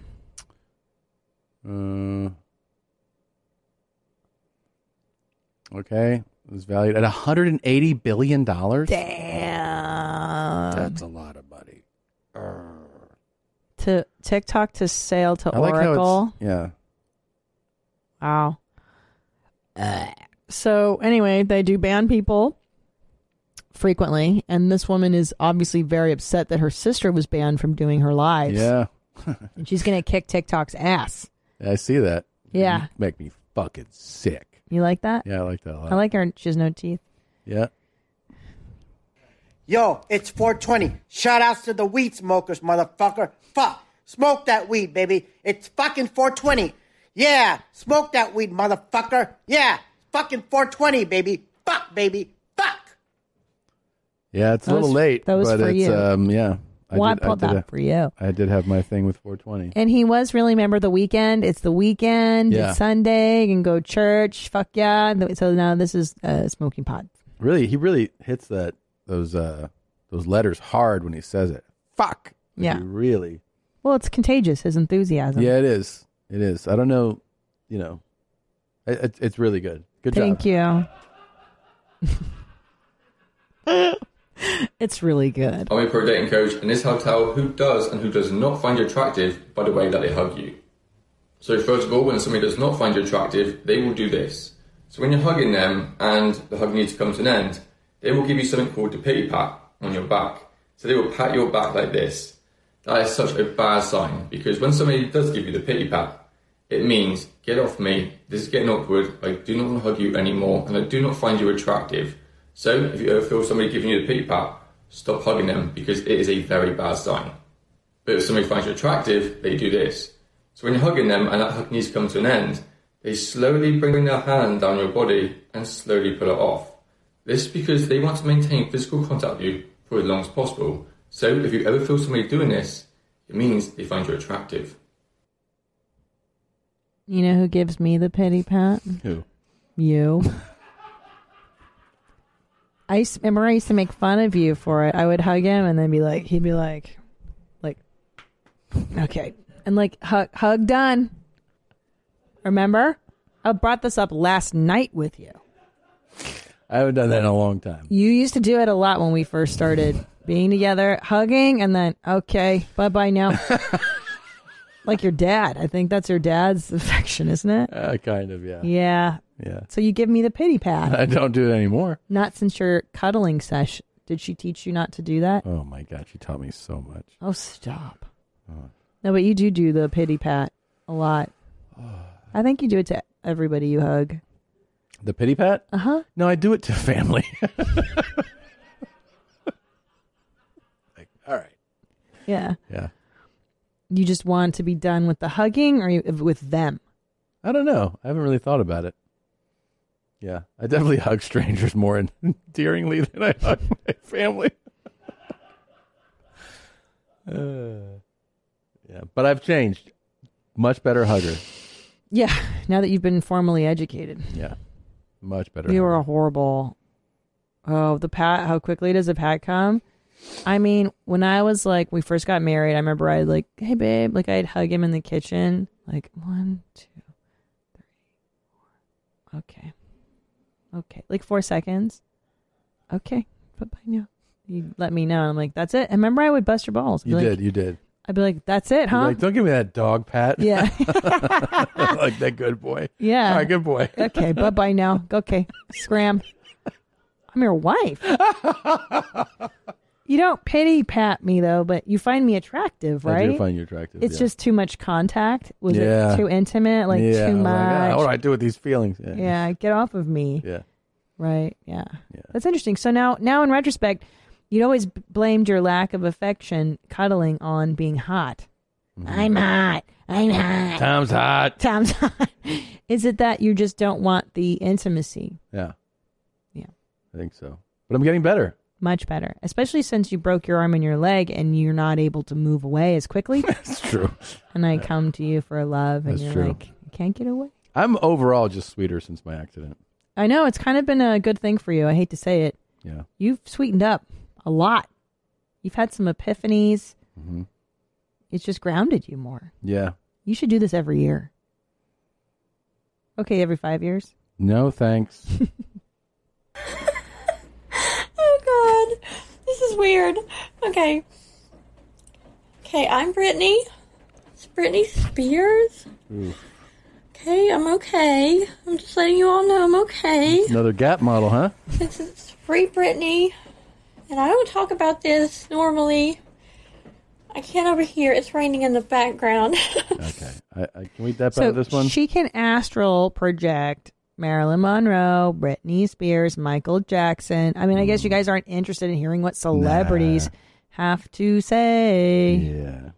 C: Uh, okay. It was valued at $180 billion.
B: Damn.
C: That's a lot of money.
B: To TikTok to sale to
C: I like how
B: Oracle.
C: it's. Yeah.
B: wow. Uh, so anyway, they do ban people frequently, and this woman is obviously very upset that her sister was banned from doing her lives.
C: Yeah.
B: and she's gonna kick TikTok's ass.
C: I see that.
B: Yeah.
C: You make me fucking sick.
B: You like that?
C: Yeah, I like that a lot.
B: I like her. She has no teeth.
C: Yeah.
D: Yo, it's 420. Shout outs to the weed smokers, motherfucker. Fuck. Smoke that weed, baby. It's fucking 420. Yeah, smoke that weed, motherfucker. Yeah, fucking 420, baby. Fuck, baby.
C: Yeah, it's a
B: That
C: little
B: was-
C: late.
B: that was
C: but
B: for
C: it's,
B: you.
C: Um, yeah.
B: Well, I pulled that for you.
C: I did have my thing with 420.
B: And he was really member of the weekend. It's the weekend.
C: Yeah.
B: It's Sunday. You can go church. Fuck yeah. And th- So now this is uh, smoking pot.
C: Really, he really hits that those uh those letters hard when he says it. Fuck. Like,
B: Yeah.
C: he really.
B: Well, it's contagious. His enthusiasm.
C: Yeah, it is. It is. I don't know. You know, it, it, it's really good. Good job.
B: Thank you. it's really good.
H: I'm a pro dating coach, and this helps out who does and who does not find you attractive by the way that they hug you. So, first of all, when somebody does not find you attractive, they will do this. So, when you're hugging them and the hug needs to come to an end, They will give you something called the pity pat on your back. So they will pat your back like this. That is such a bad sign because when somebody does give you the pity pat, it means get off me. This is getting awkward. I do not want to hug you anymore, and I do not find you attractive. So if you ever feel somebody giving you the pity pat, stop hugging them because it is a very bad sign. But if somebody finds you attractive, they do this. So when you're hugging them and that hug needs to come to an end, they slowly bring their hand down your body and slowly pull it off. This is because they want to maintain physical contact with you for as long as possible. So if you ever feel somebody doing this, it means they find you attractive.
B: You know who gives me the pity pat?
C: Who?
B: You. I used, remember I used to make fun of you for it. I would hug him and then be like, he'd be like, like, okay, and like hug, hug done. Remember, I brought this up last night with you.
C: I haven't done that in a long time.
B: You used to do it a lot when we first started being together, hugging, and then okay, bye bye now. like your dad. I think that's your dad's affection, isn't it?
C: Uh, kind of, yeah.
B: Yeah.
C: Yeah.
B: So you give me the pity pat.
C: I don't do it anymore.
B: Not since your cuddling session. Did she teach you not to do that?
C: Oh my god, she taught me so much.
B: Oh, stop. No, but you do do the pity pat a lot. I think you do it to everybody you hug.
C: The pity pat?
B: Uh huh.
C: No, I do it to family. all right.
B: Yeah.
C: Yeah.
B: You just want to be done with the hugging or you- with them?
C: I don't know. I haven't really thought about it. Yeah, I definitely hug strangers more endearingly than I hug my family. Uh, yeah, but I've changed. Much better hugger.
B: Yeah. Now that you've been formally educated.
C: Yeah, much better.
B: You were a horrible. Oh, the pat! How quickly does a pat come? I mean, when I was like, we first got married, I remember I'd like, hey babe, like I'd hug him in the kitchen, like one, two, three, four, okay, okay, like four seconds, okay, bye bye now. You let me know, and I'm like, that's it. And remember, I would bust your balls. I'd be
C: You
B: like-
C: did. You did.
B: I'd be like, that's it,
C: You're
B: huh?
C: Like, don't give me that dog pat.
B: Yeah.
C: like that good boy.
B: Yeah.
C: All right, good boy.
B: okay, bye bye now. Okay, scram. I'm your wife. you don't pity pat me though, but you find me attractive,
C: I
B: right?
C: do find you attractive,
B: It's
C: yeah.
B: just too much contact. Was
C: Yeah.
B: it too intimate? Like
C: yeah.
B: too
C: I'm like,
B: much?
C: ah, what do I do with these feelings?
B: yeah, get off of me.
C: Yeah.
B: Right. Yeah. That's interesting. So now, now in retrospect, you'd always b- blamed your lack of affection, cuddling, on being hot.
C: Mm-hmm.
B: I'm hot. I'm hot.
C: Tom's hot.
B: Tom's hot. Is it that you just don't want the intimacy?
C: Yeah.
B: Yeah.
C: I think so. But I'm getting better.
B: Much better, especially since you broke your arm and your leg, and you're not able to move away as quickly. That's
C: true.
B: And I come to you for love, and
C: That's
B: you're
C: true.
B: like, "I can't get away.
C: I'm overall just sweeter since my accident.
B: I know it's kind of been a good thing for you. I hate to say it.
C: Yeah.
B: You've sweetened up a lot. You've had some epiphanies.
C: Mhm.
B: It's just grounded you more.
C: Yeah.
B: You should do this every year. Okay, every five years.
C: No thanks.
E: Oh god. This is weird. Okay. Okay, I'm Brittany. It's Britney Spears.
C: Ooh.
E: Okay, I'm okay. I'm just letting you all know I'm okay.
C: Another Gap model, huh?
E: This is free Britney. And I don't talk about this normally. I can't over here. It's raining in the background.
C: I, I, can we dip out
B: so
C: of this one?
B: she can astral project Marilyn Monroe, Britney Spears, Michael Jackson. I mean, I
C: Hmm.
B: guess you guys aren't interested in hearing what celebrities have to say.
C: Yeah.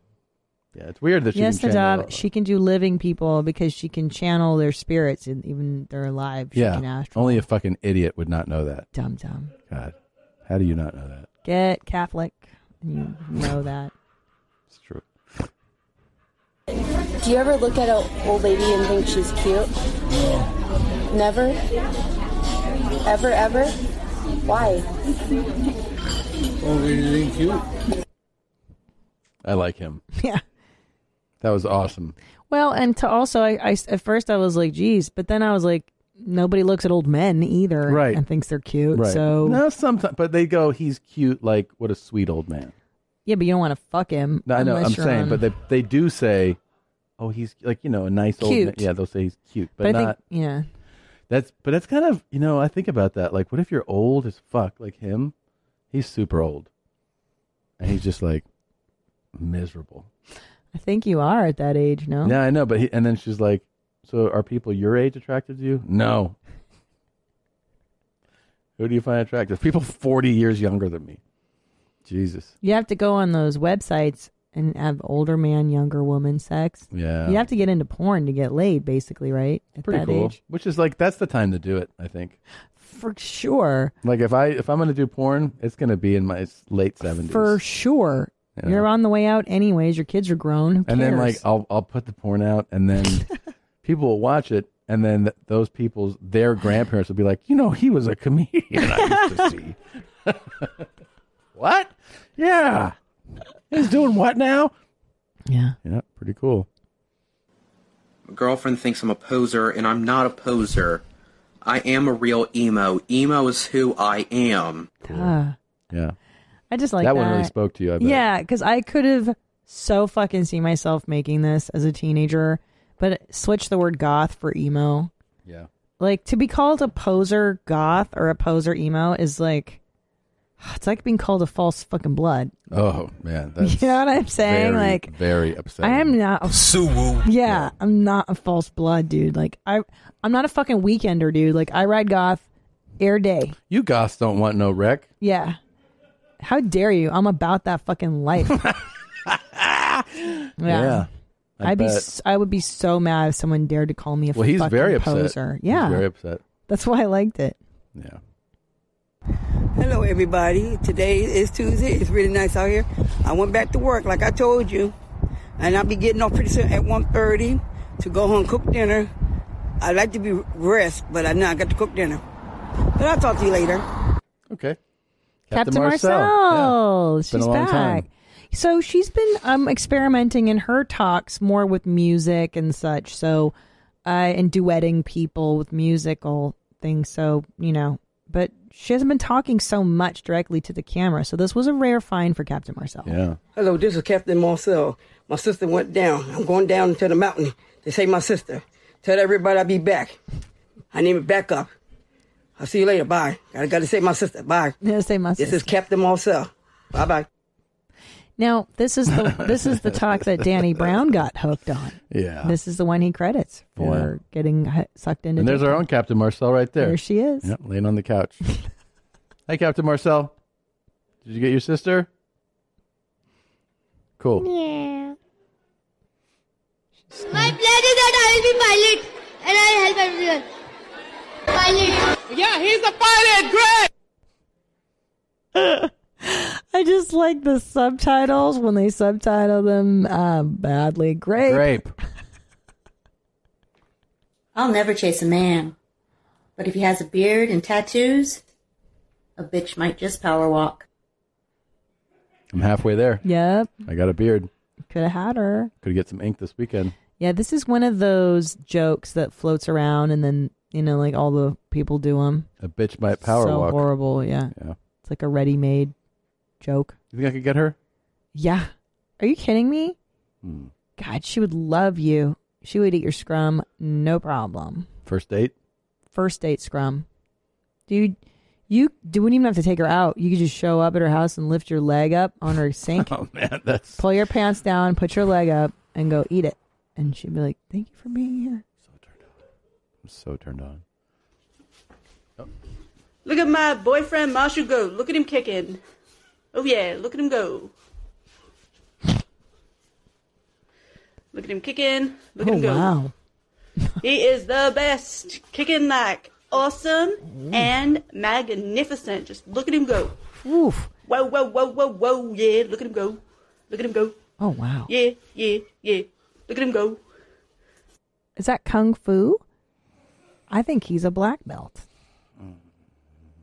C: yeah, it's weird that she
B: yes,
C: can
B: Nadav,
C: channel-
B: she can do living people because she can channel their spirits and even their lives. She can
C: Yeah. Oh.
B: astral.
C: Only a fucking idiot would not know that.
B: Dumb dumb.
C: God. How do you not know that?
B: Get Catholic. You know that.
C: It's true.
K: Do you ever look at an old lady and think she's cute? Never? Ever, ever? Why?
J: Oh, really cute.
C: I like him.
B: Yeah.
C: That was awesome.
B: Well, and to also, I, I- at first I was like, geez, but then I was like, nobody looks at old men either,
C: Right.
B: And thinks they're cute.
C: Right.
B: So
C: no, sometimes, but they go, he's cute. Like, what a sweet old man.
B: yeah, but you don't want to fuck him.
C: No, I know.
B: unless
C: I'm
B: you're
C: saying,
B: on-
C: but they they do say, oh, he's like you know a nice old.
B: Cute.
C: Yeah, they'll say he's cute, but,
B: But I think-
C: not.
B: yeah.
C: That's but that's kind of you know I think about that. Like, what if you're old as fuck like him? He's super old, and he's just like miserable.
B: I think you are at that age, no?
C: Yeah, I know. But he, and then she's like, "So are people your age attracted to you?" No. Who do you find attractive? People forty years younger than me. Jesus.
B: You have to go on those websites and have older man, younger woman sex.
C: Yeah.
B: You have to get into porn to get laid, basically, right? At
C: Pretty
B: that
C: cool.
B: age.
C: Which is like that's the time to do it. I think.
B: For sure.
C: Like if I if I'm gonna do porn, it's gonna be in my late seventies.
B: For sure.
C: Yeah.
B: You're on the way out anyways. Your kids are grown. Who
C: and then like
B: cares?
C: I'll I'll put the porn out, and then people will watch it, and then th- those people's their grandparents will be like, you know, he was a comedian I used to see. what? Yeah, he's doing what now?
B: Yeah,
C: yeah, pretty cool.
L: My girlfriend thinks I'm a poser, and I'm not a poser. I am a real emo. Emo is who I am.
B: Ah.
C: Yeah.
B: I just like
L: That
B: that.
L: one really spoke to you, I bet.
B: Yeah, because I could have so fucking seen myself making this as a teenager, but switch the word goth for emo.
C: Yeah.
B: Like to be called a poser goth or a poser emo is like, it's like being called a false fucking blood.
C: Oh man,
B: You
C: that's
B: know what I'm saying?
C: very,
B: Like
C: very upsetting.
B: I am not a
C: Suwu.
B: Yeah, I'm not a false blood dude. Like I, I'm not a fucking weekender dude. Like I ride goth, air day.
C: You goths don't want no wreck.
B: Yeah. How dare you? I'm about that fucking life. yeah.
C: I
B: I'd be
C: bet.
B: s- I would be so mad if someone dared to call me a
C: Well, he's
B: fucking
C: very upset.
B: poser.
C: He's
B: Yeah.
C: very upset.
B: That's why I liked it.
M: Hello, everybody. Today is Tuesday. It's really nice out here. I went back to work, like I told you, and I'll be getting off pretty soon at 1.30 to go home cook dinner. I like to be rest, but I know I got to cook dinner. But I'll talk to you later.
C: Okay.
B: Captain, Marcel.
M: Marcel.
C: Yeah. It's
B: She's
C: been a long
B: back.
C: time.
B: So she's been um, experimenting in her talks more with music and such. So, uh, and duetting people with musical things. So, you know, but she hasn't been talking so much directly to the camera. So this was a rare find for Captain Marcel.
C: Yeah.
M: Hello, this is Captain Marcel. My sister went down. I'm going down into the mountain to save my sister. Tell everybody I'll be back. I need to back up. I'll see you later. Bye. I gotta save my sister. Bye.
B: Yeah, save my
M: This is Captain Marcel. Bye bye.
B: Now this is the this is the talk that Danny Brown got hooked on.
C: Yeah.
B: This is the one he credits for getting hu- sucked into.
C: And there's our
B: TikTok.
C: own Captain Marcel right there.
B: There she is.
C: Yep, laying on the couch. hey, Captain Marcel. Did you get your sister? Cool.
O: Yeah. My plan is that I will be pilot and I will help everyone. Pilot. Yeah, he's a pilot. Great.
B: I just like the subtitles when they subtitle them uh, badly. Grape.
C: Grape.
X: I'll never chase a man. But if he has a beard and tattoos, a bitch might just power walk.
C: I'm halfway there.
B: Yep.
C: I got a beard.
B: Could have had her.
C: Could get some ink this weekend.
B: Yeah, this is one of those jokes that floats around, and then you know, like all the people do them.
C: A bitch might power
B: so
C: walk.
B: horrible. Yeah.
C: Yeah.
B: It's like a ready-made joke.
C: You think I could get her?
B: Yeah. Are you kidding me?
C: Hmm.
B: God, she would love you. She would eat your scrum, no problem.
C: First date?
B: First date scrum, dude. You d- wouldn't even have to take her out. You could just show up at her house and lift your leg up on her sink.
C: Oh man, that's
B: pull your pants down, put your leg up, and go eat it. And she'd be like, "Thank you for being here."
C: I'm so turned on.
Y: Look at my boyfriend Marshall go. Look at him kicking. Oh yeah, look at him go. Look at him kicking. Look at
B: oh
Y: him go.
B: wow!
Y: He is the best. Kicking like awesome and magnificent. Just look at him go.
B: Oof.
Y: Whoa, whoa, whoa, whoa, whoa, yeah. Look at him go. Look at him go.
B: Oh wow!
Y: Yeah, yeah, yeah. Look at him go.
B: Is that kung fu? I think he's a black belt.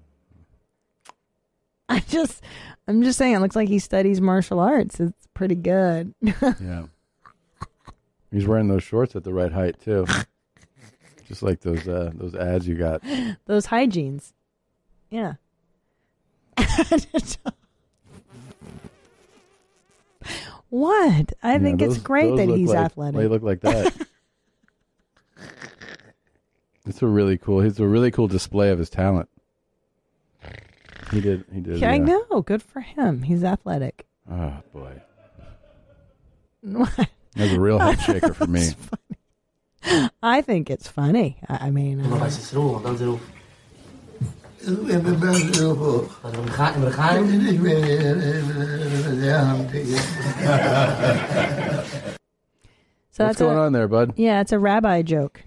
B: I just, I'm just saying, it looks like he studies martial arts. It's pretty good.
C: Yeah. He's wearing those shorts at the right height too. Just like those uh, those ads you got.
B: Those hygienes. Yeah. what? I
C: Yeah,
B: think
C: those-
B: it's great
C: those
B: that
C: look
B: he's
C: like-
B: athletic.
C: They look like that. It's a really cool. It's a really cool display of his talent. He did. He did.
B: I
C: yeah.
B: know. Good for him. He's athletic.
C: Oh boy, that was a real head shaker for me.
B: I think it's funny. I, I mean, uh, so
C: What's
B: that's a-
C: going on there, bud?
B: Yeah, it's a rabbi joke.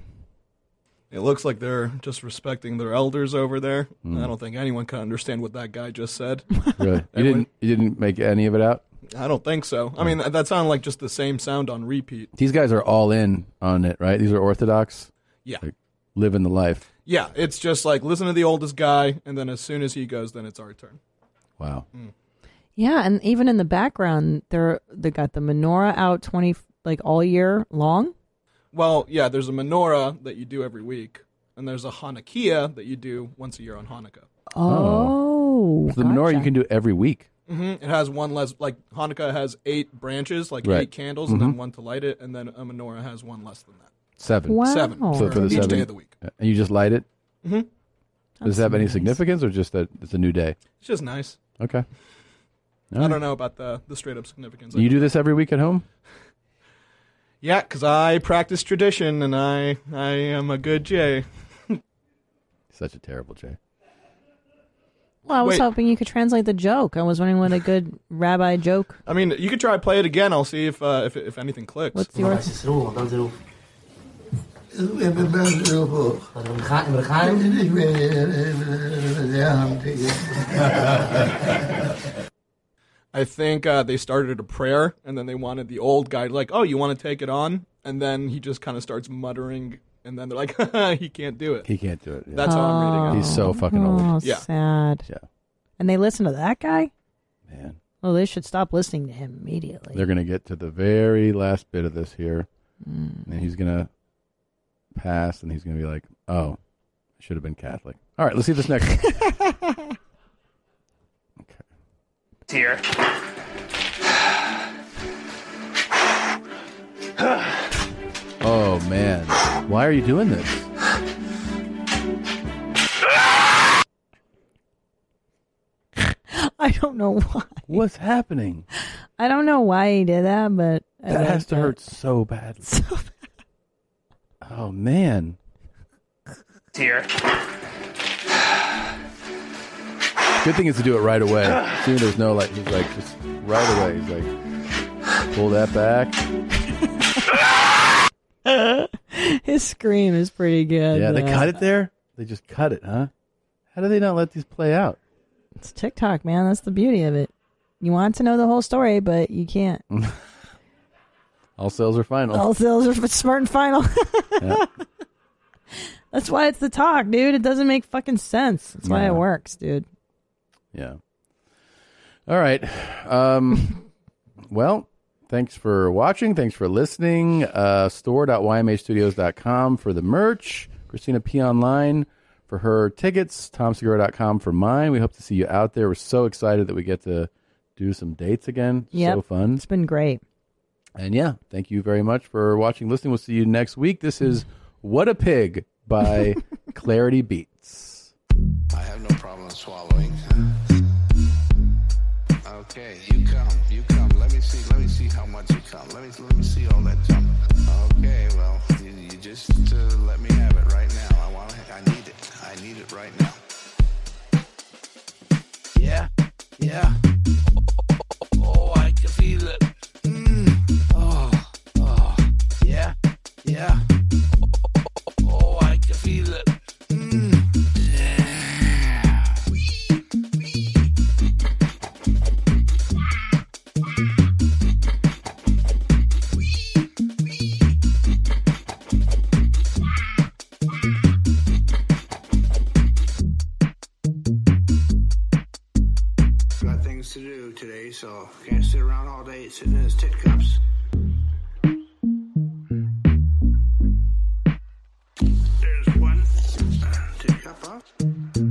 N: It looks like they're just respecting their elders over there.
C: Mm.
N: I don't think anyone can understand what that guy just said.
C: Really, you didn't. You didn't make any of it out.
N: I don't think so. I mean, that sounded like just the same sound on repeat.
C: These guys are all in on it, right? These are orthodox.
N: Yeah.
C: Like, living the life.
N: Yeah, it's just like listen to the oldest guy, and then as soon as he goes, then it's our turn.
C: Wow.
B: Yeah, and even in the background, they're they got the menorah out twenty like all year long.
N: Well, yeah, there's a menorah that you do every week, and there's a Hanukkah that you do once a year on Hanukkah.
B: Oh,
C: So the menorah you can do every week.
N: hmm It has one less, like Hanukkah has eight branches, like
C: Right.
N: eight candles, and
C: Mhm.
N: then one to light it, and then a menorah has one less than that.
C: Seven.
B: Oh.
N: Wow. Seven
C: So
N: for
C: for the
N: each day
C: seven
N: of the week.
C: Yeah. And you just light it.
N: Mhm.
C: Does it have any significance, or just that it's a new day?
N: It's just nice.
C: Okay.
N: I don't know about the the straight up significance.
C: You do this every week at home?
N: Yeah, because I practice tradition, and I I am a good J.
C: Such a terrible J.
B: Well, I was
N: Wait.
B: hoping you could translate the joke. I was wondering what a good rabbi joke.
N: I mean, you could try play it again. I'll see if uh, if if anything clicks.
B: What's the order?
N: I think uh, they started a prayer, and then they wanted the old guy like, "Oh, you want to take it on?" And then he just kind of starts muttering, and then they're like, "He can't do it."
C: He can't do it. yeah.
N: That's how I'm reading it.
C: He's so fucking
B: oh,
C: old.
N: Yeah.
B: sad.
C: Yeah.
B: And they listen to that guy.
C: Man.
B: Well, they should stop listening to him immediately.
C: They're going to get to the very last bit of this here. And he's going to pass and he's going to be like, oh, I should have been Catholic. All right, let's see this next one.
I: here.
C: oh, man. Why are you doing this?
B: I don't know why.
C: What's happening?
B: I don't know why he did that, but I
C: that has
B: liked
C: to
B: it.
C: hurt so badly. Oh, man.
I: Here.
C: Good thing is to do it right away. See, there's no like, he's like, just right away. He's like, pull that back.
B: His scream is pretty good.
C: Yeah, they
B: though.
C: cut it there. They just cut it, huh? How do they not let these play out?
B: It's TikTok, man. That's the beauty of it. You want to know the whole story, but you can't.
C: All sales are final.
B: All sales are smart and final.
C: Oh. Yeah.
B: That's why it's the talk, dude. It doesn't make fucking sense. That's why
C: Yeah.
B: it works, dude.
C: Yeah. All right. Um, well, thanks for watching. Thanks for listening. Uh, store.ymhstudios.com for the merch. Christina P. Online for her tickets. TomSegura.com for mine. We hope to see you out there. We're so excited that we get to do some dates again.
B: Yep.
C: So fun. It's
B: been great.
C: And yeah, thank you very much for watching, listening. We'll see you next week. This is What a Pig by Clarity Beats.
P: I have no problem swallowing. Okay, you come, you come. Let me see, let me see how much you come. Let me, let me see all that jump. Okay, well, you, you just uh, let me have it right now. I want, I need it. I need it right now. Yeah, yeah. Oh, I can feel it. Mm. Oh, oh, yeah, yeah. Oh, I can feel it. Got things to do today, so can't sit around all day sitting in his tit cups. There's one uh, tit cup up.